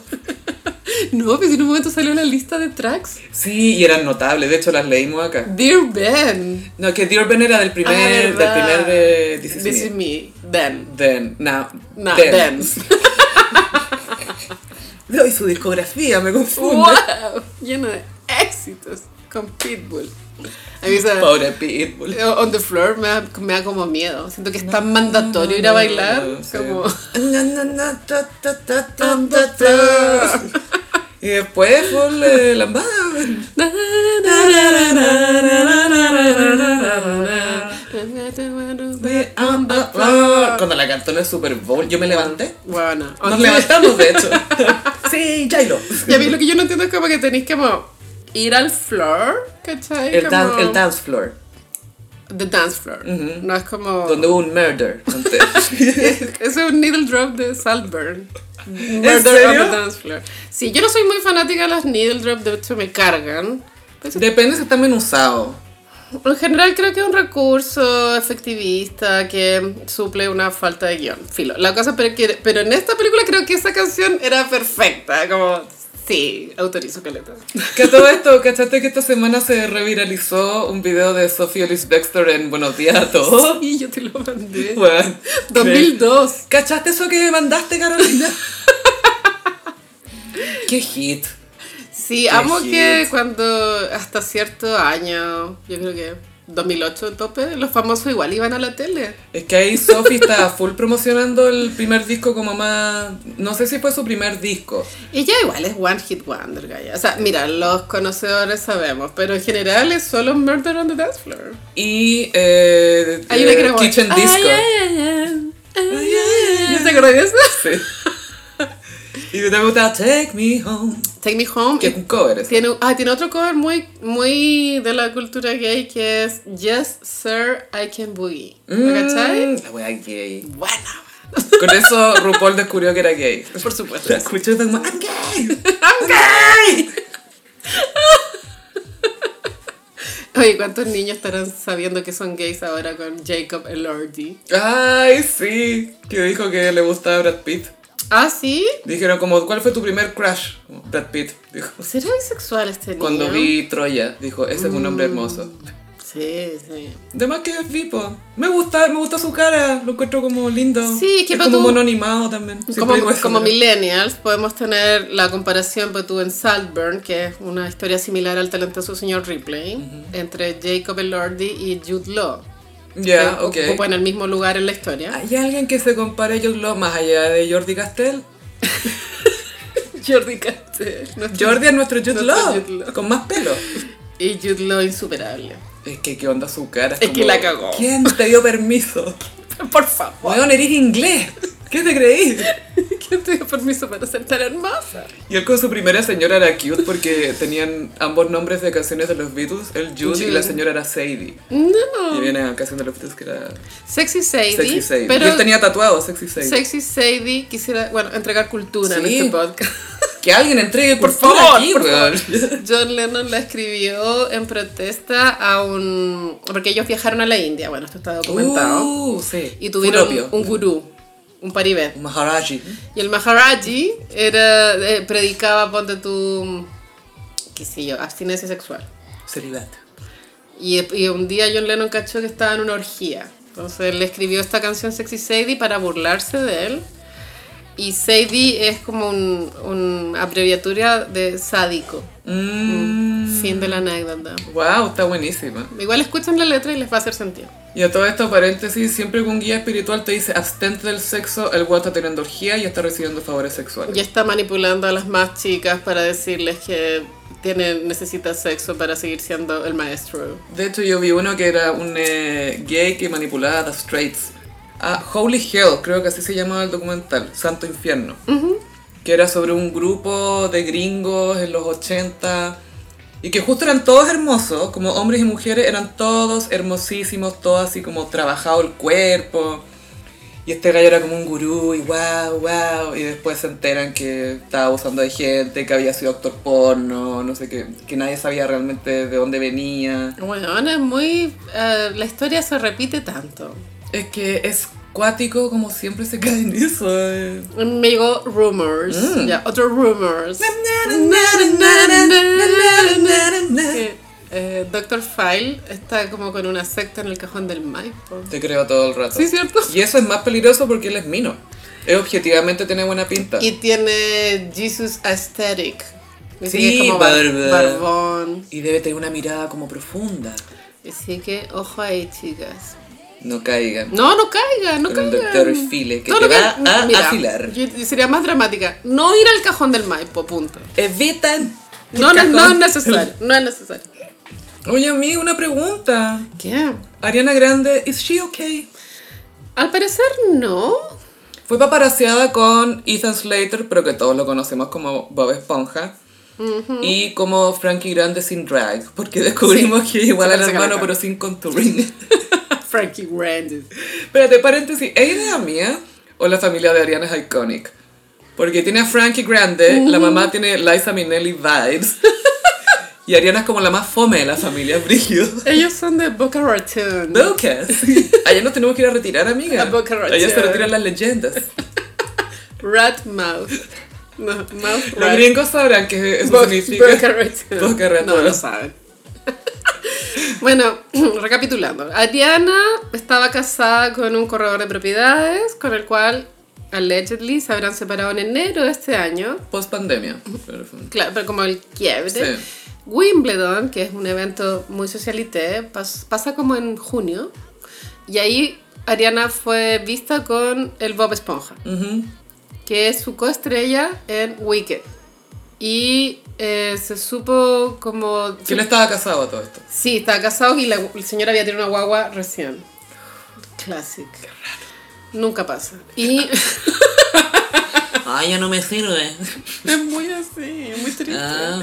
S2: No, pero en un momento salió la lista de tracks.
S1: Sí, y eran notables, de hecho las leímos acá.
S2: Dear Ben. Ah,
S1: No, que Dear Ben era del primer, del
S2: verdad.
S1: primer de Ah, This Is
S2: This
S1: Me.
S2: is me. Ben.
S1: Then, now,
S2: Nah,
S1: then.
S2: Ben.
S1: No, y su discografía, me confundo.
S2: wow. Lleno de éxitos. Con Pitbull. A mí esa-
S1: Pobre Pitbull.
S2: On the floor me da, me da como miedo. Siento que es tan mandatorio ir a bailar.
S1: Sí.
S2: Como.
S1: Na, na, na, ta, ta, ta, ta, ta, ta. Y después fue la lambada. Cuando la cantó en el Super Bowl, yo me levanté.
S2: Bueno,
S1: Nos
S2: onda-
S1: levantamos, de hecho. Sí, Jailo.
S2: Y a mí lo que yo no entiendo es como que tenéis como ir al floor, ¿cachai?
S1: El, dan-
S2: Como-
S1: el dance floor,
S2: The dance floor. No es como.
S1: donde hubo un murder antes.
S2: Eso es un needle drop de Saltburn. Murder
S1: serio?
S2: on the dance floor. Sí, yo no soy muy fanática de los needle drop, de hecho me cargan. Pero
S1: Depende si está menuzado.
S2: En general creo que es un recurso efectivista que suple una falta de guión. Filo. La cosa, pero, que, pero en esta película creo que esa canción era perfecta. Como, sí, autorizo caleta.
S1: Que todo esto, ¿cachaste que esta semana se reviralizó un video de Sophie Ellis Baxter en Buenos Días a todos?
S2: Y yo te lo mandé.
S1: Oh. Bueno,
S2: 2002.
S1: ¿Cachaste eso que me mandaste, Carolina? ¡Qué hit!
S2: Sí, amo que cuando hasta cierto año, yo creo que 2008 tope, los famosos igual iban a la tele.
S1: Es que ahí Sophie está full promocionando el primer disco como más... No sé si fue su primer disco.
S2: Ella igual es One Hit Wonder, Gaya. O sea, mira, los conocedores sabemos, pero en general es solo Murder on the Dance Floor.
S1: Y eh,
S2: Hay una que
S1: eh,
S2: era como,
S1: Kitchen
S2: "Ay,
S1: Disco.
S2: ay, ay, ay, ay, ay". ¿No te acuerdas de eso?
S1: Sí. Y también me gusta Take Me Home,
S2: Take Me Home.
S1: que es un cover. ese.
S2: Tiene, un- ah, tiene otro cover muy, muy de la cultura gay que es Yes, Sir, I Can Boogie. ¿Lo cachai?
S1: Mm, La wea gay.
S2: Buena.
S1: Con eso RuPaul descubrió que era gay.
S2: Por supuesto.
S1: La escuché y fue como, I'm gay. I'm gay.
S2: Oye, ¿cuántos niños estarán sabiendo que son gays ahora con Jacob Elordi?
S1: Ay, sí. Que dijo que le gustaba Brad Pitt.
S2: Ah, ¿sí?
S1: Dijeron como, ¿cuál fue tu primer crush? Como, Brad Pitt. Dijo.
S2: ¿Será bisexual este niño?
S1: Cuando vi Troya, dijo, ese es un hombre
S2: Mm.
S1: hermoso.
S2: Sí, sí.
S1: Además que es vipo. Me gusta, me gusta su cara. Lo encuentro como lindo.
S2: Sí, que
S1: es
S2: pa'
S1: como
S2: tú-
S1: mono animado también. Siempre
S2: Pues Como,
S1: digo eso,
S2: como
S1: ¿no?
S2: millennials podemos tener la comparación pues, tú en Saltburn, que es una historia similar al talentoso señor Ripley, entre Jacob Elordi y Jude Law.
S1: Ya,
S2: que
S1: ok.
S2: Ocupan el mismo lugar en la historia.
S1: ¿Hay alguien que se compare a Jude Law más allá de Jordi Castell?
S2: Jordi Castell. nuestro-
S1: Jordi es nuestro Jude
S2: Nuestro
S1: Law,
S2: Jude Law.
S1: con más pelo.
S2: Y Jude Law insuperable.
S1: Es que qué onda su cara.
S2: Es que la cagó.
S1: ¿Quién te dio permiso?
S2: Por favor.
S1: Weón, eres inglés. ¿Qué te creís?
S2: ¿Quién te dio permiso para ser tan hermosa?
S1: Y él con su primera señora era cute porque tenían ambos nombres de canciones de los Beatles, el Jude, y
S2: Jude.
S1: la señora era Sadie.
S2: No.
S1: Y viene a canción de los Beatles que era
S2: Sexy Sadie.
S1: Sexy Sadie.
S2: Pero
S1: y él tenía tatuado Sexy Sadie.
S2: Sexy Sadie quisiera, bueno, entregar cultura en
S1: Sí.
S2: este podcast.
S1: Que alguien entregue por
S2: favor,
S1: aquí,
S2: por
S1: weón.
S2: John Lennon la escribió en protesta a un... porque ellos viajaron a la India, bueno, esto está documentado.
S1: Uh, sí.
S2: y tuvieron
S1: Propio.
S2: un gurú, un paribé.
S1: Un Maharaji.
S2: Y el Maharaji era, eh, predicaba, ponte tu, qué sé yo, abstinencia sexual.
S1: Celibato.
S2: Y, y un día John Lennon cachó que estaba en una orgía. Entonces le escribió esta canción Sexy Sadie para burlarse de él. Y Sadie es como un, un abreviatura de sádico.
S1: Mm.
S2: Fin de la anécdota.
S1: Wow, está buenísima.
S2: Igual escuchan la letra y les va a hacer sentido.
S1: Y a todo esto, paréntesis, siempre que un guía espiritual te dice abstente del sexo, el guato está teniendo orgía y está recibiendo favores sexuales.
S2: Ya está manipulando a las más chicas para decirles que tienen, necesita sexo para seguir siendo el maestro.
S1: De hecho, yo vi uno que era un eh, gay que manipulaba a The Straits. Ah, Holy Hell, creo que así se llamaba el documental, Santo Infierno. Que era sobre un grupo de gringos en los 80 y que justo eran todos hermosos, como hombres y mujeres, eran todos hermosísimos, todos así como trabajado el cuerpo. Y este gallo era como un gurú y wow, wow. Y después se enteran que estaba abusando de gente, que había sido actor porno, no sé qué, que nadie sabía realmente de dónde venía.
S2: Bueno, es muy... eh, la historia se repite tanto.
S1: Es que es cuático como siempre se cae en eso. eh.
S2: Me llegó Rumors.
S1: Mm.
S2: Ya, otro Rumors. Que, eh, Dr. File está como con una secta en el cajón del Maipo.
S1: Te creo todo el rato.
S2: Sí, ¿cierto?
S1: Y eso es más peligroso porque él es mino. Él objetivamente tiene buena pinta.
S2: Y tiene Jesus Aesthetic. Así
S1: Sí,
S2: que es como bar-
S1: barba.
S2: barbón.
S1: Y debe tener una mirada como profunda.
S2: Así que ojo ahí, chicas.
S1: No caigan.
S2: No, no caigan, no
S1: Con el
S2: caigan.
S1: doctor File, que
S2: No,
S1: te
S2: no
S1: va
S2: caigan.
S1: a afilar.
S2: yo- yo sería más dramática. No ir al cajón del Maipo, punto.
S1: Evitan.
S2: No, no, no es necesario, no es necesario.
S1: Oye, a mí una pregunta.
S2: ¿Qué?
S1: Ariana Grande, ¿is she okay?
S2: Al parecer no.
S1: Fue paparaseada con Ethan Slater, pero que todos lo conocemos como Bob Esponja. Y como Frankie Grande sin drag, porque descubrimos
S2: Sí,
S1: que igual
S2: se
S1: al
S2: parece
S1: hermano,
S2: caleta.
S1: pero sin contouring.
S2: Frankie Randy.
S1: Espérate, paréntesis, ¿es idea mía o la familia de Ariana es iconic? Porque tiene a Frankie Grande, la mamá tiene Liza Minnelli vibes. y Ariana es como la más fome de la familia, Brígido.
S2: Ellos son de Boca Raton.
S1: Locas. Allá nos tenemos que ir a retirar, amiga.
S2: A Boca Raton.
S1: Allá se retiran las leyendas.
S2: Rat Mouth. No, Mouth
S1: Los
S2: Rat.
S1: gringos sabrán que eso
S2: Bo-
S1: significa.
S2: Boca Raton.
S1: Boca Raton.
S2: No lo saben. Bueno, recapitulando. Ariana estaba casada con un corredor de propiedades con el cual allegedly se habrán separado en enero de este año.
S1: Post pandemia. Pero fue-
S2: Claro, pero como el quiebre.
S1: Sí.
S2: Wimbledon, que es un evento muy socialité, pas- pasa como en junio. Y ahí Ariana fue vista con el Bob Esponja,
S1: Ujú.
S2: que es su coestrella en Wicked. Y eh, se supo como...
S1: Que él estaba casado a todo esto.
S2: Sí, estaba casado y la, la señora había tenido una guagua recién. Classic. Nunca pasa. Y...
S1: Ay, ya no me sirve. Es muy así, es muy triste.
S2: Ah.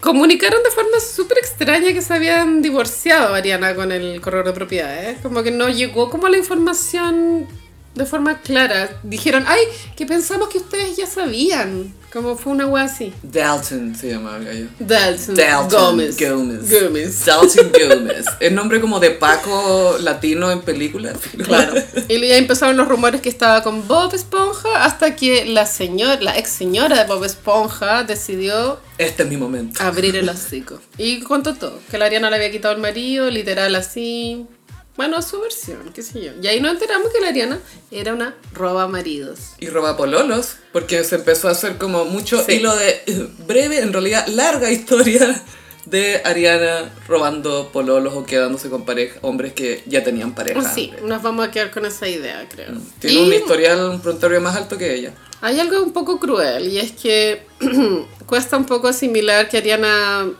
S2: Comunicaron de forma súper extraña que se habían divorciado Ariana con el corredor de propiedades. Como que no llegó como la información de forma clara. Dijeron, ay, que pensamos que ustedes ya sabían. Como fue una wea así.
S1: Dalton se llamaba el gallo. Mm,
S2: Dalton,
S1: Dalton
S2: Gómez.
S1: Gómez.
S2: Gómez.
S1: Dalton Gómez. El nombre como de Paco latino en películas.
S2: Claro. Y ya empezaron los rumores que estaba con Bob Esponja hasta que la señora, la ex señora de Bob Esponja decidió
S1: Este es mi momento.
S2: abrir el hocico. Y contó todo, que la Ariana le había quitado el marido, literal así. Bueno, su versión, qué sé yo. Y ahí nos enteramos que la Ariana era una roba maridos.
S1: Y roba pololos, porque se empezó a hacer como mucho
S2: Sí.
S1: hilo de eh, breve, en realidad larga historia de Ariana robando pololos o quedándose con pareja, hombres que ya tenían pareja.
S2: Sí,
S1: antes.
S2: nos vamos a quedar con esa idea, creo.
S1: Tiene
S2: Y
S1: un historial, un prontuario más alto que ella.
S2: hay algo un poco cruel y es que cuesta un poco asimilar que Ariana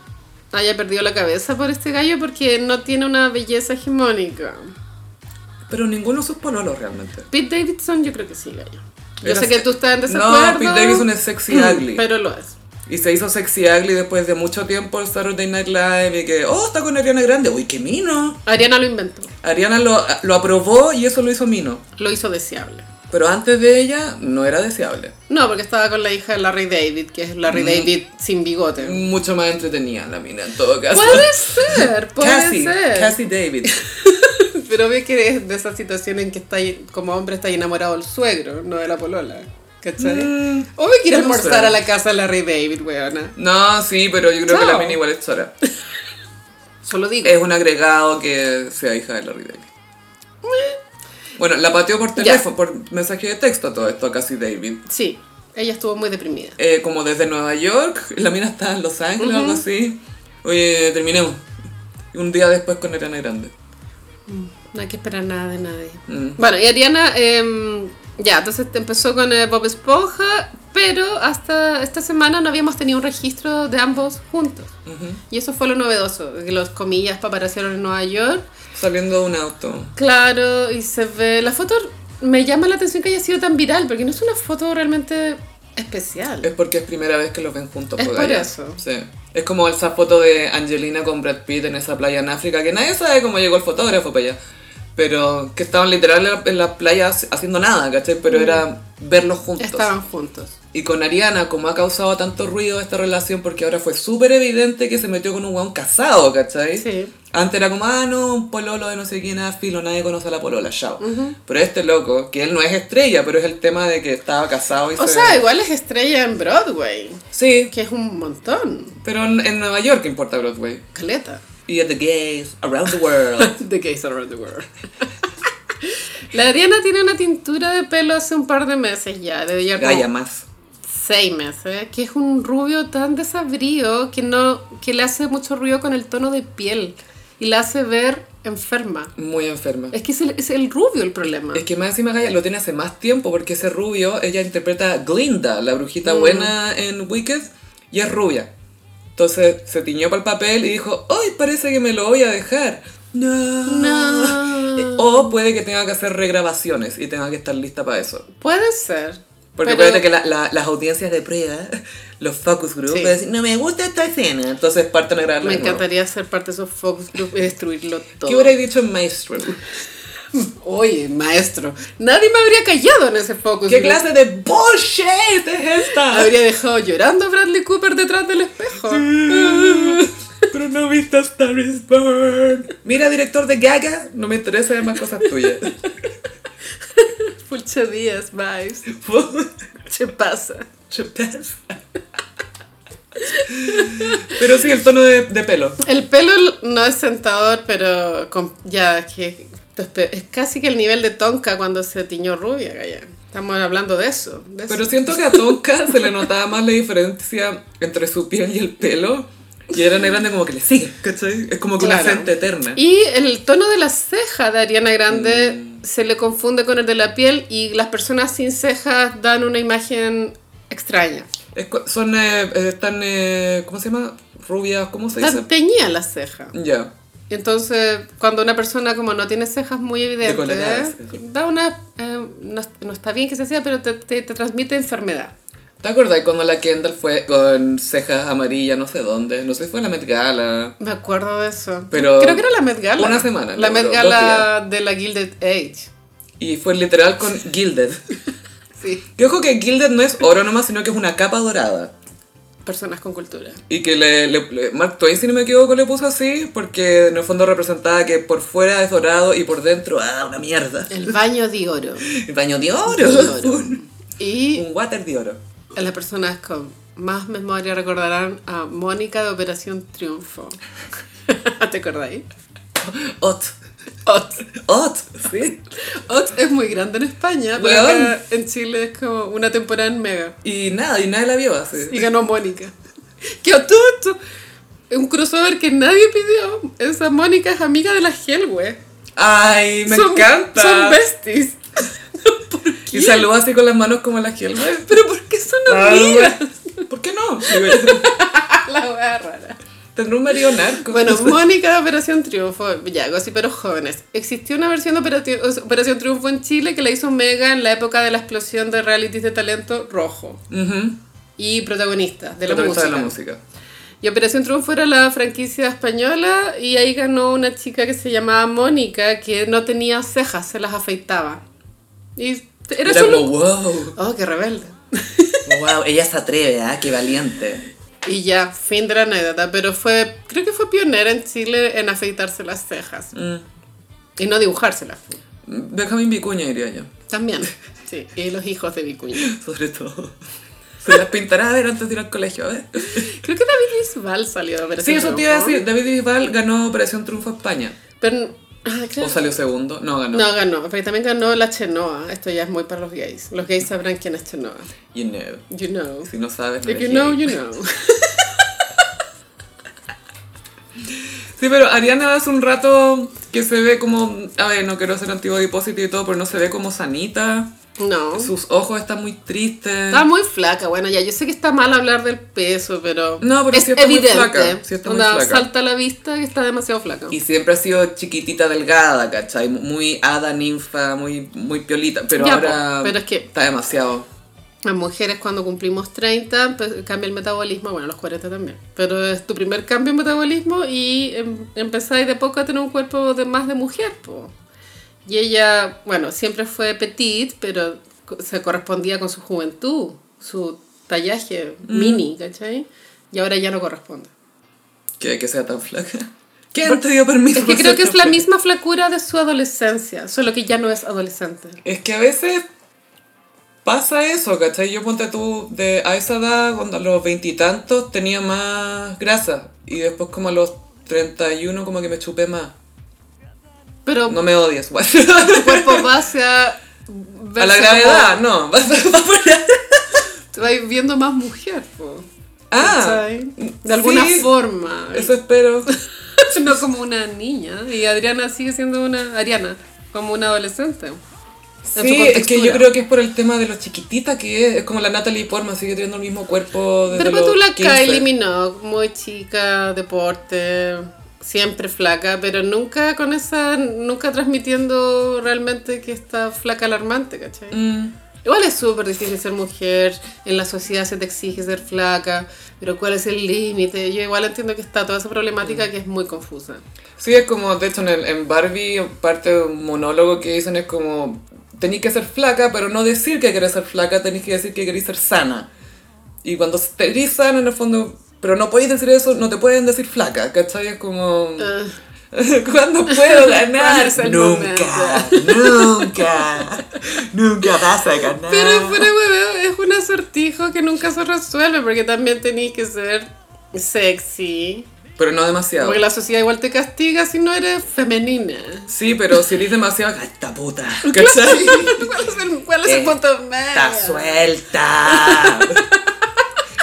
S2: haya perdido la cabeza por este gallo porque no tiene una belleza hegemónica.
S1: Pero ninguno de sus pololos realmente.
S2: Pete Davidson yo creo que sí, gallo. Yo
S1: Era
S2: sé que
S1: se-
S2: tú estás en desacuerdo.
S1: No, Pete Davidson es sexy ugly.
S2: Pero lo es.
S1: Y se hizo sexy ugly después de mucho tiempo el Saturday Night Live y que, oh, está con Ariana Grande, uy, qué mino.
S2: Ariana lo inventó.
S1: Ariana lo, lo aprobó y eso lo hizo mino.
S2: lo hizo deseable.
S1: Pero antes de ella no era deseable.
S2: No, porque estaba con la hija de Larry David, que es
S1: Mm.
S2: Larry David sin bigote.
S1: Mucho más entretenida la mina en todo caso.
S2: Puede ser, puede
S1: Cassie,
S2: ser.
S1: Cassie David.
S2: Pero ve que es de esa situación en que está, como hombre está enamorado del suegro, no de la polola. ¿Cachai?
S1: Mm,
S2: Obvio que ir a
S1: no
S2: almorzar
S1: sé.
S2: a la casa de Larry David, weona.
S1: No, sí, pero yo creo que la
S2: Chao.
S1: mina igual es chora.
S2: Solo digo.
S1: Es un agregado que sea hija de Larry David. Bueno, la pateó por
S2: Ya.
S1: teléfono, por mensaje de texto a todo esto a Cassie David.
S2: Sí, ella estuvo muy deprimida.
S1: eh, como desde Nueva York, la mina está en Los Ángeles o algo así. Oye, terminemos. Y un día después con Ariana Grande.
S2: No hay que esperar nada de nadie.
S1: Mm.
S2: Bueno, y Ariana, em, ya, entonces te empezó con eh, Bob Esponja, pero hasta esta semana no habíamos tenido un registro de ambos juntos.
S1: Ujú.
S2: Y eso fue lo novedoso, que los comillas paparazziaron en Nueva York.
S1: Saliendo de un auto.
S2: Claro, y se ve... La foto me llama la atención que haya sido tan viral, porque no es una foto realmente especial.
S1: Es porque es primera vez que los ven juntos.
S2: Es
S1: po,
S2: por
S1: gallo.
S2: eso.
S1: Sí. Es como esa foto de Angelina con Brad Pitt en esa playa en África, que nadie sabe cómo llegó el fotógrafo para allá. Pero que estaban literal en la- en las playas haciendo nada, ¿cachai? Pero era verlos juntos.
S2: Mm. Estaban juntos.
S1: Y con Ariana, como ha causado tanto ruido esta relación, porque ahora fue súper evidente que se metió con un weón casado, ¿cachai?
S2: Sí.
S1: Antes era como, ah, no, un pololo de no sé quién, ah, filo, nadie conoce a la polola, chao. Pero este loco, que él no es estrella, pero es el tema de que estaba casado y
S2: O
S1: se-
S2: sea, igual es estrella en Broadway,
S1: Sí,
S2: que es un montón.
S1: pero en, en Nueva York importa Broadway.
S2: Caleta.
S1: Y at the gays, around the world.
S2: The case around the world. La Ariana tiene una tintura de pelo hace un par de meses ya, de ya como-
S1: Gaya más.
S2: seis meses, que es un rubio tan desabrío que no que le hace mucho ruido con el tono de piel y la hace ver enferma.
S1: Muy enferma.
S2: Es que es el, es el rubio el problema.
S1: Es que más encima Gaia lo tiene hace más tiempo porque ese rubio, ella interpreta a Glinda, la
S2: Mm.
S1: brujita buena en Wicked, y es rubia. Entonces se tiñó para el papel y dijo, ¡ay, parece que me lo voy a dejar! No.
S2: No.
S1: Eh, O puede que tenga que hacer regrabaciones y tenga que estar lista para eso.
S2: Puede ser.
S1: Porque
S2: pero-
S1: acuérdate que la- la- las audiencias de prueba, los focus groups,
S2: Sí.
S1: dicen, no me gusta esta escena. Entonces parten a grabarla
S2: me
S1: de nuevo.
S2: encantaría ser parte de esos focus group y destruirlo todo.
S1: ¿Qué hubierais dicho en Maestro?
S2: Oye, maestro, nadie me habría callado en ese focus
S1: ¿Qué
S2: group.
S1: clase de bullshit es esta?
S2: Habría dejado llorando a Bradley Cooper detrás del espejo.
S1: Pero no viste a Star is Born. Mira, director de Gaga, no me interesa saber más cosas tuyas.
S2: Fulcha Díaz vibes. ¿Qué pasa?
S1: Chupas. Pero sí, el tono de, de pelo.
S2: El pelo no es sentador, pero con- ya es que te espe- es casi que el nivel de Tonka cuando se tiñó rubia, Gaya. Estamos hablando de eso. de
S1: Pero
S2: eso.
S1: siento que a Tonka se le notaba más la diferencia entre su piel y el pelo. Y Ariana Grande como que le sigue, ¿cachai? Es como que
S2: Claro.
S1: una gente eterna.
S2: Y el tono de la ceja de Ariana Grande
S1: Mm.
S2: se le confunde con el de la piel y las personas sin cejas dan una imagen extraña.
S1: Es cu- son, eh, eh, están, eh, ¿cómo se llama? Rubias, ¿cómo se dice?
S2: Están teñidas las cejas.
S1: Ya.
S2: Entonces, cuando una persona como no tiene cejas muy evidentes,
S1: Decoloradas, eso.
S2: da una... eh, no, no está bien que se sea, pero te, te- te transmite enfermedad.
S1: ¿Te acordás cuando la Kendall fue con cejas amarillas, no sé dónde? No sé si fue en la Met Gala.
S2: Me acuerdo de eso.
S1: Pero-
S2: Creo que era la Met Gala.
S1: Una semana,
S2: La
S1: no,
S2: Met
S1: dos
S2: Gala de la Gilded Age.
S1: Y fue literal con Gilded.
S2: Sí.
S1: Que ojo que Gilded no es oro nomás, sino que es una capa dorada.
S2: Personas con cultura.
S1: Y que le, le- le- Mark Twain, si no me equivoco, le puso así, porque en el fondo representaba que por fuera es dorado y por dentro, ah, una mierda.
S2: El baño de oro.
S1: El baño de oro.
S2: De oro. Y
S1: Un water de oro.
S2: las personas con más memoria recordarán a Mónica de Operación Triunfo. ¿Te acordáis?
S1: Ot.
S2: Ot.
S1: Ot. Sí.
S2: Ot es muy grande en España, pero
S1: Weón.
S2: acá en Chile es como una temporada en mega.
S1: Y nada, y nadie la vio así.
S2: Y ganó Mónica. ¡Qué otuto! Un crossover que nadie pidió. Esa Mónica es amiga de la Hellwe.
S1: Ay, me
S2: Son-
S1: encanta.
S2: Son besties.
S1: y Ah, saluda así con las manos como la Helmer.
S2: ¿Pero por qué son amigas?
S1: ¿Por qué no?
S2: La wea rara.
S1: Tendrá un marido narco.
S2: Bueno, Mónica de Operación Triunfo, ya, pero jóvenes. Existió una versión de Operati- o sea, Operación Triunfo en Chile que la hizo Mega en la época de la explosión de realities de talento rojo
S1: Ujú.
S2: y protagonista de la,
S1: Protagonista
S2: música.
S1: de la música.
S2: Y Operación Triunfo era la franquicia española y ahí ganó una chica que se llamaba Mónica que no tenía cejas, se las afeitaba. Y era,
S1: Era
S2: solo...
S1: como, wow.
S2: Oh, qué rebelde.
S1: Wow, ella se atreve, ¿ah? Qué valiente.
S2: Y ya, fin de la anécdota, pero fue, creo que fue pionera en Chile en afeitarse las cejas y no dibujárselas.
S1: Mm, Benjamín Vicuña, diría yo.
S2: También, sí. Y los hijos de Vicuña.
S1: Sobre todo. Se las pintará a ver antes de ir al colegio, a ver.
S2: Creo que David Bisbal salió de
S1: Sí,
S2: Operación
S1: eso te iba a
S2: Triunfo.
S1: decir. David Bisbal ganó Operación Triunfo a España.
S2: Pero, ah, creo-
S1: ¿O salió segundo? No, ganó.
S2: No, ganó. Pero también ganó la Chenoa. Esto ya es muy para los gays. Los gays sabrán quién es Chenoa.
S1: You know.
S2: You know.
S1: Si no sabes, no
S2: If
S1: eres
S2: you know,
S1: gay.
S2: you know.
S1: Sí, pero Ariana hace un rato que se ve como... A ver, no quiero ser antibody positive y todo, pero no se ve como sanita.
S2: No.
S1: Sus ojos están muy tristes.
S2: Está Oh. muy flaca. Bueno, ya, yo sé que está mal hablar del peso, pero.
S1: No, pero
S2: es
S1: sí está muy flaca, sí está muy
S2: Onda,
S1: flaca.
S2: salta a la vista que está demasiado flaca.
S1: Y siempre ha sido chiquitita, delgada, ¿cachai? Muy hada, ninfa, muy, muy piolita. Pero
S2: Ya,
S1: ahora
S2: po, pero es que-
S1: está demasiado.
S2: Las mujeres cuando cumplimos 30 pues, cambia el metabolismo, bueno, los 40 también, pero es tu primer cambio en metabolismo y em- empezáis de poco a tener un cuerpo de más de mujer. po. Y ella, bueno, siempre fue petit, pero co- se correspondía con su juventud, su tallaje
S1: Mm.
S2: mini, ¿cachai? Y ahora ya no corresponde.
S1: Que, que sea tan flaca. ¿Quién te dio permiso?
S2: Es que
S1: para
S2: creo
S1: ser
S2: que es
S1: tan
S2: la
S1: flaca?
S2: misma flacura de su adolescencia, solo que ya no es adolescente.
S1: Es que a veces pasa eso, ¿cachai? Yo ponte tú, de, a esa edad, cuando a los veintitantos tenía más grasa. Y después como a los 31 como que me chupé más.
S2: Pero
S1: No me odies, guay.
S2: tu cuerpo va hacia...
S1: A la gravedad, no. vas a- vas a-
S2: Te vas viendo más mujer, po.
S1: Ah,
S2: ¿cachai? De alguna
S1: sí.
S2: forma.
S1: eso espero.
S2: No como una niña. Y Adriana sigue siendo una. Ariana, como una adolescente. en su
S1: Sí, es que yo
S2: contextura.
S1: creo que es por el tema de lo chiquitita que es. Es como la Natalie Portman, sigue teniendo el mismo cuerpo desde
S2: Pero pues tú
S1: los
S2: la
S1: 15.
S2: Kylie Minogue, muy chica, deporte, siempre flaca, pero nunca con esa. Nunca transmitiendo realmente que está flaca alarmante, ¿cachai?
S1: Mm,
S2: Igual es súper difícil ser mujer, en la sociedad se te exige ser flaca, pero ¿cuál es el límite? Yo igual entiendo que está toda esa problemática que es muy confusa.
S1: Sí, es como, de hecho, en, el- en Barbie, parte de un monólogo que dicen es como, tenéis que ser flaca, pero no decir que querés ser flaca, tenéis que decir que queréis ser sana. Y cuando estéis sana, en el fondo, pero no podéis decir eso, no te pueden decir flaca, ¿cachai? Es como...
S2: Ah.
S1: ¿Cuándo puedo ganar?
S2: ¿Cuándo es el
S3: Nunca, nunca, nunca vas a ganar.
S2: Pero fuera de hueveo, es un acertijo que nunca se resuelve porque también tenéis que ser sexy.
S1: pero no demasiado.
S2: Porque la sociedad igual te castiga si no eres femenina.
S1: Sí, pero si eres demasiado gata puta. ¿Cachai?
S2: ¿Cuál es el, cuál es el punto
S3: ¡Está
S2: medio?
S3: suelta!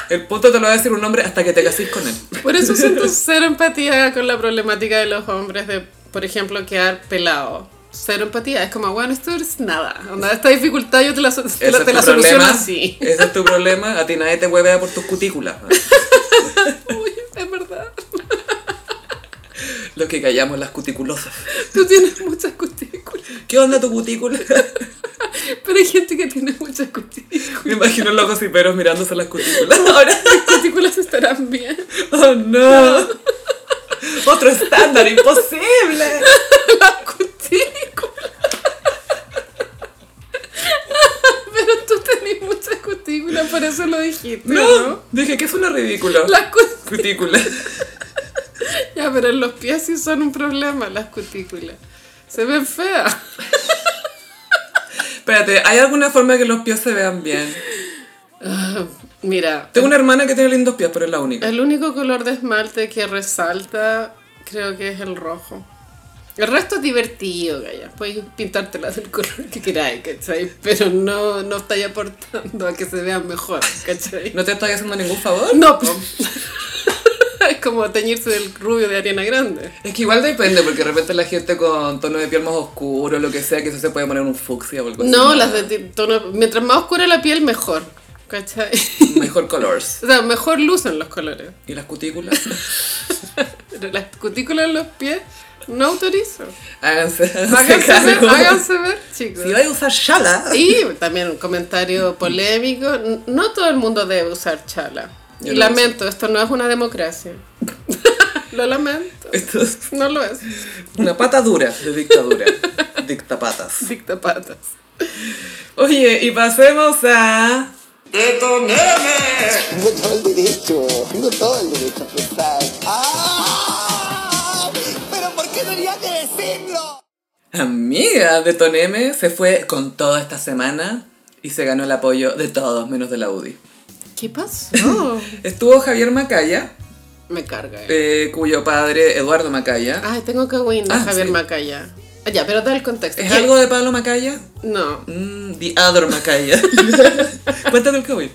S1: El punto te lo va a decir un hombre hasta que te casís con él.
S2: Por eso siento cero empatía con la problemática de los hombres de, por ejemplo, quedar pelado. Cero empatía. Es como, bueno, esto es nada. Onda, esta dificultad yo te la, so- te
S1: Ese
S2: la,
S1: es
S2: te
S1: tu
S2: la soluciono
S1: problema.
S2: así.
S1: Ese es tu problema. A ti nadie te huevea por tus cutículas.
S2: Uy, es verdad.
S1: Los que callamos las cuticulosas.
S2: Tú tienes muchas cutículas.
S1: ¿Qué onda tu cutícula?
S2: Pero hay gente que tiene muchas cutículas.
S1: Me imagino los gossiperos mirándose las cutículas. Ahora,
S2: Las cutículas estarán bien.
S1: oh no. Otro estándar imposible.
S2: Las cutículas. Pero tú tenés muchas cutículas, por eso lo dijiste, ¿no?
S1: No. Dije que es una ridícula.
S2: Las cut-
S1: Cutícula.
S2: Ya, pero en los pies sí son un problema las cutículas. Se ven feas.
S1: Espérate, ¿hay alguna forma de que los pies se vean bien?
S2: Ah, Mira,
S1: Tengo una hermana que tiene lindos pies, pero es la única.
S2: el único color de esmalte que resalta creo que es el rojo. El resto es divertido, Gaya. Puedes pintártela del color que queráis, ¿cachai? Pero no, no estáis aportando a que se vean mejor, ¿cachai?
S1: ¿No te estoy haciendo ningún favor?
S2: No, es como teñirse del rubio de Ariana Grande.
S1: Es que igual depende, porque de repente la gente con tono de piel más oscuro, lo que sea, que eso se puede poner un fucsia o algo así.
S2: No, las de ti- tono. Mientras más oscura la piel, mejor, ¿cachai?
S1: Mejor colors.
S2: O sea, mejor lucen los colores.
S1: ¿Y las cutículas?
S2: Pero las cutículas en los pies no autorizo.
S1: Háganse,
S2: Háganse ver,
S1: cargo.
S2: háganse ver, chicos.
S3: Si vais a usar Shala,
S2: Y también un comentario polémico. n- No todo el mundo debe usar chala.
S1: Yo
S2: Y
S1: lo uso.
S2: lamento, esto no es una democracia. Lo lamento.
S1: Esto es
S2: No lo es.
S1: una pata dura de dictadura. Dictapatas.
S2: Dicta patas.
S1: Oye, y pasemos a...
S4: Tengo todo el derecho, tengo todo el derecho a pensar. ¡Ah! ¿Pero por qué tenía que decirlo?
S1: Amiga de Toneme se fue con toda esta semana y se ganó el apoyo de todos, menos de la UDI.
S2: ¿Qué pasó?
S1: Estuvo Javier Macaya,
S2: Me carga. eh.
S1: eh, cuyo padre, Eduardo Macaya,
S2: Ay, tengo que de
S1: Ah,
S2: Javier
S1: sí.
S2: Macaya. Ah, ya, pero da el contexto.
S1: ¿Es
S2: ¿Qué?
S1: algo de Pablo Macaya?
S2: No.
S1: Mm, the other Macaya. Cuéntate el COVID.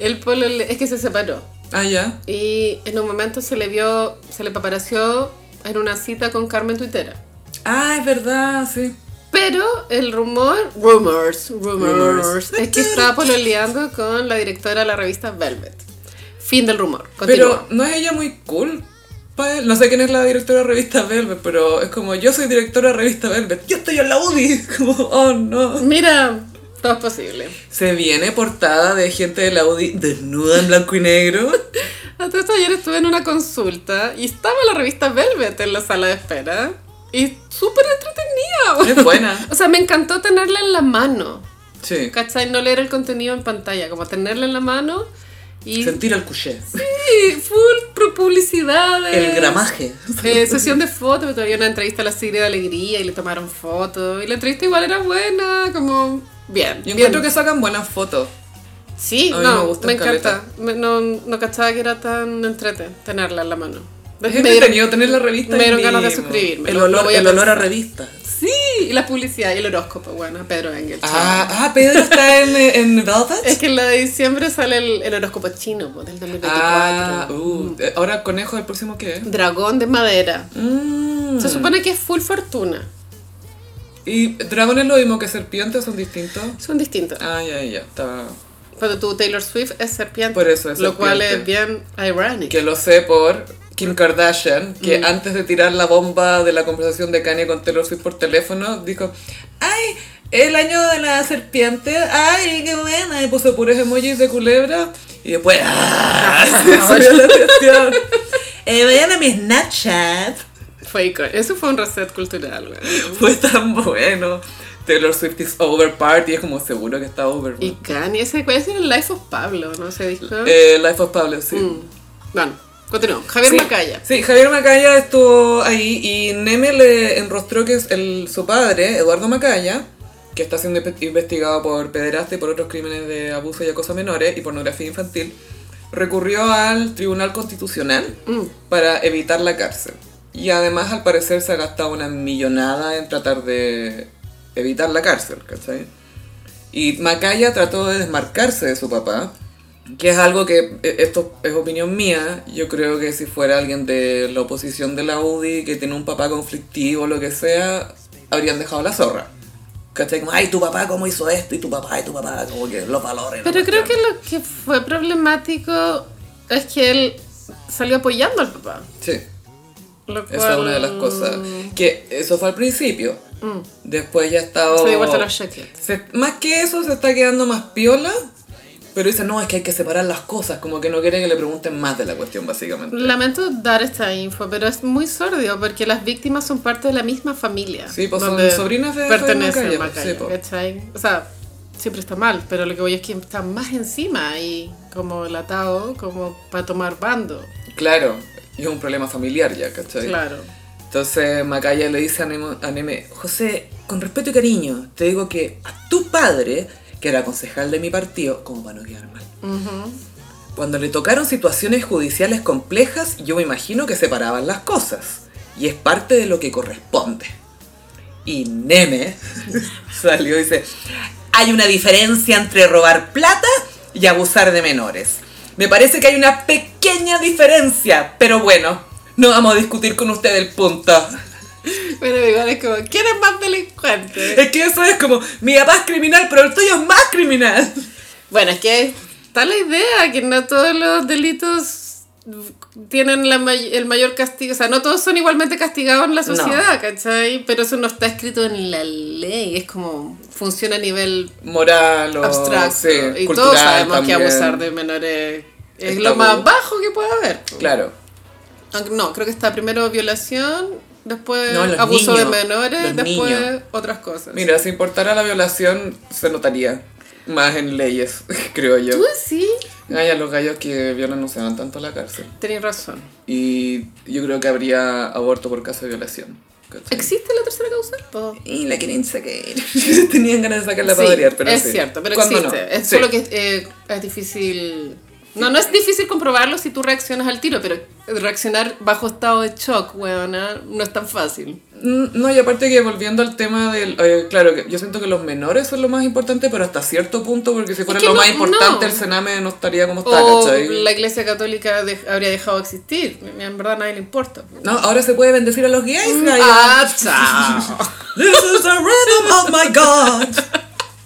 S2: El polo es que se separó.
S1: Ah, ya.
S2: Y en un momento se le vio, se le paparazzió en una cita con Carmen Tuitera.
S1: Ah, es verdad, sí.
S2: Pero el rumor, rumors, rumors,
S1: Rumors.
S2: es que estaba pololeando con la directora de la revista Velvet. Fin del rumor.
S1: Pero
S2: Continúa.
S1: no es ella muy cool. pa' él? No sé quién es la directora de revista Velvet, pero es como yo soy directora de revista Velvet, yo estoy en la UDI. Como, oh no.
S2: Mira, todo es posible.
S1: Se viene portada de gente de la UDI desnuda en blanco y negro.
S2: Hasta esto ayer estuve en una consulta y estaba la revista Velvet en la sala de espera. Y súper entretenida.
S1: Es buena.
S2: O sea, me encantó tenerla en la mano.
S1: Sí.
S2: ¿Cachai? No leer el contenido en pantalla, como tenerla en la mano y
S1: Sentir el couché.
S2: Sí, full pro publicidades.
S1: El gramaje.
S2: Eh, sesión de fotos, porque había una entrevista a la Sigrid de Alegría y le tomaron fotos. Y la entrevista igual era buena, como bien.
S1: Yo
S2: bien.
S1: encuentro que sacan buenas fotos.
S2: sí,
S1: a mí
S2: no,
S1: me
S2: me,
S1: gustan
S2: encanta. Me- no, no cachaba que era tan entrete tenerla en la mano.
S1: Es
S2: Me dieron-
S1: entretenido tener la revista.
S2: me dieron
S1: ahí
S2: ganas de
S1: mismo.
S2: suscribirme,
S1: El
S2: lo- lo
S1: olor,
S2: voy a
S1: el olor a
S2: pensar.
S1: revista.
S2: Sí, y la publicidad y el horóscopo, bueno, Pedro Engel.
S1: Ah, ah, Pedro está en, en Velvet.
S2: Es que en la de diciembre sale el, el horóscopo chino po, del 2024.
S1: Ah, uh, eh, ahora conejo, el próximo qué es.
S2: Dragón de madera.
S1: Mm.
S2: Se supone que es full fortuna.
S1: ¿Y dragón es lo mismo que serpiente o son distintos?
S2: Son distintos.
S1: Ah, ya, ya, está.
S2: Cuando tu Taylor Swift es serpiente.
S1: Por eso es
S2: Lo cual es
S1: serpiente.
S2: bien ironic.
S1: Que lo sé por Kim Kardashian, que
S3: Mm.
S1: antes de tirar la bomba de la conversación de Kanye con Taylor Swift por teléfono, dijo: ¡Ay! El año de la serpiente, ay, qué buena. Y puso puros emojis de culebra. Y después, ¡ah! Se subió la cuestión.
S3: eh, vayan a mi Snapchat.
S2: Fue icon- Eso fue un reset cultural, güey.
S1: Fue tan bueno. Taylor Swift is over party. Es como seguro que está over.
S2: Y Kanye, ese cuál es el Life of Pablo, ¿no? Se dijo. Mm.
S1: Eh, Life of Pablo, sí.
S3: Mm.
S2: Bueno, continuamos. Javier
S1: sí,
S2: Macaya.
S1: Sí, Javier Macaya estuvo ahí y Neme le enrostró que es el, su padre, Eduardo Macaya, que está siendo inve- investigado por pederastia y por otros crímenes de abuso y acoso a menores y pornografía infantil, recurrió al Tribunal Constitucional
S2: Mm.
S1: para evitar la cárcel. Y además, al parecer, se ha gastado una millonada en tratar de evitar la cárcel, ¿cachai? Y Macaya trató de desmarcarse de su papá, que es algo que, e- esto es opinión mía, yo creo que si fuera alguien de la oposición de la UDI que tiene un papá conflictivo o lo que sea, habrían dejado la zorra. ¿Cachai? Como, ay, tu papá cómo hizo esto y tu papá y tu papá, como que los valores.
S2: Pero creo que lo que fue problemático es que él salió apoyando al papá.
S1: Sí,
S2: Lo cual...
S1: esa es una de las cosas. Que eso fue al principio. Después ya estaba...
S2: Mm. Se dio vuelta los cheques.
S1: Se- más que eso, se está quedando más piola. Pero dice, no, es que hay que separar las cosas. Como que no quiere que le pregunten más de la cuestión, básicamente.
S2: Lamento dar esta info, pero es muy sordio porque las víctimas son parte de la misma familia.
S1: Sí, pues son
S2: donde
S1: sobrinas de- de
S2: pertenecen
S1: Macaya, pues,
S2: a Macaya,
S1: sí, po.
S2: ¿cachai? O sea, siempre está mal, pero lo que voy es que está más encima y como el atado, como para tomar bando.
S1: Claro, y es un problema familiar ya, ¿cachai?
S2: Claro.
S1: Entonces Macaya le dice a Nemo- a Neme, José, con respeto y cariño, te digo que a tu padre, que era concejal de mi partido, como para no quedar mal, cuando le tocaron situaciones judiciales complejas, yo me imagino que separaban las cosas. Y es parte de lo que corresponde. Y Neme salió y dice, hay una diferencia entre robar plata y abusar de menores. Me parece que hay una pequeña diferencia, pero bueno, no vamos a discutir con usted el punto.
S2: Pero igual es como, ¿quién es más delincuente?
S1: Es que eso es como, mi papá es criminal, pero el tuyo es más criminal.
S2: Bueno, es que está la idea que no todos los delitos tienen la may- el mayor castigo, o sea, no todos son igualmente castigados en la sociedad, ¿cachai? Pero eso no está escrito en la ley, es como funciona a nivel
S1: Moral o
S2: abstracto.
S1: sí,
S2: y
S1: cultural
S2: todos sabemos
S1: también.
S2: que abusar de menores es
S1: Es
S2: lo
S1: tabú.
S2: más bajo que puede haber.
S1: Claro.
S2: Aunque No, creo que está primero violación, después
S1: No, los
S2: abuso
S1: niños,
S2: de menores,
S1: los
S2: después
S1: niños.
S2: otras cosas.
S1: Mira, si importara la violación, se notaría más en leyes, creo yo.
S2: Tú sí,
S1: Ay, a los gallos que violan no se van tanto a la cárcel.
S2: tenés razón.
S1: Y yo creo que habría aborto por caso de violación. ¿cachai?
S2: ¿Existe la tercera causal? Po.
S1: Y la quieren sacar. Tenían ganas de sacarla para
S2: Sí,
S1: variar, pero
S2: es
S1: sí.
S2: cierto, pero
S1: ¿Cuándo
S2: existe.
S1: no?
S2: Es
S1: Sí.
S2: solo que eh, es difícil. No, no es difícil comprobarlo si tú reaccionas al tiro, pero reaccionar bajo estado de shock, weona, no es tan fácil.
S1: Mm, No, y aparte que volviendo al tema del... eh, claro, que yo siento que los menores son lo más importante, pero hasta cierto punto, porque si fuera
S2: que
S1: lo
S2: no-
S1: más importante, el
S2: no.
S1: Sename no estaría como está,
S2: O
S1: ¿cachai?
S2: la iglesia católica dej- habría dejado de existir. En verdad a nadie le importa. po.
S1: No, ahora se puede bendecir a los gays. gallo.
S2: Ah, chao.
S3: This is the rhythm of my God.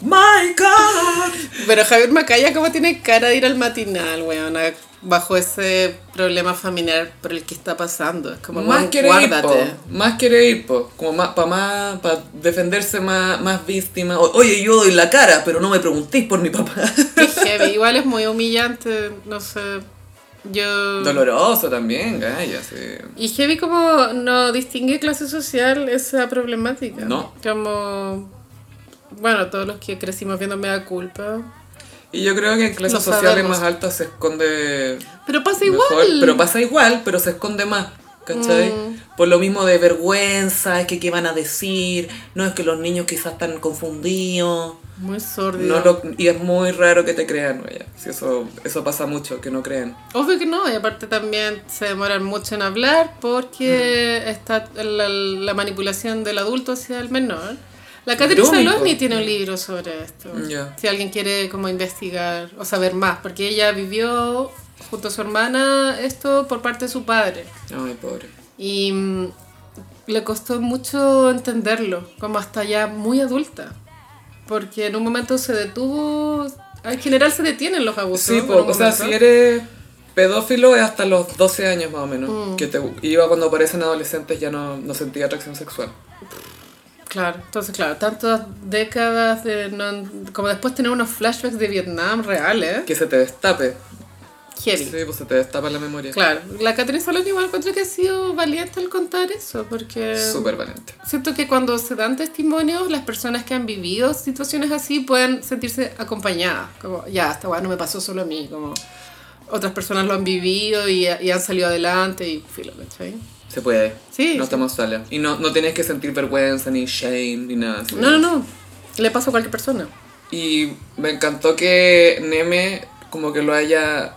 S3: My God.
S2: Pero Javier Macaya, ¿cómo tiene cara de ir al matinal, weona? Bajo ese problema familiar por el que está pasando. Es como,
S1: más
S2: weón,
S1: quiere ir, po.
S2: guárdate.
S1: Más quiere ir, po. Como más, para más, para defenderse más, más víctima. O- Oye, yo doy la cara, pero no me preguntéis por mi papá.
S2: Qué heavy. Igual es muy humillante, no sé. Yo.
S1: Doloroso también, gallo, sí.
S2: Y heavy como no distingue clase social esa problemática.
S1: No.
S2: Como. Bueno, todos los que crecimos viendo me da culpa.
S1: Y yo creo que en clases
S2: Lo
S1: sociales
S2: sabemos.
S1: más altas se esconde
S2: Pero pasa
S1: mejor,
S2: igual.
S1: pero pasa igual, Mm. pero se esconde más, ¿cachai?
S3: Por lo mismo de vergüenza, es que qué van a decir, no es que los niños quizás están confundidos.
S2: Muy sordo.
S1: No lo- y es muy raro que te crean, vaya. Si eso, eso pasa mucho, que no crean.
S2: Obvio que no, y aparte también se demoran mucho en hablar porque
S1: Mm.
S2: está la, la manipulación del adulto hacia el menor. La Catherine
S1: Irónico.
S2: Saloni tiene un libro sobre esto.
S1: Ya.
S2: Si alguien quiere como investigar o saber más, porque ella vivió junto a su hermana esto por parte de su padre.
S1: Ay, pobre.
S2: Y mm, le costó mucho entenderlo, como hasta ya muy adulta. Porque en un momento se detuvo, en general se detienen los abusos.
S1: Sí,
S2: en
S1: po,
S2: un
S1: o sea,
S2: momento.
S1: si eres pedófilo es hasta los 12 años más o menos.
S2: Mm.
S1: Que te iba cuando aparecen adolescentes ya no, no sentía atracción sexual.
S2: Claro, entonces claro, tantas décadas de no- como después tener unos flashbacks de Vietnam reales.
S1: Que se te destape.
S2: Heavy.
S1: Sí, pues se te destapa la memoria.
S2: Claro, la Catherine Salón igual encuentro que ha sido valiente al contar eso, porque
S1: Súper valiente.
S2: siento que cuando se dan testimonios, las personas que han vivido situaciones así pueden sentirse acompañadas, como ya, esta weá no me pasó solo a mí, como otras personas lo han vivido y, y han salido adelante y filo, ¿cachai?
S1: Se puede.
S2: Sí,
S1: No
S2: sí.
S1: estamos solas. Y no, no tienes que sentir vergüenza, ni shame, ni nada. así.
S2: No, no, no, le pasa a cualquier persona.
S1: Y me encantó que Neme como que lo haya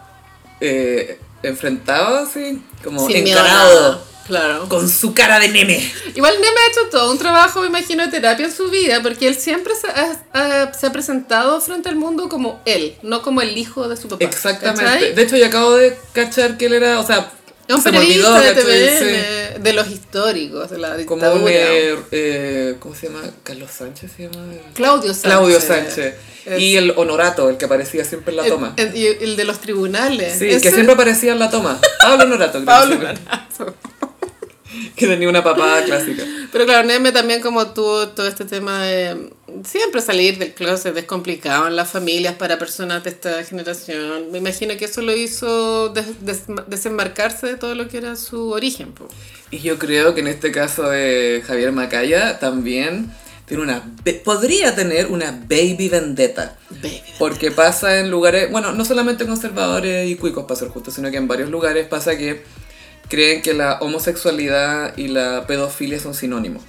S1: eh, enfrentado así, como
S2: Sin miedo a nada,
S1: encarado,
S2: Claro.
S1: con su cara de nene.
S2: Igual Neme ha hecho todo un trabajo, me imagino, de terapia en su vida, porque él siempre se ha, ha- se ha presentado frente al mundo como él, no como el hijo de su papá.
S1: Exactamente.
S2: ¿cachai?
S1: De hecho, yo acabo de cachar que él era, o sea,
S2: Es un
S1: se me olvidó,
S2: periodista de
S1: ¿cachai?
S2: TVN, de los históricos, de la
S1: Sí. Como
S2: dictadura.
S1: un, eh, eh, ¿cómo se llama? Carlos Sánchez se llama.
S2: Claudio Sánchez.
S1: Claudio Sánchez.
S2: Es-
S1: Y el honorato, el que aparecía siempre en la
S2: el-
S1: toma.
S2: El, y el de los tribunales.
S1: Sí,
S2: Ese-
S1: que siempre aparecía en la toma. Pablo Honorato, creo
S2: Pablo
S1: que, se llama.
S2: Honorato.
S1: que tenía una papada clásica.
S2: Pero claro, Neme también como tuvo todo este tema de siempre salir del closet descomplicado en las familias para personas de esta generación. Me imagino que eso lo hizo des- des- desembarcarse de todo lo que era su origen. po.
S1: Y yo creo que en este caso de Javier Macaya también tiene una be- podría tener una baby vendetta.
S2: Baby.
S1: Porque pasa en lugares, bueno, no solamente conservadores y cuicos para ser justo, sino que en varios lugares pasa que creen que la homosexualidad y la pedofilia son sinónimos.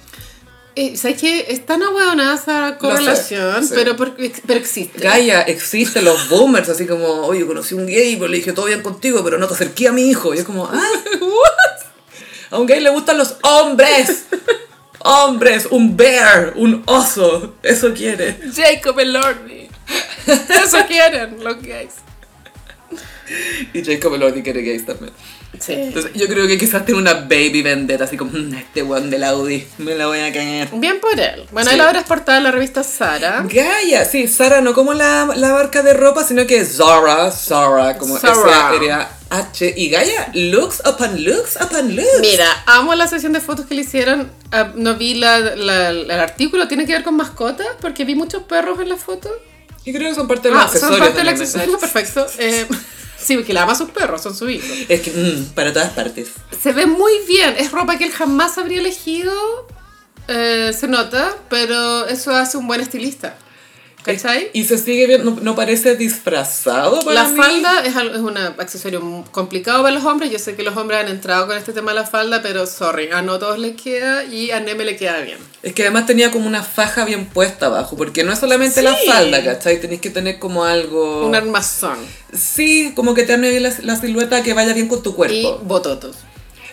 S2: Eh, ¿Sabes qué? Es tan ahueonada esa correlación,
S1: sí.
S2: pero, por- pero existe.
S1: Gaia, existen los boomers, así como, oye, conocí a un gay, pero le dije, todo bien contigo, pero no te acerqué a mi hijo. Y es como, ah, what? A un gay le gustan los hombres. Hombres, un bear, un oso, eso quiere.
S2: Jacob Elordi. Eso quieren los gays.
S1: Y Jacob Elordi quiere gays también.
S2: Sí.
S1: Entonces, yo creo que quizás tiene una baby vendetta, así como, "Mm, este one del Audi, me la voy a caer.
S2: Bien por él. Bueno,
S1: Sí.
S2: él ahora es portada de la revista Sara.
S1: Gaia, sí, Sara, no como la, la marca de ropa, sino que Zara, Zara, como
S2: Zara.
S1: S-A-R-A-H. Y Gaia, looks upon looks upon looks.
S2: Mira, amo la sesión de fotos que le hicieron. Ah, No vi la, la- el artículo, tiene que ver con mascotas, porque vi muchos perros en la foto.
S1: Yo creo que son parte del
S2: Ah,
S1: accesorio.
S2: son parte del
S1: también,
S2: accesorio,
S1: ¿verdad?
S2: perfecto. Eh, sí, porque la ama a sus perros, son sus hijos.
S1: Es que, mm, para todas partes.
S2: Se ve muy bien, es ropa que él jamás habría elegido, eh, se nota, pero eso hace un buen estilista. ¿Cachai?
S1: Y se sigue viendo, no, no parece disfrazado para
S2: La
S1: mí.
S2: falda es, al- es un accesorio m- complicado para los hombres. Yo sé que los hombres han entrado con este tema de la falda, pero sorry, a no todos les queda y a Neme le queda bien.
S1: Es que además tenía como una faja bien puesta abajo, porque no es solamente la
S2: Sí.
S1: falda, ¿cachai? Tenés que tener como algo...
S2: Un armazón.
S1: Sí, como que te arme bien la, la silueta que vaya bien con tu
S2: y
S1: cuerpo.
S2: bototos.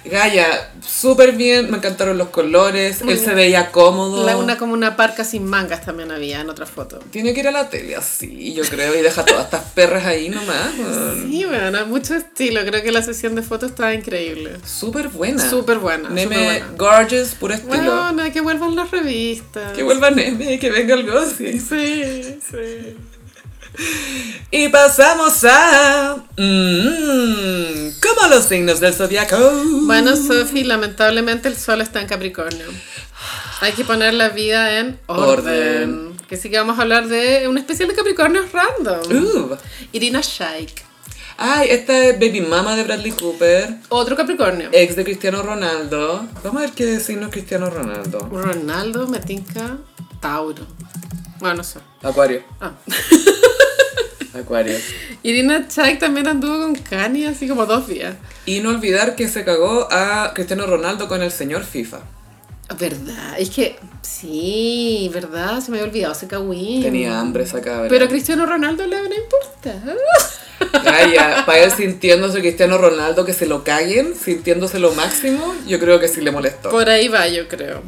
S1: Gaia, súper bien, me encantaron los colores, él se veía cómodo.
S2: Mm. La- una como una parca sin mangas también había en otra foto.
S1: Tiene que ir a la tele así, yo creo, y deja todas estas perras ahí nomás. weón.
S2: Sí, bueno, mucho estilo. Creo que la sesión de fotos estaba increíble.
S1: Súper buena.
S2: Súper buena,
S1: Neme,
S2: Ah, súper buena.
S1: gorgeous, puro estilo.
S2: Bueno, que vuelvan las revistas.
S1: Que vuelva Neme, que venga el gossip.
S2: Sí, sí.
S1: Y pasamos a... mm, ¿Cómo los signos del zodiaco?
S2: Bueno, Sophie, lamentablemente el sol está en Capricornio. Hay que poner la vida en orden.
S1: Orden.
S2: Que sí que vamos a hablar de un especial de Capricornio random.
S1: Uh.
S2: Irina Shayk.
S1: Ay, esta es Baby Mama de Bradley Cooper,
S2: Otro Capricornio.
S1: ex de Cristiano Ronaldo. Vamos a ver qué signo es Cristiano Ronaldo.
S2: Ronaldo, me tinca, Tauro. Bueno, no sé.
S1: Acuario.
S2: Ah.
S1: Acuario.
S2: Irina Shayk también anduvo con Kanye así como dos días.
S1: Y no olvidar que se cagó a Cristiano Ronaldo con el señor FIFA.
S2: Ah, ¿Verdad? Es que, sí, ¿verdad? Se me había olvidado ese cagüín.
S1: Tenía hambre esa cabra.
S2: Pero a Cristiano Ronaldo le habrá importado.
S1: Gaya, Ah, para él sintiéndose Cristiano Ronaldo que se lo caguen, sintiéndose lo máximo, yo creo que sí le molestó.
S2: Por ahí va, yo creo.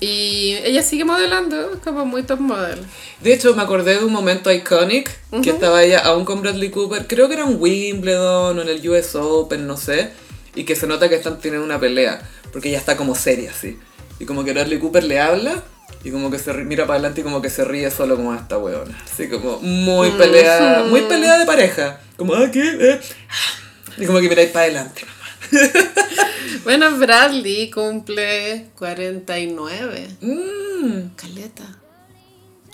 S2: Y ella sigue modelando, como muy top model.
S1: De hecho, me acordé de un momento iconic que estaba ella aún con Bradley Cooper, creo que era en Wimbledon o en el US Open, no sé, y que se nota que están teniendo una pelea, porque ella está como seria así. Y como que Bradley Cooper le habla y como que se ri- mira para adelante y como que se ríe solo como esta huevona. Así como muy pelea, muy pelea de pareja. Como, ah, ¿qué? Eh. Y como que miráis para adelante.
S2: Bueno, Bradley cumple 49.
S1: Mm.
S2: Caleta.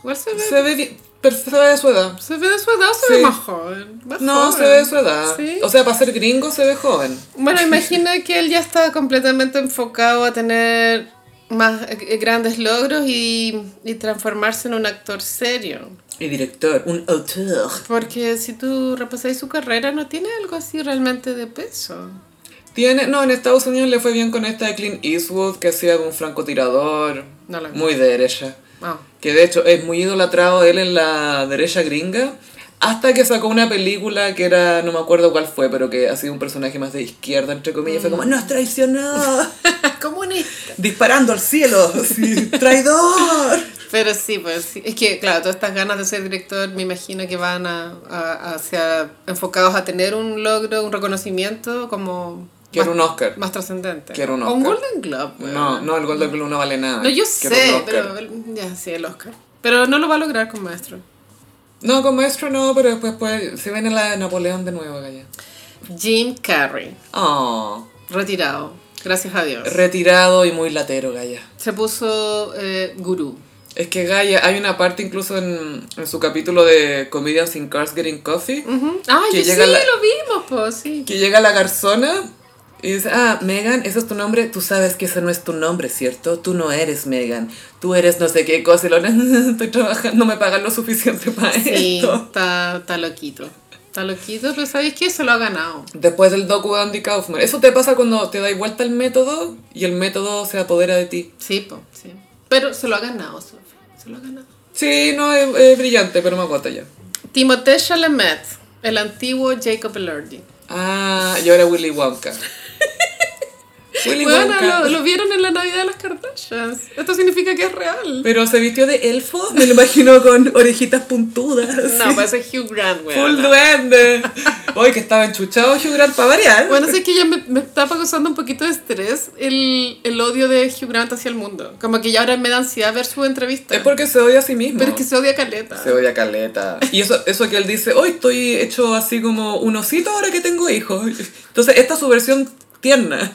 S2: Igual se ve.
S1: Se ve, bien- pero se ve de su edad.
S2: Se ve de su edad o se ve
S1: Sí.
S2: más joven. Más
S1: No,
S2: joven.
S1: se ve de su edad.
S2: Sí.
S1: O sea, para ser gringo se ve joven.
S2: Bueno, imagino que él ya está completamente enfocado a tener más eh, grandes logros y, y transformarse en un actor serio.
S1: Y director, un auteur.
S2: Porque si tú repasáis su carrera, no tiene algo así realmente de peso.
S1: Tiene, no, en Estados Unidos le fue bien con esta de Clint Eastwood, que hacía de un francotirador.
S2: No la vi.
S1: muy de derecha.
S2: Ah.
S1: Que de hecho es muy idolatrado él en la derecha gringa. Hasta que sacó una película que era, no me acuerdo cuál fue, pero que ha sido un personaje más de izquierda, entre comillas. y Fue como,
S2: Mm.
S1: nos traicionó,
S2: Comunista.
S1: disparando al cielo, así, traidor.
S2: Pero sí, pues sí. es que, claro, todas estas ganas de ser director me imagino que van a, a- hacia enfocados a tener un logro, un reconocimiento como
S1: Quiero
S2: más,
S1: un Oscar.
S2: más trascendente.
S1: Quiero un
S2: O un
S1: Oscar.
S2: Golden Globe.
S1: No, no, el Golden Globe no vale nada.
S2: No, yo
S1: Quiero Ah, un
S2: sé,
S1: Oscar.
S2: pero ya sí, el Oscar. Pero no lo va a lograr con Maestro.
S1: No, con maestro no, pero después pues, se viene la de Napoleón de nuevo, Gaya.
S2: Jim Carrey,
S1: Oh,
S2: retirado, gracias a Dios.
S1: retirado y muy latero, Gaya.
S2: Se puso eh, gurú.
S1: Es que Gaia, hay una parte incluso en, en su capítulo de Comedians in Cars Getting Coffee,
S2: Ah,
S1: Que
S2: yo sí,
S1: llega la-
S2: lo vimos, pues sí.
S1: que llega la garzona y dice, ah, Megan, ¿ese es tu nombre? Tú sabes que ese no es tu nombre, ¿cierto? Tú no eres Megan, tú eres no sé qué cosa y lo estoy trabajando, no me pagan lo suficiente para
S2: Sí,
S1: esto.
S2: está, está loquito. Está loquito, pero ¿sabéis qué? Se lo ha ganado.
S1: Después del docu de Andy Kaufman, eso te pasa cuando te dais vuelta al método y el método se apodera de ti.
S2: Sí, po, sí. Pero se lo ha ganado, Sofi. Se lo ha ganado.
S1: Sí, no, es, es brillante, pero me agota ya.
S2: Timothée Chalamet, el antiguo Jacob Elordi.
S1: Ah, yo era Willy Wonka. Willy
S2: Bueno,
S1: Wonka.
S2: lo, lo vieron en la Navidad de las Kardashians. Esto significa que es real.
S1: Pero se vistió de elfo, me lo imagino con orejitas puntudas.
S2: No, pues es Hugh Grant,
S1: Full
S2: weón.
S1: duende. Hoy que estaba enchuchado Hugh Grant para variar.
S2: Bueno, sé que ya me, me está causando un poquito de estrés el, el odio de Hugh Grant hacia el mundo. Como que ya ahora me da ansiedad ver su entrevista.
S1: es porque se odia a sí mismo.
S2: Pero es que se odia caleta.
S1: se odia caleta. Y eso, eso que él dice, hoy estoy hecho así como un osito ahora que tengo hijos. Entonces, esta es su versión tierna.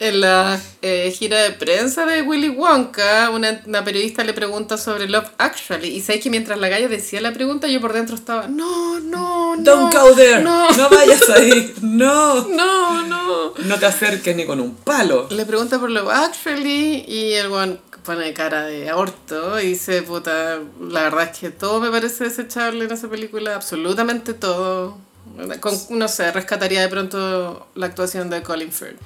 S2: En la eh, gira de prensa de Willy Wonka, una, una periodista le pregunta sobre Love Actually. Y sabes que mientras la galla decía la pregunta, yo por dentro estaba, no, no, no.
S1: Don't go there.
S2: No,
S1: no vayas ahí. No.
S2: no, no.
S1: No te acerques ni con un palo.
S2: Le pregunta por Love Actually y el guan pone cara de aborto y dice, puta, la verdad es que todo me parece desechable en esa película, absolutamente todo. Con, no sé, rescataría de pronto la actuación de Colin Firth.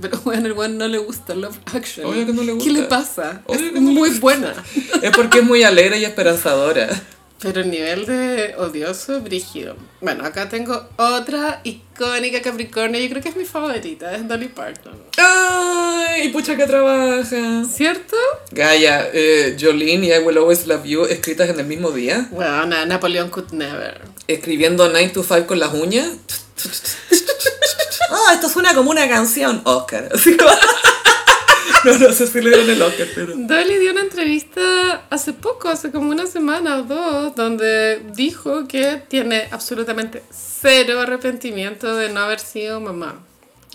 S2: Pero bueno, el guan no le gusta Love Actually.
S1: Obvio que no le
S2: ¿Qué le
S1: gusta.
S2: pasa?
S1: Obvio
S2: es
S1: que no le
S2: muy buena.
S1: Es porque es muy alegre y esperanzadora.
S2: Pero el nivel de odioso, brígido. Bueno, acá tengo otra icónica Capricornio, yo creo que es mi favorita, es Dolly Parton.
S1: Ay, pucha que trabaja.
S2: ¿Cierto?
S1: Gaia, eh, Jolene y I Will Always Love You escritas en el mismo día,
S2: Bueno, Napoleón could never.
S1: escribiendo 9 to 5 con las uñas.
S2: Oh,
S1: Ah, esto suena como una canción, Oscar. Así como- no, no sé si le dieron el Oscar, pero.
S2: Dolly dio una entrevista hace poco, hace como una semana o dos, donde dijo que tiene absolutamente cero arrepentimiento de no haber sido mamá.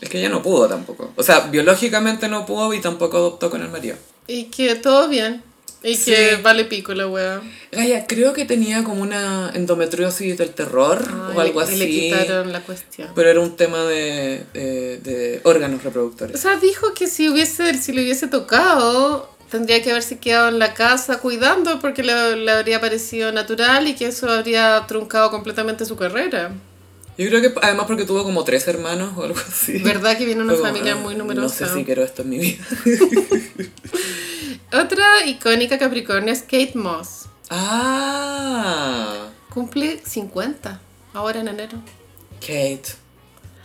S1: Es que ella no pudo tampoco. O sea, biológicamente no pudo y tampoco adoptó con el marido.
S2: Y que todo bien. Y
S1: Sí.
S2: que vale pico la wea.
S1: Gaia, creo que tenía como una endometriosis del terror o
S2: Ay,
S1: algo
S2: Ah, y
S1: así.
S2: le quitaron la cuestión.
S1: Pero era un tema de, eh, de órganos
S2: O
S1: reproductores.
S2: sea, dijo que si, hubiese, si le hubiese tocado, tendría que haberse quedado en la casa cuidando porque le, le habría parecido natural y que eso habría truncado completamente su carrera.
S1: Yo creo que además porque tuvo como tres hermanos o algo así.
S2: ¿Verdad que viene una
S1: Fue como,
S2: familia muy
S1: "Ah,
S2: numerosa?
S1: No sé si quiero esto en mi vida.
S2: Otra icónica Capricornio es Kate Moss.
S1: Ah,
S2: Cumple 50 ahora en enero.
S1: Kate.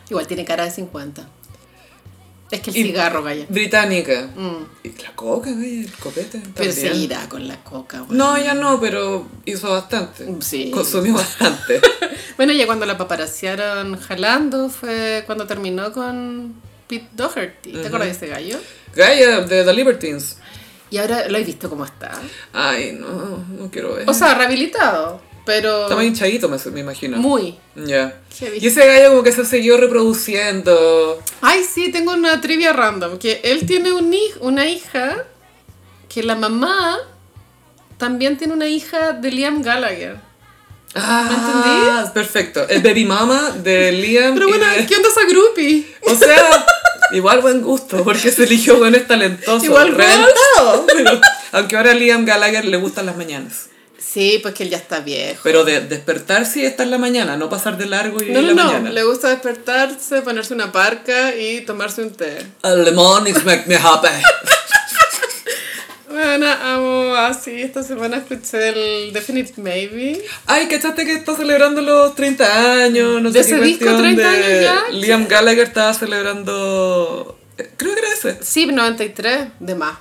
S2: Igual tiene cara de 50. Es que el
S1: Y-
S2: cigarro, vaya.
S1: Británica.
S2: Mm.
S1: Y la coca, güey, el copete.
S2: Pero
S1: también.
S2: seguirá con la coca, güey.
S1: No, ya no, pero hizo bastante.
S2: Sí.
S1: Consumió bastante.
S2: Bueno, ya cuando la paparaciaron jalando fue cuando terminó con Pete Doherty. ¿Te acuerdas de ese gallo?
S1: Gaia eh, de The Libertines.
S2: Y ahora lo he visto como está.
S1: Ay, no, no quiero ver.
S2: O sea, rehabilitado, pero
S1: Estaba hinchadito, me, me imagino.
S2: muy.
S1: Ya.
S2: Heavy.
S1: Y ese gallo como que se siguió reproduciendo.
S2: Ay, sí, tengo una trivia random. Que él tiene un hij- una hija que la mamá también tiene una hija de Liam Gallagher.
S1: Ah, Perfecto. El baby mama de Liam.
S2: Pero
S1: y
S2: bueno,
S1: de-
S2: ¿qué onda esa groupie?
S1: O sea, igual buen gusto, porque se eligió con es talentoso.
S2: Igual Rolls.
S1: reventado. Pero, aunque ahora a Liam Gallagher le gustan las mañanas.
S2: Sí, pues que él ya está viejo.
S1: Pero de despertar sí está en la mañana, no pasar de largo y
S2: No,
S1: en
S2: no,
S1: la
S2: no.
S1: mañana.
S2: Le gusta despertarse, ponerse una parca y tomarse un té.
S1: El lemon is make me happy.
S2: Bueno, amo como así, esta semana escuché el Definite Maybe.
S1: Ay, ¿cachaste que está celebrando los 30 años? No
S2: ¿De
S1: sé qué
S2: ese disco,
S1: cuestión
S2: 30 años
S1: de-
S2: ya?
S1: Liam Gallagher estaba celebrando... eh, Creo que era ese.
S2: Sí, 93, de más.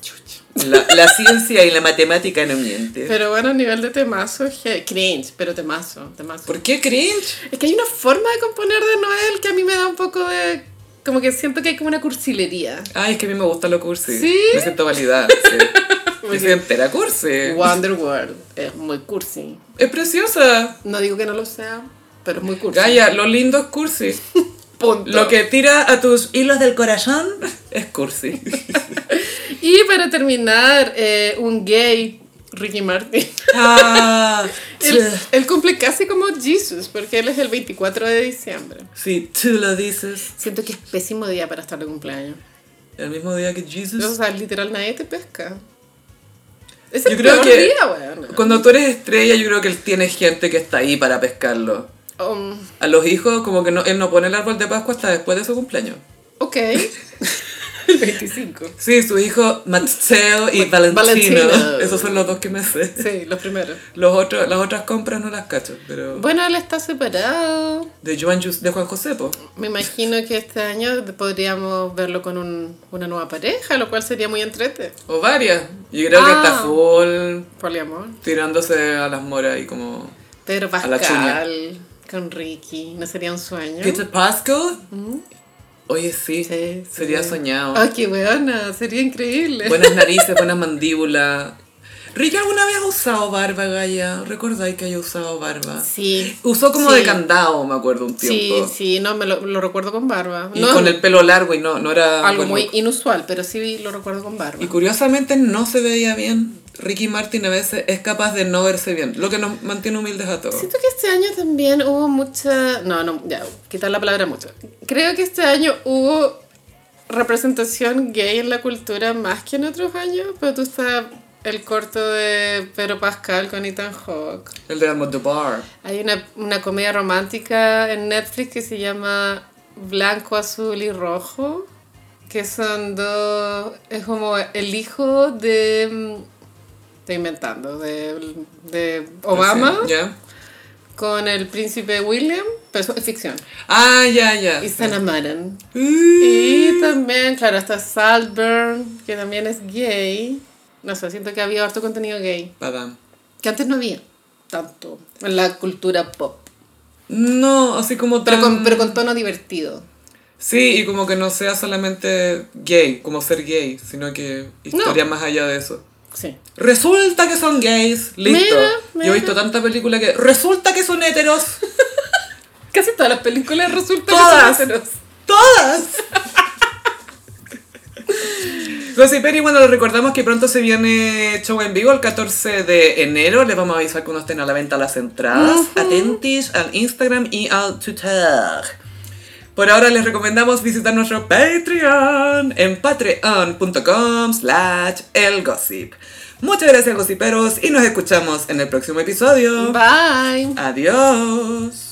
S2: Chucha.
S3: La, la ciencia y la matemática no mienten.
S2: Pero bueno, a nivel de temazo, je- cringe, pero temazo, temazo.
S1: ¿Por qué cringe?
S2: Es que hay una forma de componer de Noel que a mí me da un poco de... Como que siento que hay como una cursilería.
S1: Ay, es que a mí me gusta lo cursi.
S2: ¿Sí?
S1: Me siento validada. Sí. Me siento entera cursi.
S2: Wonder World es muy cursi.
S1: Es preciosa.
S2: No digo que no lo sea, pero es muy cursi.
S1: Gaia, lo lindo es cursi.
S2: Punto.
S1: Lo que tira a tus hilos del corazón es cursi.
S2: Y para terminar, eh, un gay, Ricky Martin.
S1: Ah,
S2: Él, él cumple casi como Jesus, porque él es el 24 de diciembre.
S1: si tú lo dices
S2: Siento que es pésimo día para estar de cumpleaños.
S1: el mismo día que
S2: O
S1: Jesus.
S2: sea, literal nadie te pesca. Es
S1: Yo
S2: el
S1: creo
S2: peor
S1: que
S2: día, weón.
S1: Cuando tú eres estrella, yo creo que él tiene gente que está ahí para pescarlo.
S2: Um,
S1: A los hijos, como que no, él no pone el árbol de Pascua hasta después de su cumpleaños.
S2: ok. El 25.
S1: Sí, su hijo Mateo y
S2: Va-
S1: Valentino.
S2: Valentino.
S1: Esos son los dos que me sé.
S2: Sí, los primeros.
S1: Los otros, las otras compras no las cacho, pero...
S2: Bueno, él está separado.
S1: De, Joan Jus- de Juan José, po.
S2: Me imagino que este año podríamos verlo con un- una nueva pareja, lo cual sería muy entrete.
S1: O varias. Yo creo que
S2: Ah.
S1: está full
S2: Poliamor.
S1: tirándose a las moras y como...
S2: Pedro
S1: A la chuña.
S2: Pascal con Ricky, ¿no sería un sueño?
S1: Peter Pascal. Oye, sí.
S2: Sí, Ah,
S1: Sería
S2: sí.
S1: soñado.
S2: ¡Ay, qué weona! Sería increíble.
S1: Buenas narices, buenas mandíbulas. Ricky alguna vez ha usado barba, Gaya. ¿Recordáis que haya usado barba?
S2: Sí.
S1: Usó como
S2: Sí.
S1: de candado, me acuerdo, un
S2: Sí,
S1: tiempo.
S2: sí, no, me lo, lo recuerdo con barba.
S1: Y
S2: No,
S1: con el pelo largo y no, no era...
S2: algo
S1: buen
S2: muy
S1: look.
S2: inusual, pero sí lo recuerdo con barba.
S1: Y curiosamente no se veía bien. Ricky Martin a veces es capaz de no verse bien, lo que nos mantiene humildes a todos.
S2: Siento que este año también hubo mucha... No, no, ya, quitar la palabra mucho. Creo que este año hubo representación gay en la cultura más que en otros años, pero tú estás el corto de Pedro Pascal con Ethan Hawke.
S1: El de Almo de Bar.
S2: Hay una, una comedia romántica en Netflix que se llama Blanco, Azul y Rojo, que son dos... Es como el hijo de... mm, Estoy inventando, de, de Obama
S1: Sí, ¿Ya?
S2: con el príncipe William, pero eso es ficción.
S1: Ah, ya, ya.
S2: Y se enamoran.
S1: Uh,
S2: Y también, claro, está Saltburn, que también es gay. No sé, siento que había harto contenido gay,
S1: Badam.
S2: que antes no había tanto en la cultura pop.
S1: No, así como
S2: Pero
S1: tan...
S2: con, pero con tono divertido.
S1: Sí, y como que no sea solamente gay, como ser gay, sino que historia más allá de eso.
S2: Sí.
S1: Resulta que son gays, listo.
S2: Mira,
S1: Yo
S2: mira.
S1: he visto tanta película que resulta que son heteros,
S2: Casi todas las películas resultan
S1: Todas.
S2: que son heteros.
S1: todas. Gossip Perry, bueno, les recordamos que pronto se viene show en vivo el 14 de enero. Les vamos a avisar cuando estén a la venta las entradas. Atentis al Instagram y al Twitter. Por ahora les recomendamos visitar nuestro Patreon en patreon.com slash elgossip. Muchas gracias, gossiperos, y nos escuchamos en el próximo episodio.
S2: Bye.
S1: Adiós.